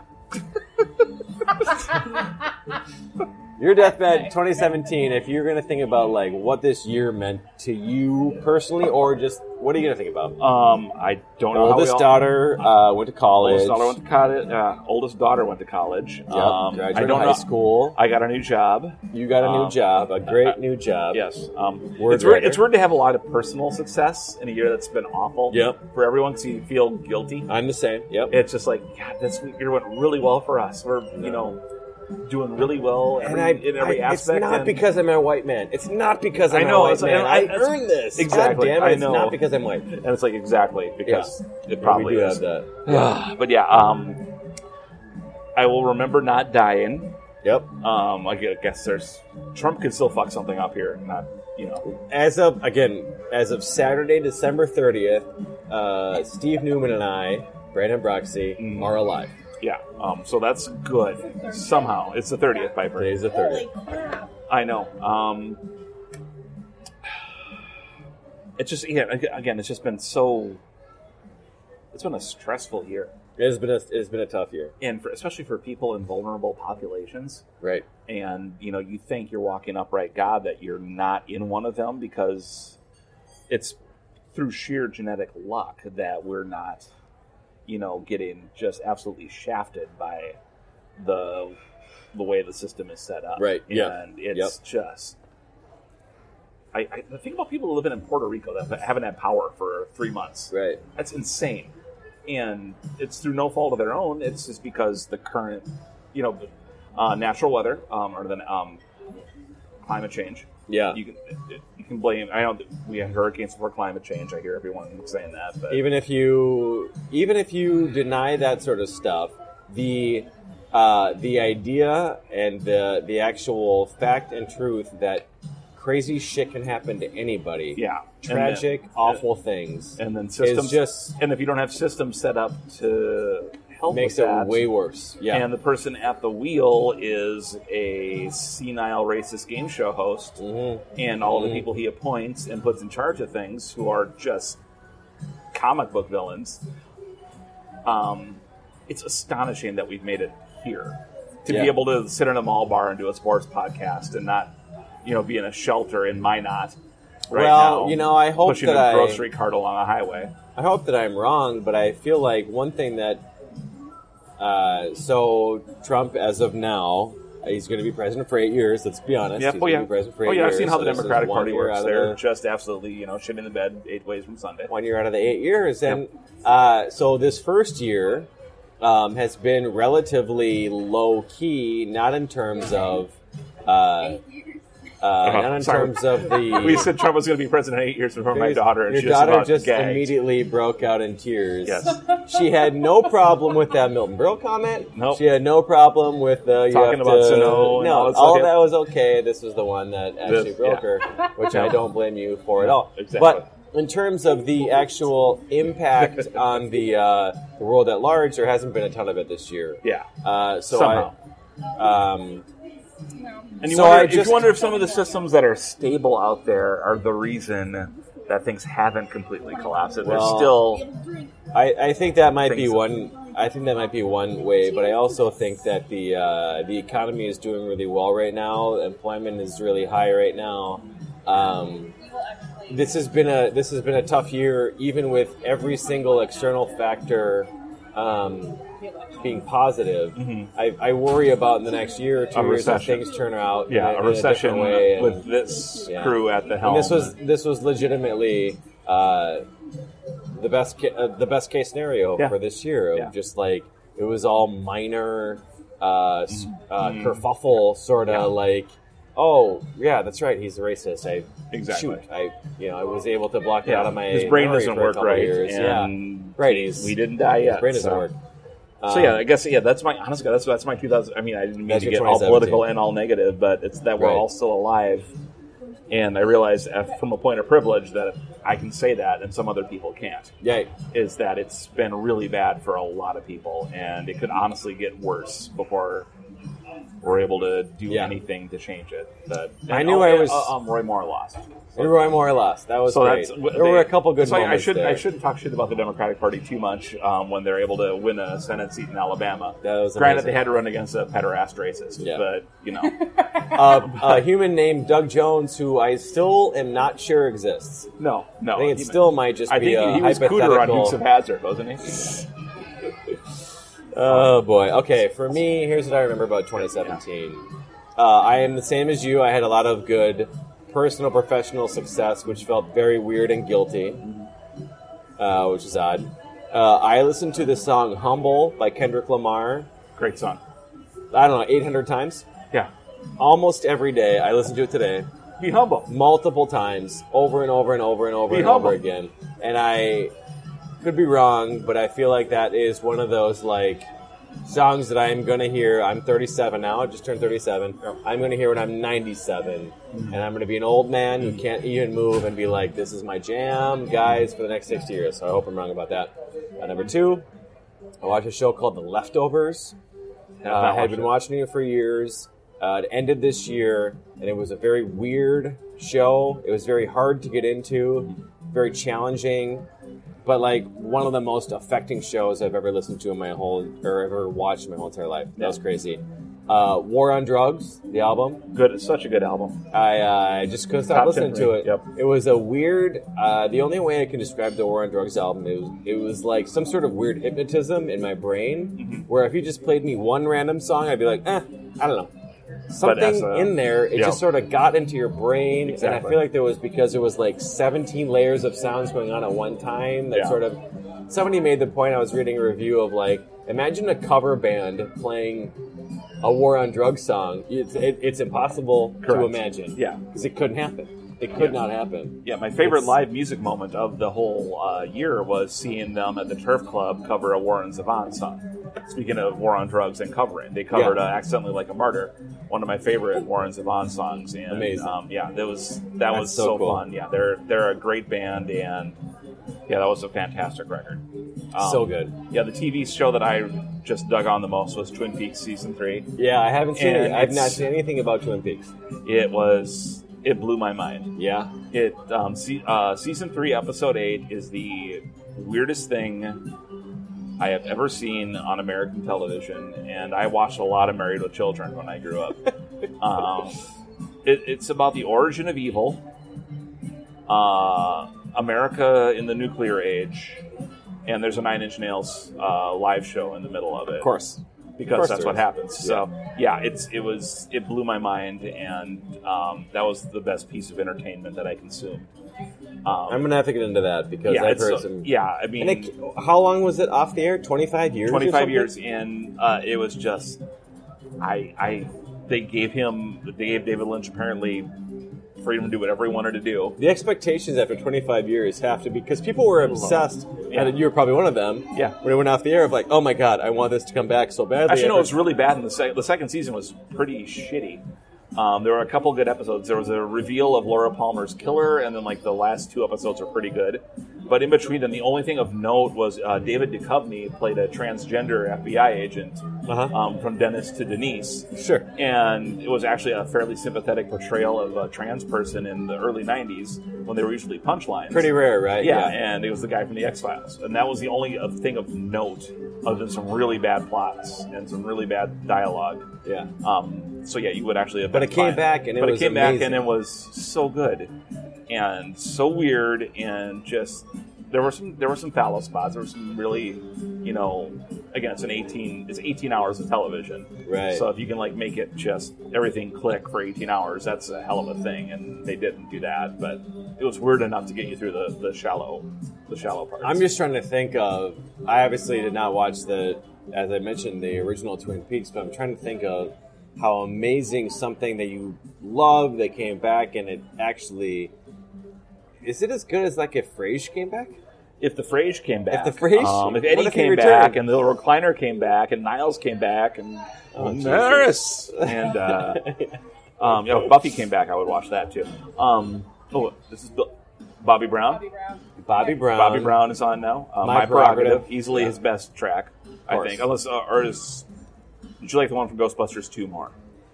[SPEAKER 1] Your deathbed 2017, if you're going to think about like what this year meant to you personally or just what are you going to think about?
[SPEAKER 2] um, I don't know. how we
[SPEAKER 1] oldest
[SPEAKER 2] all-
[SPEAKER 1] daughter uh, went to college.
[SPEAKER 2] Oldest daughter went to college. Uh, oldest daughter went to college.
[SPEAKER 1] Yep,
[SPEAKER 2] Um, I
[SPEAKER 1] graduated
[SPEAKER 2] don't
[SPEAKER 1] high
[SPEAKER 2] know.
[SPEAKER 1] school.
[SPEAKER 2] I got a new job.
[SPEAKER 1] you got a new
[SPEAKER 2] um,
[SPEAKER 1] job, a great new job.
[SPEAKER 2] Yes. Um,
[SPEAKER 1] Word
[SPEAKER 2] it's, weird,
[SPEAKER 1] writer.
[SPEAKER 2] it's weird to have a lot of personal success in a year that's been awful
[SPEAKER 1] Yep.
[SPEAKER 2] for everyone because you feel guilty.
[SPEAKER 1] I'm the same. Yep.
[SPEAKER 2] It's just like, God, this year went really well for us. We're, you know, doing really well every, in every
[SPEAKER 1] I-
[SPEAKER 2] aspect.
[SPEAKER 1] It's not
[SPEAKER 2] and-
[SPEAKER 1] because I'm a white man. It's not because I'm
[SPEAKER 2] I know,
[SPEAKER 1] a white
[SPEAKER 2] it's-
[SPEAKER 1] man.
[SPEAKER 2] and I-
[SPEAKER 1] I,
[SPEAKER 2] it's-
[SPEAKER 1] earned this.
[SPEAKER 2] exactly,
[SPEAKER 1] God damn it.
[SPEAKER 2] I
[SPEAKER 1] It's
[SPEAKER 2] know.
[SPEAKER 1] not because I'm white.
[SPEAKER 2] And it's like, exactly, because it probably
[SPEAKER 1] we do
[SPEAKER 2] is.
[SPEAKER 1] have that.
[SPEAKER 2] But yeah, um, I will remember not dying.
[SPEAKER 1] Yep.
[SPEAKER 2] Um, I gu- guess there's Trump could still fuck something up here. Not, you know,
[SPEAKER 1] as of again, as of Saturday, December thirtieth, uh, Steve Newman and I, Brandon Broxy,
[SPEAKER 2] Mm.
[SPEAKER 1] are alive.
[SPEAKER 2] yeah. Um, so that's good. Somehow, it's the thirtieth, Piper.
[SPEAKER 1] Today's the thirtieth.
[SPEAKER 2] I know. Um, it's just yeah. ag- Again, it's just been so. It's been a stressful year,
[SPEAKER 1] It has been a it has been a tough year,
[SPEAKER 2] and for, especially for people in vulnerable populations.
[SPEAKER 1] right?
[SPEAKER 2] And you know, you thank your walking upright God that you're not in one of them because it's through sheer genetic luck that we're not, you know, getting just absolutely shafted by the the way the system is set up.
[SPEAKER 1] Right,
[SPEAKER 2] And
[SPEAKER 1] yeah.
[SPEAKER 2] it's just. I, I the thing about people living in Puerto Rico that haven't had power for three months.
[SPEAKER 1] Right.
[SPEAKER 2] That's insane. And it's through no fault of their own. It's just because the current, you know, uh, natural weather um, or the um, climate change.
[SPEAKER 1] Yeah.
[SPEAKER 2] You can you can blame. I know that we had hurricanes before climate change. I hear everyone saying that, but
[SPEAKER 1] even if you even if you deny that sort of stuff, the uh, the idea and the the actual fact and truth that crazy shit can happen to anybody.
[SPEAKER 2] Yeah. And then- uh,
[SPEAKER 1] tragic, awful things,
[SPEAKER 2] and then
[SPEAKER 1] is
[SPEAKER 2] systems
[SPEAKER 1] just
[SPEAKER 2] and if you don't have systems set up to help
[SPEAKER 1] makes
[SPEAKER 2] with
[SPEAKER 1] it
[SPEAKER 2] that,
[SPEAKER 1] way worse. Yeah,
[SPEAKER 2] and the person at the wheel is a senile racist game show host,
[SPEAKER 1] Mm. Mm-hmm.
[SPEAKER 2] and all the people he appoints and puts in charge of things who are just comic book villains. Um, it's astonishing that we've made it here to
[SPEAKER 1] Yeah.
[SPEAKER 2] be able to sit in a mall bar and do a sports podcast and not, you know, be in a shelter in Minot. Right
[SPEAKER 1] Well,
[SPEAKER 2] now,
[SPEAKER 1] you know, I hope
[SPEAKER 2] pushing
[SPEAKER 1] that
[SPEAKER 2] a
[SPEAKER 1] I-
[SPEAKER 2] grocery cart along a highway.
[SPEAKER 1] I hope that I'm wrong, but I feel like one thing that uh, so Trump, as of now, he's going to be president for eight years. Let's be honest.
[SPEAKER 2] Yep.
[SPEAKER 1] He's
[SPEAKER 2] Oh
[SPEAKER 1] gonna
[SPEAKER 2] yeah.
[SPEAKER 1] be president for
[SPEAKER 2] oh
[SPEAKER 1] eight
[SPEAKER 2] yeah. I've
[SPEAKER 1] years,
[SPEAKER 2] seen how
[SPEAKER 1] so
[SPEAKER 2] the
[SPEAKER 1] this is
[SPEAKER 2] Democratic
[SPEAKER 1] one
[SPEAKER 2] Party
[SPEAKER 1] year
[SPEAKER 2] works.
[SPEAKER 1] out of
[SPEAKER 2] They're
[SPEAKER 1] the-
[SPEAKER 2] just absolutely, you know, shit in the bed eight ways from Sunday.
[SPEAKER 1] one year out of the eight years. And uh, so this first year um, has been relatively low key, not in terms of. Uh, uh, not in
[SPEAKER 2] Sorry.
[SPEAKER 1] terms of the [LAUGHS]
[SPEAKER 2] we said Trump was going to be president in eight years before my
[SPEAKER 1] There's-
[SPEAKER 2] daughter, and
[SPEAKER 1] Your
[SPEAKER 2] she
[SPEAKER 1] daughter
[SPEAKER 2] just, about
[SPEAKER 1] just
[SPEAKER 2] gagged.
[SPEAKER 1] immediately broke out in tears.
[SPEAKER 2] Yes.
[SPEAKER 1] she had no problem with that Milton Berle comment.
[SPEAKER 2] Nope.
[SPEAKER 1] She had no problem with the you
[SPEAKER 2] Talking
[SPEAKER 1] have
[SPEAKER 2] about
[SPEAKER 1] to,
[SPEAKER 2] Sano and
[SPEAKER 1] No,
[SPEAKER 2] all this-
[SPEAKER 1] all
[SPEAKER 2] okay.
[SPEAKER 1] that was okay. This was the one that actually
[SPEAKER 2] This-
[SPEAKER 1] broke her, which I don't blame you for at all.
[SPEAKER 2] exactly.
[SPEAKER 1] But in terms of the actual
[SPEAKER 2] [LAUGHS]
[SPEAKER 1] impact on the uh, the world at large, there hasn't been a ton of it this year.
[SPEAKER 2] Yeah.
[SPEAKER 1] Uh, so
[SPEAKER 2] Somehow.
[SPEAKER 1] I, um,
[SPEAKER 2] and you
[SPEAKER 1] so
[SPEAKER 2] wonder,
[SPEAKER 1] I
[SPEAKER 2] if you
[SPEAKER 1] just-
[SPEAKER 2] wonder if some of the systems that are stable out there are the reason that things haven't completely collapsed. That
[SPEAKER 1] Well-
[SPEAKER 2] There's still
[SPEAKER 1] I, I think that might be
[SPEAKER 2] Things-
[SPEAKER 1] one. I think that might be one way, but I also think that the uh, the economy is doing really well right now. Employment is really high right now. Um, this has been a this has been a tough year, even with every single external factor um, being positive. I, I worry about in the next year or two
[SPEAKER 2] Mm-hmm. A
[SPEAKER 1] years if
[SPEAKER 2] recession.
[SPEAKER 1] things turn out. in
[SPEAKER 2] yeah
[SPEAKER 1] in
[SPEAKER 2] a
[SPEAKER 1] different
[SPEAKER 2] recession
[SPEAKER 1] way and-
[SPEAKER 2] with this
[SPEAKER 1] yeah.
[SPEAKER 2] crew at the helm.
[SPEAKER 1] and this was this was legitimately uh, the best ca- uh, the best case scenario
[SPEAKER 2] Yeah.
[SPEAKER 1] for this year. Of
[SPEAKER 2] Yeah.
[SPEAKER 1] Just like it was all minor uh, s-
[SPEAKER 2] Mm-hmm.
[SPEAKER 1] uh, kerfuffle, sort of like, oh yeah, that's right, he's a racist. I
[SPEAKER 2] Exactly.
[SPEAKER 1] shoot, I you know I was able to block it
[SPEAKER 2] Yeah.
[SPEAKER 1] out of my
[SPEAKER 2] His brain
[SPEAKER 1] memory
[SPEAKER 2] doesn't
[SPEAKER 1] for a
[SPEAKER 2] work
[SPEAKER 1] couple
[SPEAKER 2] right,
[SPEAKER 1] Years. Yeah,
[SPEAKER 2] and
[SPEAKER 1] right. He's,
[SPEAKER 2] we didn't die yet,
[SPEAKER 1] His brain doesn't
[SPEAKER 2] so-
[SPEAKER 1] work. Um,
[SPEAKER 2] So yeah, I guess yeah. That's my honestly. That's that's my 2000. I mean, I didn't mean
[SPEAKER 1] That's
[SPEAKER 2] to
[SPEAKER 1] your
[SPEAKER 2] get all
[SPEAKER 1] 2017.
[SPEAKER 2] political and all negative, but it's that we're
[SPEAKER 1] Right.
[SPEAKER 2] all still alive. And I realize af- from a point of privilege that I can say that, and some other people can't.
[SPEAKER 1] Yeah.
[SPEAKER 2] Is that it's been really bad for a lot of people, and it could honestly get worse before we're able to do
[SPEAKER 1] Yeah.
[SPEAKER 2] anything to change it. But
[SPEAKER 1] I
[SPEAKER 2] and-
[SPEAKER 1] knew
[SPEAKER 2] oh,
[SPEAKER 1] I
[SPEAKER 2] and,
[SPEAKER 1] was-
[SPEAKER 2] uh, um, Roy Moore lost.
[SPEAKER 1] And Roy Moore lost. That was
[SPEAKER 2] So
[SPEAKER 1] great.
[SPEAKER 2] that's
[SPEAKER 1] there
[SPEAKER 2] they-
[SPEAKER 1] were a couple good
[SPEAKER 2] so I-
[SPEAKER 1] moments
[SPEAKER 2] I shouldn't
[SPEAKER 1] there.
[SPEAKER 2] I shouldn't talk shit about the Democratic Party too much um, when they're able to win a Senate seat in Alabama.
[SPEAKER 1] That was
[SPEAKER 2] Granted,
[SPEAKER 1] amazing.
[SPEAKER 2] they had to run against a pederast racist,
[SPEAKER 1] Yeah.
[SPEAKER 2] but you know,
[SPEAKER 1] [LAUGHS] uh, a human named Doug Jones, who I still am not sure exists.
[SPEAKER 2] no, no.
[SPEAKER 1] I think it
[SPEAKER 2] he-
[SPEAKER 1] still might just
[SPEAKER 2] I
[SPEAKER 1] be
[SPEAKER 2] think
[SPEAKER 1] a
[SPEAKER 2] he was Cooter on
[SPEAKER 1] hypothetical.
[SPEAKER 2] Dukes of Hazard, wasn't he?
[SPEAKER 1] oh boy. Okay, for me, here's what I remember about 2017. Uh, I am the same as you. I had a lot of good personal, professional success, which felt very weird and guilty, uh, which is odd. Uh, I listened to the song "Humble" by Kendrick Lamar.
[SPEAKER 2] Great son.
[SPEAKER 1] I don't know, 800 times,
[SPEAKER 2] Yeah,
[SPEAKER 1] almost every day. I listened to it today.
[SPEAKER 2] be humble.
[SPEAKER 1] multiple times, over and over and over and over
[SPEAKER 2] Be
[SPEAKER 1] and
[SPEAKER 2] humble.
[SPEAKER 1] over again. And I could be wrong, but I feel like that is one of those like songs that I'm gonna hear. I'm 37 now; I just turned 37. I'm gonna hear when I'm 97, and I'm gonna be an old man
[SPEAKER 2] Mm.
[SPEAKER 1] who can't even move and be like, "This is my jam, guys," for the next 60 years. So I hope I'm wrong about that. Uh, number two, I watched a show called The Leftovers. Uh, I had been watching it for years. Uh, it ended this year, and it was a very weird show. It was very hard to get into, very challenging, but like one of the most affecting shows I've ever listened to in my whole or ever watched in my whole entire life. That was crazy. Uh, War on Drugs, the album.
[SPEAKER 2] Good, it's such a good album.
[SPEAKER 1] I uh, just couldn't stop
[SPEAKER 2] Top
[SPEAKER 1] listening
[SPEAKER 2] ten
[SPEAKER 1] to
[SPEAKER 2] for me.
[SPEAKER 1] it.
[SPEAKER 2] Yep.
[SPEAKER 1] It was a weird. Uh, the only way I can describe the War on Drugs album is it was like
[SPEAKER 2] Mm-hmm.
[SPEAKER 1] some sort of weird hypnotism in my brain, where if you just played me one random song, I'd be like, eh, I don't know.
[SPEAKER 2] But as
[SPEAKER 1] Something
[SPEAKER 2] a-
[SPEAKER 1] in there, it
[SPEAKER 2] yeah.
[SPEAKER 1] just sort of got into your brain, and I
[SPEAKER 2] Exactly.
[SPEAKER 1] feel like there was because there was like 17 layers of sounds going on at one time. That
[SPEAKER 2] Yeah.
[SPEAKER 1] sort of somebody made the point. I was reading a review of like imagine a cover band playing a war on drugs song. It's it, it's impossible to
[SPEAKER 2] Correct.
[SPEAKER 1] imagine.
[SPEAKER 2] Yeah.
[SPEAKER 1] because it couldn't happen. It could
[SPEAKER 2] Yeah.
[SPEAKER 1] not happen.
[SPEAKER 2] Yeah, my favorite
[SPEAKER 1] It's-
[SPEAKER 2] live music moment of the whole uh, year was seeing them at the Turf Club cover a Warren Zevon song. Speaking of War on Drugs and covering, they covered
[SPEAKER 1] Yeah.
[SPEAKER 2] uh, "Accidentally Like a Martyr," one of my favorite Warren Zevon songs. And,
[SPEAKER 1] Amazing.
[SPEAKER 2] Um, yeah, that was that
[SPEAKER 1] That's
[SPEAKER 2] was
[SPEAKER 1] so
[SPEAKER 2] so,
[SPEAKER 1] cool.
[SPEAKER 2] fun. Yeah, they're they're a great band, and yeah, that was a fantastic record. Um,
[SPEAKER 1] so good.
[SPEAKER 2] Yeah, the TV show that I just dug on the most was Twin Peaks season three.
[SPEAKER 1] Yeah, I haven't seen
[SPEAKER 2] And
[SPEAKER 1] it. I've
[SPEAKER 2] it's-
[SPEAKER 1] not seen anything about Twin Peaks.
[SPEAKER 2] It was it blew my mind.
[SPEAKER 1] Yeah,
[SPEAKER 2] It um, se- uh, season three, episode eight is the weirdest thing I have ever seen on American television, and I watched a lot of Married with Children when I grew up. um, it, it's about the origin of evil, uh, America in the nuclear age, and there's a Nine Inch Nails uh, live show in the middle of it
[SPEAKER 1] of course. Of
[SPEAKER 2] because
[SPEAKER 1] course
[SPEAKER 2] that's
[SPEAKER 1] there
[SPEAKER 2] what
[SPEAKER 1] is.
[SPEAKER 2] happens. So yeah, it's it was it blew my mind, and um, that was the best piece of entertainment that I consumed. Um,
[SPEAKER 1] I'm gonna have to get into that because
[SPEAKER 2] yeah,
[SPEAKER 1] I've
[SPEAKER 2] it's-
[SPEAKER 1] heard some.
[SPEAKER 2] yeah, I mean,
[SPEAKER 1] And it, how long was it off the air? 25 years? or
[SPEAKER 2] 25
[SPEAKER 1] something?
[SPEAKER 2] years in, uh, it was just I I they gave him they gave David Lynch apparently freedom to do whatever he wanted to do.
[SPEAKER 1] The expectations after 25 years have to be because people were obsessed,
[SPEAKER 2] Yeah.
[SPEAKER 1] and you were probably one of them.
[SPEAKER 2] Yeah.
[SPEAKER 1] When it went off the air, of like, oh my god, I want this to come back so badly.
[SPEAKER 2] Actually, no,
[SPEAKER 1] I've
[SPEAKER 2] it was really bad. In the sec- the second season was pretty shitty. Um, there were a couple good episodes. There was a reveal of Laura Palmer's killer, and then like the last two episodes are pretty good. But in between them, the only thing of note was uh, David Duchovny played a transgender FBI agent
[SPEAKER 1] Uh-huh.
[SPEAKER 2] um, from Dennis to Denise,
[SPEAKER 1] heard- sure.
[SPEAKER 2] and it was actually a fairly sympathetic portrayal of a trans person in the early '90s when they were usually punchlines.
[SPEAKER 1] Pretty rare, right?
[SPEAKER 2] Yeah, and it was the guy from the X Files, and that was the only uh, thing of note, other than some really bad plots and some really bad dialogue.
[SPEAKER 1] Yeah.
[SPEAKER 2] Um, so yeah, you would actually have.
[SPEAKER 1] But
[SPEAKER 2] been
[SPEAKER 1] it came
[SPEAKER 2] fine.
[SPEAKER 1] back and it
[SPEAKER 2] but
[SPEAKER 1] was
[SPEAKER 2] it came back
[SPEAKER 1] amazing.
[SPEAKER 2] and it was so good, and so weird, and just there were some there were some fallow spots. There were some really, you know, again, it's an eighteen it's eighteen hours of television.
[SPEAKER 1] Right.
[SPEAKER 2] So if you can like make it just everything click for eighteen hours, that's a hell of a thing. And they didn't do that, but it was weird enough to get you through the, the shallow the shallow parts.
[SPEAKER 1] I'm just trying to think of. I obviously did not watch the, as I mentioned, the original Twin Peaks, but I'm trying to think of how amazing something that you love that came back and it actually. Is it as good as like if Frasier came back?
[SPEAKER 2] if the Frage came back,
[SPEAKER 1] the Frage-
[SPEAKER 2] um, if
[SPEAKER 1] what
[SPEAKER 2] Eddie
[SPEAKER 1] if he
[SPEAKER 2] came
[SPEAKER 1] returned?
[SPEAKER 2] back, and the little recliner came back, and Niles came back, and Maris,
[SPEAKER 1] [LAUGHS]
[SPEAKER 2] and uh, um, you know, if Buffy came back, I would watch that too. Um, oh, this is Bill- Bobby Brown.
[SPEAKER 3] Bobby Brown.
[SPEAKER 1] Bobby Brown.
[SPEAKER 2] Bobby Brown is on now. Uh,
[SPEAKER 1] My
[SPEAKER 2] My,
[SPEAKER 1] Prerogative.
[SPEAKER 2] prerogative. easily
[SPEAKER 1] Yeah.
[SPEAKER 2] his best track, I
[SPEAKER 1] course.
[SPEAKER 2] think. Unless, uh, or is, did you like the one from Ghostbusters two more?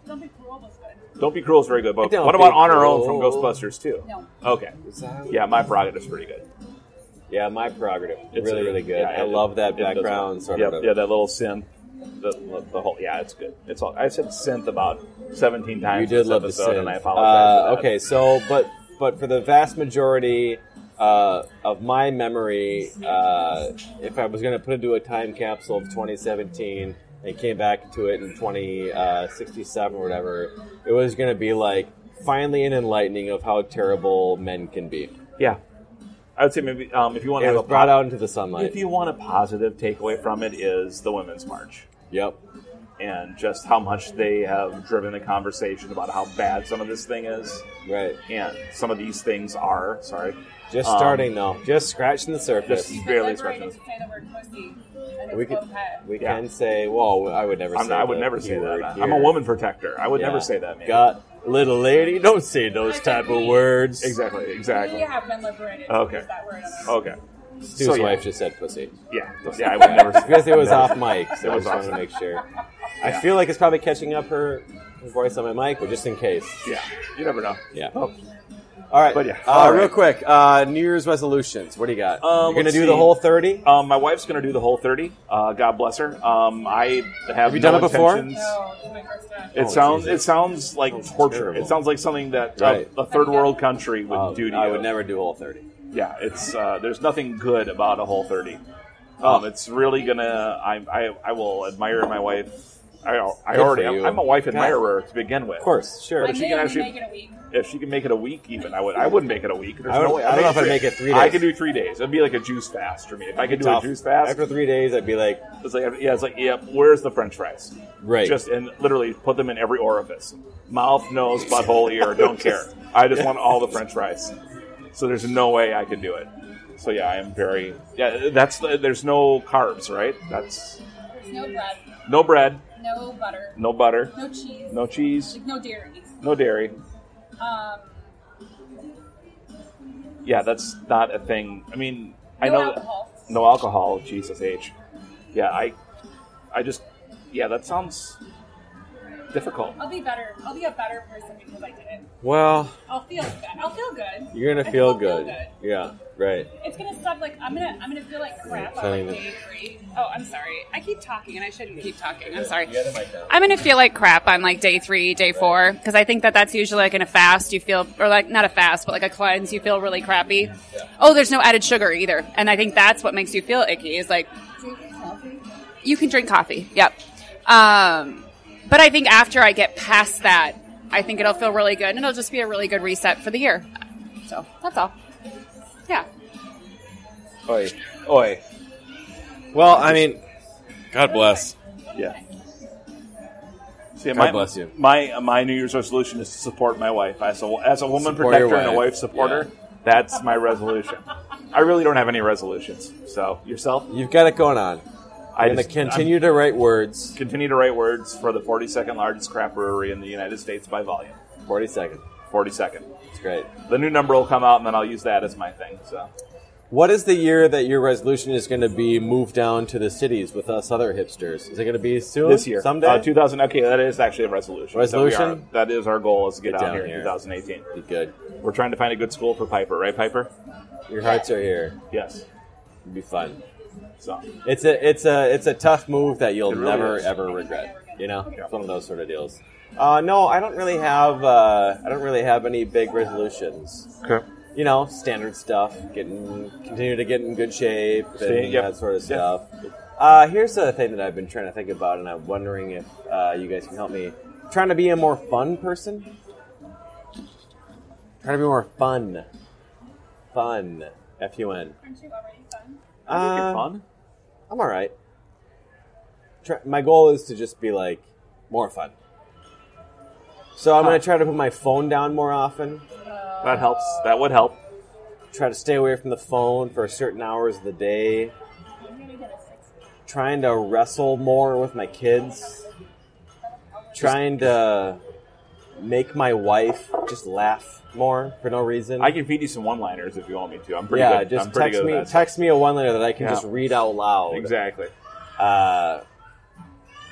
[SPEAKER 3] Don't be cruel was good.
[SPEAKER 2] Don't be cruel is very good, but
[SPEAKER 1] Don't
[SPEAKER 2] what
[SPEAKER 1] Be
[SPEAKER 2] about on our own from
[SPEAKER 1] Cruel.
[SPEAKER 2] Ghostbusters two?
[SPEAKER 3] No.
[SPEAKER 2] Okay, yeah, my prerogative is pretty good.
[SPEAKER 1] Yeah, my prerogative.
[SPEAKER 2] It's
[SPEAKER 1] really,
[SPEAKER 2] a-
[SPEAKER 1] really good.
[SPEAKER 2] yeah,
[SPEAKER 1] I
[SPEAKER 2] it-
[SPEAKER 1] love that
[SPEAKER 2] it does
[SPEAKER 1] background
[SPEAKER 2] well.
[SPEAKER 1] sort
[SPEAKER 2] Yep,
[SPEAKER 1] of.
[SPEAKER 2] Yeah, that little synth. The, the whole yeah, it's good. It's all I said synth about seventeen times.
[SPEAKER 1] you did
[SPEAKER 2] this
[SPEAKER 1] love the
[SPEAKER 2] episode,
[SPEAKER 1] synth.
[SPEAKER 2] and I apologize.
[SPEAKER 1] Uh,
[SPEAKER 2] for that.
[SPEAKER 1] okay, so but but for the vast majority uh, of my memory, uh, if I was going to put into a time capsule of 2017 and came back to it in 2067 or whatever, it was going to be like finally an enlightening of how terrible men can be.
[SPEAKER 2] yeah, I would say maybe um, if you want to
[SPEAKER 1] It
[SPEAKER 2] have a
[SPEAKER 1] was brought
[SPEAKER 2] po-
[SPEAKER 1] out into the sunlight.
[SPEAKER 2] if you want a positive takeaway from it is the women's march
[SPEAKER 1] Yep.
[SPEAKER 2] and just how much they have driven the conversation about how bad some of this thing is
[SPEAKER 1] Right.
[SPEAKER 2] and some of these things are. Sorry,
[SPEAKER 1] Just
[SPEAKER 2] Um,
[SPEAKER 1] starting though. Just scratching the surface.
[SPEAKER 2] just barely
[SPEAKER 3] liberated
[SPEAKER 2] scratching.
[SPEAKER 3] to say the word pussy. And
[SPEAKER 1] We
[SPEAKER 3] it's
[SPEAKER 1] could,
[SPEAKER 3] okay.
[SPEAKER 1] we
[SPEAKER 2] Yeah.
[SPEAKER 1] can say, "Whoa, I would never."
[SPEAKER 2] I'm
[SPEAKER 1] say
[SPEAKER 2] not- I would
[SPEAKER 1] the
[SPEAKER 2] never say
[SPEAKER 1] P-word
[SPEAKER 2] that.
[SPEAKER 1] here.
[SPEAKER 2] I'm a woman protector. I would never
[SPEAKER 1] Yeah.
[SPEAKER 2] say that. Man.
[SPEAKER 1] God, little lady, don't say those type of words.
[SPEAKER 2] Exactly.
[SPEAKER 3] We
[SPEAKER 2] Exactly.
[SPEAKER 3] have been liberated
[SPEAKER 2] Okay.
[SPEAKER 3] to use that word. I'm like,
[SPEAKER 2] Okay.
[SPEAKER 1] Stu's
[SPEAKER 2] So, yeah.
[SPEAKER 1] wife just said "pussy"
[SPEAKER 2] Yeah. [LAUGHS] Yeah. I would
[SPEAKER 1] [LAUGHS]
[SPEAKER 2] never.
[SPEAKER 1] because it
[SPEAKER 2] [LAUGHS]
[SPEAKER 1] was
[SPEAKER 2] never-
[SPEAKER 1] off mic. So
[SPEAKER 2] It
[SPEAKER 1] I
[SPEAKER 2] was
[SPEAKER 1] just wanted
[SPEAKER 2] off
[SPEAKER 1] to make sure. I feel like it's probably catching up her voice on my mic, but just in case.
[SPEAKER 2] Yeah, you never know.
[SPEAKER 1] Yeah.
[SPEAKER 2] Oh.
[SPEAKER 1] All right.
[SPEAKER 2] But yeah,
[SPEAKER 1] Uh,
[SPEAKER 2] all right.
[SPEAKER 1] Real quick, uh, New Year's resolutions. What do you got?
[SPEAKER 2] Um,
[SPEAKER 1] You're gonna
[SPEAKER 2] let's
[SPEAKER 1] do
[SPEAKER 2] see.
[SPEAKER 1] the whole thirty.
[SPEAKER 2] Um, my wife's gonna do the whole thirty. Uh, God bless her. Um, I have. Have
[SPEAKER 1] you done it before?
[SPEAKER 3] No, it's my first time.
[SPEAKER 2] It
[SPEAKER 1] Oh,
[SPEAKER 2] sounds.
[SPEAKER 1] Jesus.
[SPEAKER 2] It sounds like torture.
[SPEAKER 1] terrible.
[SPEAKER 2] It sounds like something that uh,
[SPEAKER 1] Right.
[SPEAKER 2] a third world country would
[SPEAKER 1] Um,
[SPEAKER 2] do to
[SPEAKER 1] I
[SPEAKER 2] you.
[SPEAKER 1] would never do whole thirty.
[SPEAKER 2] Yeah, it's. Uh, there's nothing good about a whole thirty. Um, it's really gonna. I, I I will admire my wife I, I
[SPEAKER 6] Good
[SPEAKER 2] already,
[SPEAKER 6] for you.
[SPEAKER 2] I'm a wife admirer to begin with. Of
[SPEAKER 6] course, sure.
[SPEAKER 2] But
[SPEAKER 6] I
[SPEAKER 2] if she
[SPEAKER 6] may
[SPEAKER 2] can
[SPEAKER 6] only
[SPEAKER 2] actually,
[SPEAKER 6] make
[SPEAKER 3] it a week.
[SPEAKER 2] If she can make it a week, even I would. I wouldn't make it a week. There's
[SPEAKER 6] I would-
[SPEAKER 2] no way.
[SPEAKER 6] I don't
[SPEAKER 2] I'd
[SPEAKER 6] know if I'd
[SPEAKER 2] three-
[SPEAKER 6] make it three
[SPEAKER 2] I
[SPEAKER 6] days.
[SPEAKER 2] could do three days. It'd be like a juice fast for me. If I could do
[SPEAKER 6] Tough.
[SPEAKER 2] a juice fast
[SPEAKER 6] After three days, I'd be like,
[SPEAKER 2] it's like yeah, it's like yep. Where's the French fries?
[SPEAKER 6] Right.
[SPEAKER 2] Just and literally put them in every orifice: mouth, nose, butthole, ear. Don't care. I just want all the French fries. So there's no way I could do it. So yeah, I am very yeah. That's the, there's no carbs, right? That's
[SPEAKER 3] There's no bread,
[SPEAKER 2] no bread,
[SPEAKER 3] no butter,
[SPEAKER 2] no butter,
[SPEAKER 3] no cheese,
[SPEAKER 2] no cheese,
[SPEAKER 3] like no dairy.
[SPEAKER 2] no dairy.
[SPEAKER 3] Um,
[SPEAKER 2] Yeah, that's not a thing. I mean, I
[SPEAKER 3] No
[SPEAKER 2] know
[SPEAKER 3] alcohol.
[SPEAKER 2] no alcohol. Jesus H. Yeah, I, I just yeah, that sounds difficult.
[SPEAKER 3] I'll be better. I'll be a better person because I did it.
[SPEAKER 6] well,
[SPEAKER 3] I'll feel good. I'll feel good.
[SPEAKER 6] you're gonna
[SPEAKER 3] I
[SPEAKER 6] feel
[SPEAKER 3] will
[SPEAKER 6] good. Yeah, right.
[SPEAKER 3] It's gonna suck. Like I'm gonna, I'm gonna feel like crap
[SPEAKER 6] Yeah,
[SPEAKER 3] on like
[SPEAKER 6] kinda.
[SPEAKER 3] day three. Oh, I'm sorry. I keep talking, and I shouldn't keep talking. I'm sorry.
[SPEAKER 6] You got the mic down.
[SPEAKER 3] I'm gonna feel like crap on like day three, day four, because I think that that's usually like in a fast you feel, or like not a fast, but like a cleanse, you feel really crappy. Oh, there's no added sugar either, and I think that's what makes you feel icky. Is like you can drink coffee. Yep. Um, but I think after I get past that, I think it'll feel really good, and it'll just be a really good reset for the year. So that's all. Yeah.
[SPEAKER 2] Oi, oi.
[SPEAKER 6] Well, I mean, God bless.
[SPEAKER 2] Yeah. See,
[SPEAKER 6] God
[SPEAKER 2] my,
[SPEAKER 6] bless you.
[SPEAKER 2] My uh, my New Year's resolution is to support my wife. As a, as a woman
[SPEAKER 6] Support your
[SPEAKER 2] protector and a
[SPEAKER 6] wife.
[SPEAKER 2] wife supporter, that's my resolution. I really don't have any resolutions. So yourself,
[SPEAKER 6] You've got it going on.
[SPEAKER 2] I
[SPEAKER 6] I'm gonna
[SPEAKER 2] just- I'm-
[SPEAKER 6] continue to write words.
[SPEAKER 2] continue to write words for the 42nd largest crap brewery in the United States by volume.
[SPEAKER 6] Forty second.
[SPEAKER 2] 42nd.
[SPEAKER 6] It's great.
[SPEAKER 2] The new number will come out, and then I'll use that as my thing. So
[SPEAKER 1] What is the year that your resolution is going to be moved down to the cities with us other hipsters? Is it going to be soon?
[SPEAKER 2] this year,
[SPEAKER 1] Someday?
[SPEAKER 2] uh, 2000. Okay, that is actually a resolution. So we are-
[SPEAKER 1] Resolution?
[SPEAKER 2] that is our goal is to get,
[SPEAKER 1] Get
[SPEAKER 2] out
[SPEAKER 1] down
[SPEAKER 2] here,
[SPEAKER 1] here.
[SPEAKER 2] in 2018.
[SPEAKER 1] be good.
[SPEAKER 2] We're trying to find a good school for Piper, right, Piper?
[SPEAKER 1] Your hearts are here.
[SPEAKER 2] Yes.
[SPEAKER 1] It'll be fun.
[SPEAKER 2] So
[SPEAKER 1] It's a it's a it's a tough move that you'll
[SPEAKER 2] It really
[SPEAKER 1] never
[SPEAKER 2] is.
[SPEAKER 1] ever regret. You know, it's one of those sort of deals. Uh, no, I don't really have uh, I don't really have any big resolutions.
[SPEAKER 2] okay.
[SPEAKER 1] You know, standard stuff. Getting continue to get in good shape and
[SPEAKER 2] See, yep.
[SPEAKER 1] that sort of
[SPEAKER 2] Yeah.
[SPEAKER 1] stuff. Uh, here's a thing that I've been trying to think about, and I'm wondering if uh, you guys can help me. Trying to be a more fun person. Trying to be more fun. Fun. F U N.
[SPEAKER 3] Aren't you already fun?
[SPEAKER 1] Uh,
[SPEAKER 2] fun.
[SPEAKER 1] I'm all right. Try, my goal is to just be like more fun. So I'm gonna try to put my phone down more often.
[SPEAKER 2] That helps. That would help.
[SPEAKER 1] Try to stay away from the phone for certain hours of the day. Trying to wrestle more with my kids. Trying to make my wife just laugh more for no reason.
[SPEAKER 2] I can feed you some one-liners if you want me to. I'm pretty
[SPEAKER 1] yeah,
[SPEAKER 2] good.
[SPEAKER 1] just
[SPEAKER 2] I'm pretty
[SPEAKER 1] text
[SPEAKER 2] good
[SPEAKER 1] me
[SPEAKER 2] at that.
[SPEAKER 1] text me a one liner that I can
[SPEAKER 2] Yeah.
[SPEAKER 1] just read out loud.
[SPEAKER 2] Exactly.
[SPEAKER 1] uh,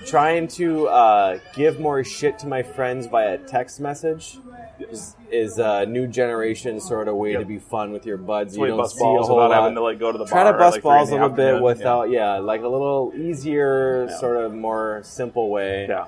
[SPEAKER 1] trying to uh, give more shit to my friends via text message is, is a new generation sort of way to
[SPEAKER 2] Yep.
[SPEAKER 1] be fun with your buds.
[SPEAKER 2] Way
[SPEAKER 1] you don't
[SPEAKER 2] bust
[SPEAKER 1] see a
[SPEAKER 2] balls
[SPEAKER 1] whole
[SPEAKER 2] without
[SPEAKER 1] lot.
[SPEAKER 2] having to, like, go to the
[SPEAKER 1] Try
[SPEAKER 2] bar
[SPEAKER 1] to
[SPEAKER 2] at,
[SPEAKER 1] bust
[SPEAKER 2] like, three
[SPEAKER 1] balls a
[SPEAKER 2] in the
[SPEAKER 1] little bit
[SPEAKER 2] afternoon, yeah.
[SPEAKER 1] without, yeah. like a little easier,
[SPEAKER 2] Yeah.
[SPEAKER 1] sort of more simple way.
[SPEAKER 2] Yeah.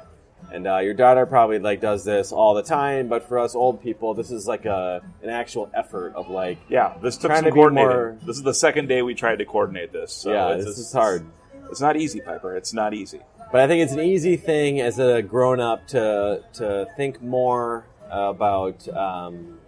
[SPEAKER 1] And uh, your daughter probably like does this all the time, but for us old people, this is like a an actual effort of like,
[SPEAKER 2] Yeah. This took
[SPEAKER 1] Trying
[SPEAKER 2] some
[SPEAKER 1] to be
[SPEAKER 2] coordinating.
[SPEAKER 1] more-
[SPEAKER 2] This is the second day we tried to coordinate this. So
[SPEAKER 1] yeah,
[SPEAKER 2] it's,
[SPEAKER 1] this
[SPEAKER 2] it's-
[SPEAKER 1] is hard.
[SPEAKER 2] It's not easy, Piper. It's not easy.
[SPEAKER 1] But I think it's an easy thing as a grown up to to think more about um,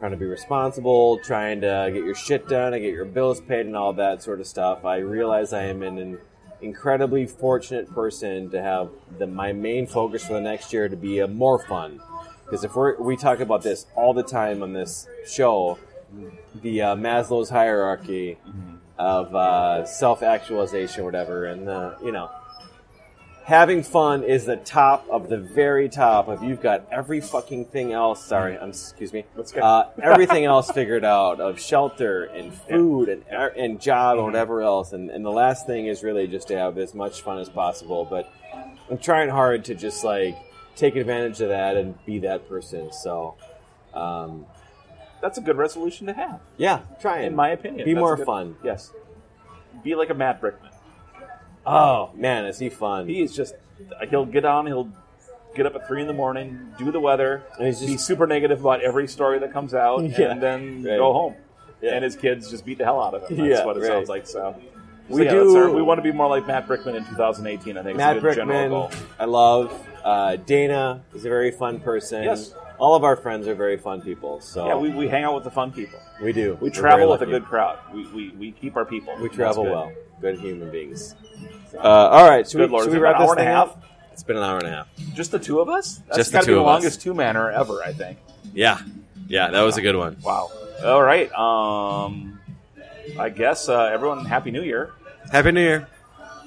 [SPEAKER 1] trying to be responsible, trying to get your shit done, and get your bills paid, and all that sort of stuff. I realize I am an, an incredibly fortunate person to have the, my main focus for the next year to be a more fun. Because if we're, we talk about this all the time on this show, the uh, Maslow's hierarchy of uh, self actualization, whatever, and uh, you know having fun is the top of the very top of you've got every fucking thing else sorry um, excuse me
[SPEAKER 2] That's good. [LAUGHS]
[SPEAKER 1] Uh, everything else figured out of shelter and food and and, and job and
[SPEAKER 2] Mm-hmm.
[SPEAKER 1] whatever else and, and the last thing is really just to have as much fun as possible but i'm trying hard to just like take advantage of that and be that person so um,
[SPEAKER 2] That's a good resolution to have,
[SPEAKER 1] yeah try and
[SPEAKER 2] in my opinion.
[SPEAKER 1] be
[SPEAKER 2] That's
[SPEAKER 1] more
[SPEAKER 2] a good-
[SPEAKER 1] fun
[SPEAKER 2] Yes. Be like a Matt Brickman.
[SPEAKER 1] oh man is he fun
[SPEAKER 2] He is just. He'll get on. He'll get up at three in the morning, do the weather,
[SPEAKER 1] And he's just-
[SPEAKER 2] be super negative about every story that comes out,
[SPEAKER 1] [LAUGHS] Yeah.
[SPEAKER 2] and then
[SPEAKER 1] Right.
[SPEAKER 2] go home.
[SPEAKER 1] Yeah.
[SPEAKER 2] And his kids just beat the hell out of him. That's
[SPEAKER 1] Yeah,
[SPEAKER 2] what it
[SPEAKER 1] right.
[SPEAKER 2] sounds like. So So
[SPEAKER 1] We
[SPEAKER 2] yeah,
[SPEAKER 1] do-
[SPEAKER 2] that's our- we want to be more like Matt Brickman in 2018. I think
[SPEAKER 1] Matt
[SPEAKER 2] is a good general
[SPEAKER 1] Brickman,
[SPEAKER 2] goal.
[SPEAKER 1] I love. Uh, Dana is a very fun person.
[SPEAKER 2] Yes.
[SPEAKER 1] All of our friends are very fun people. So
[SPEAKER 2] Yeah, we, we hang out with the fun people.
[SPEAKER 1] we do.
[SPEAKER 2] We
[SPEAKER 1] We're
[SPEAKER 2] travel
[SPEAKER 1] very
[SPEAKER 2] with a
[SPEAKER 1] lucky.
[SPEAKER 2] good crowd. We, we, we keep our people.
[SPEAKER 1] We
[SPEAKER 2] That's
[SPEAKER 1] travel
[SPEAKER 2] good.
[SPEAKER 1] well. Good human beings. Uh, all right. Should
[SPEAKER 2] Good
[SPEAKER 1] we,
[SPEAKER 2] Lord,
[SPEAKER 1] should
[SPEAKER 2] is
[SPEAKER 1] we
[SPEAKER 2] it
[SPEAKER 1] wrap
[SPEAKER 2] an
[SPEAKER 1] this
[SPEAKER 2] hour and a
[SPEAKER 1] thing
[SPEAKER 2] half?
[SPEAKER 1] up? It's been an hour and a half.
[SPEAKER 2] Just the two of us? That's
[SPEAKER 1] Just the
[SPEAKER 2] gotta
[SPEAKER 1] two
[SPEAKER 2] be the
[SPEAKER 1] of us.
[SPEAKER 2] longest two manner ever, I think.
[SPEAKER 1] Yeah. Yeah, that was a good one.
[SPEAKER 2] Wow. All right. Um, I guess uh, everyone, Happy New Year
[SPEAKER 1] Happy New Year.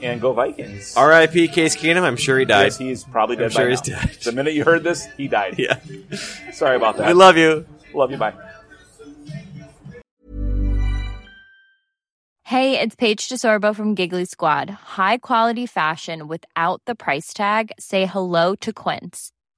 [SPEAKER 2] and go Vikings.
[SPEAKER 1] R.I.P. Case Keenum. I'm sure he died.
[SPEAKER 2] Yes, he's probably
[SPEAKER 1] I'm
[SPEAKER 2] dead.
[SPEAKER 1] sure
[SPEAKER 2] by
[SPEAKER 1] he's
[SPEAKER 2] now.
[SPEAKER 1] dead.
[SPEAKER 2] The minute you heard this, he died.
[SPEAKER 1] [LAUGHS] Yeah.
[SPEAKER 2] Sorry about that.
[SPEAKER 1] We love you.
[SPEAKER 2] Love you. Bye.
[SPEAKER 7] Hey, it's Paige DeSorbo from Giggly Squad. High quality fashion without the price tag. Say hello to Quince.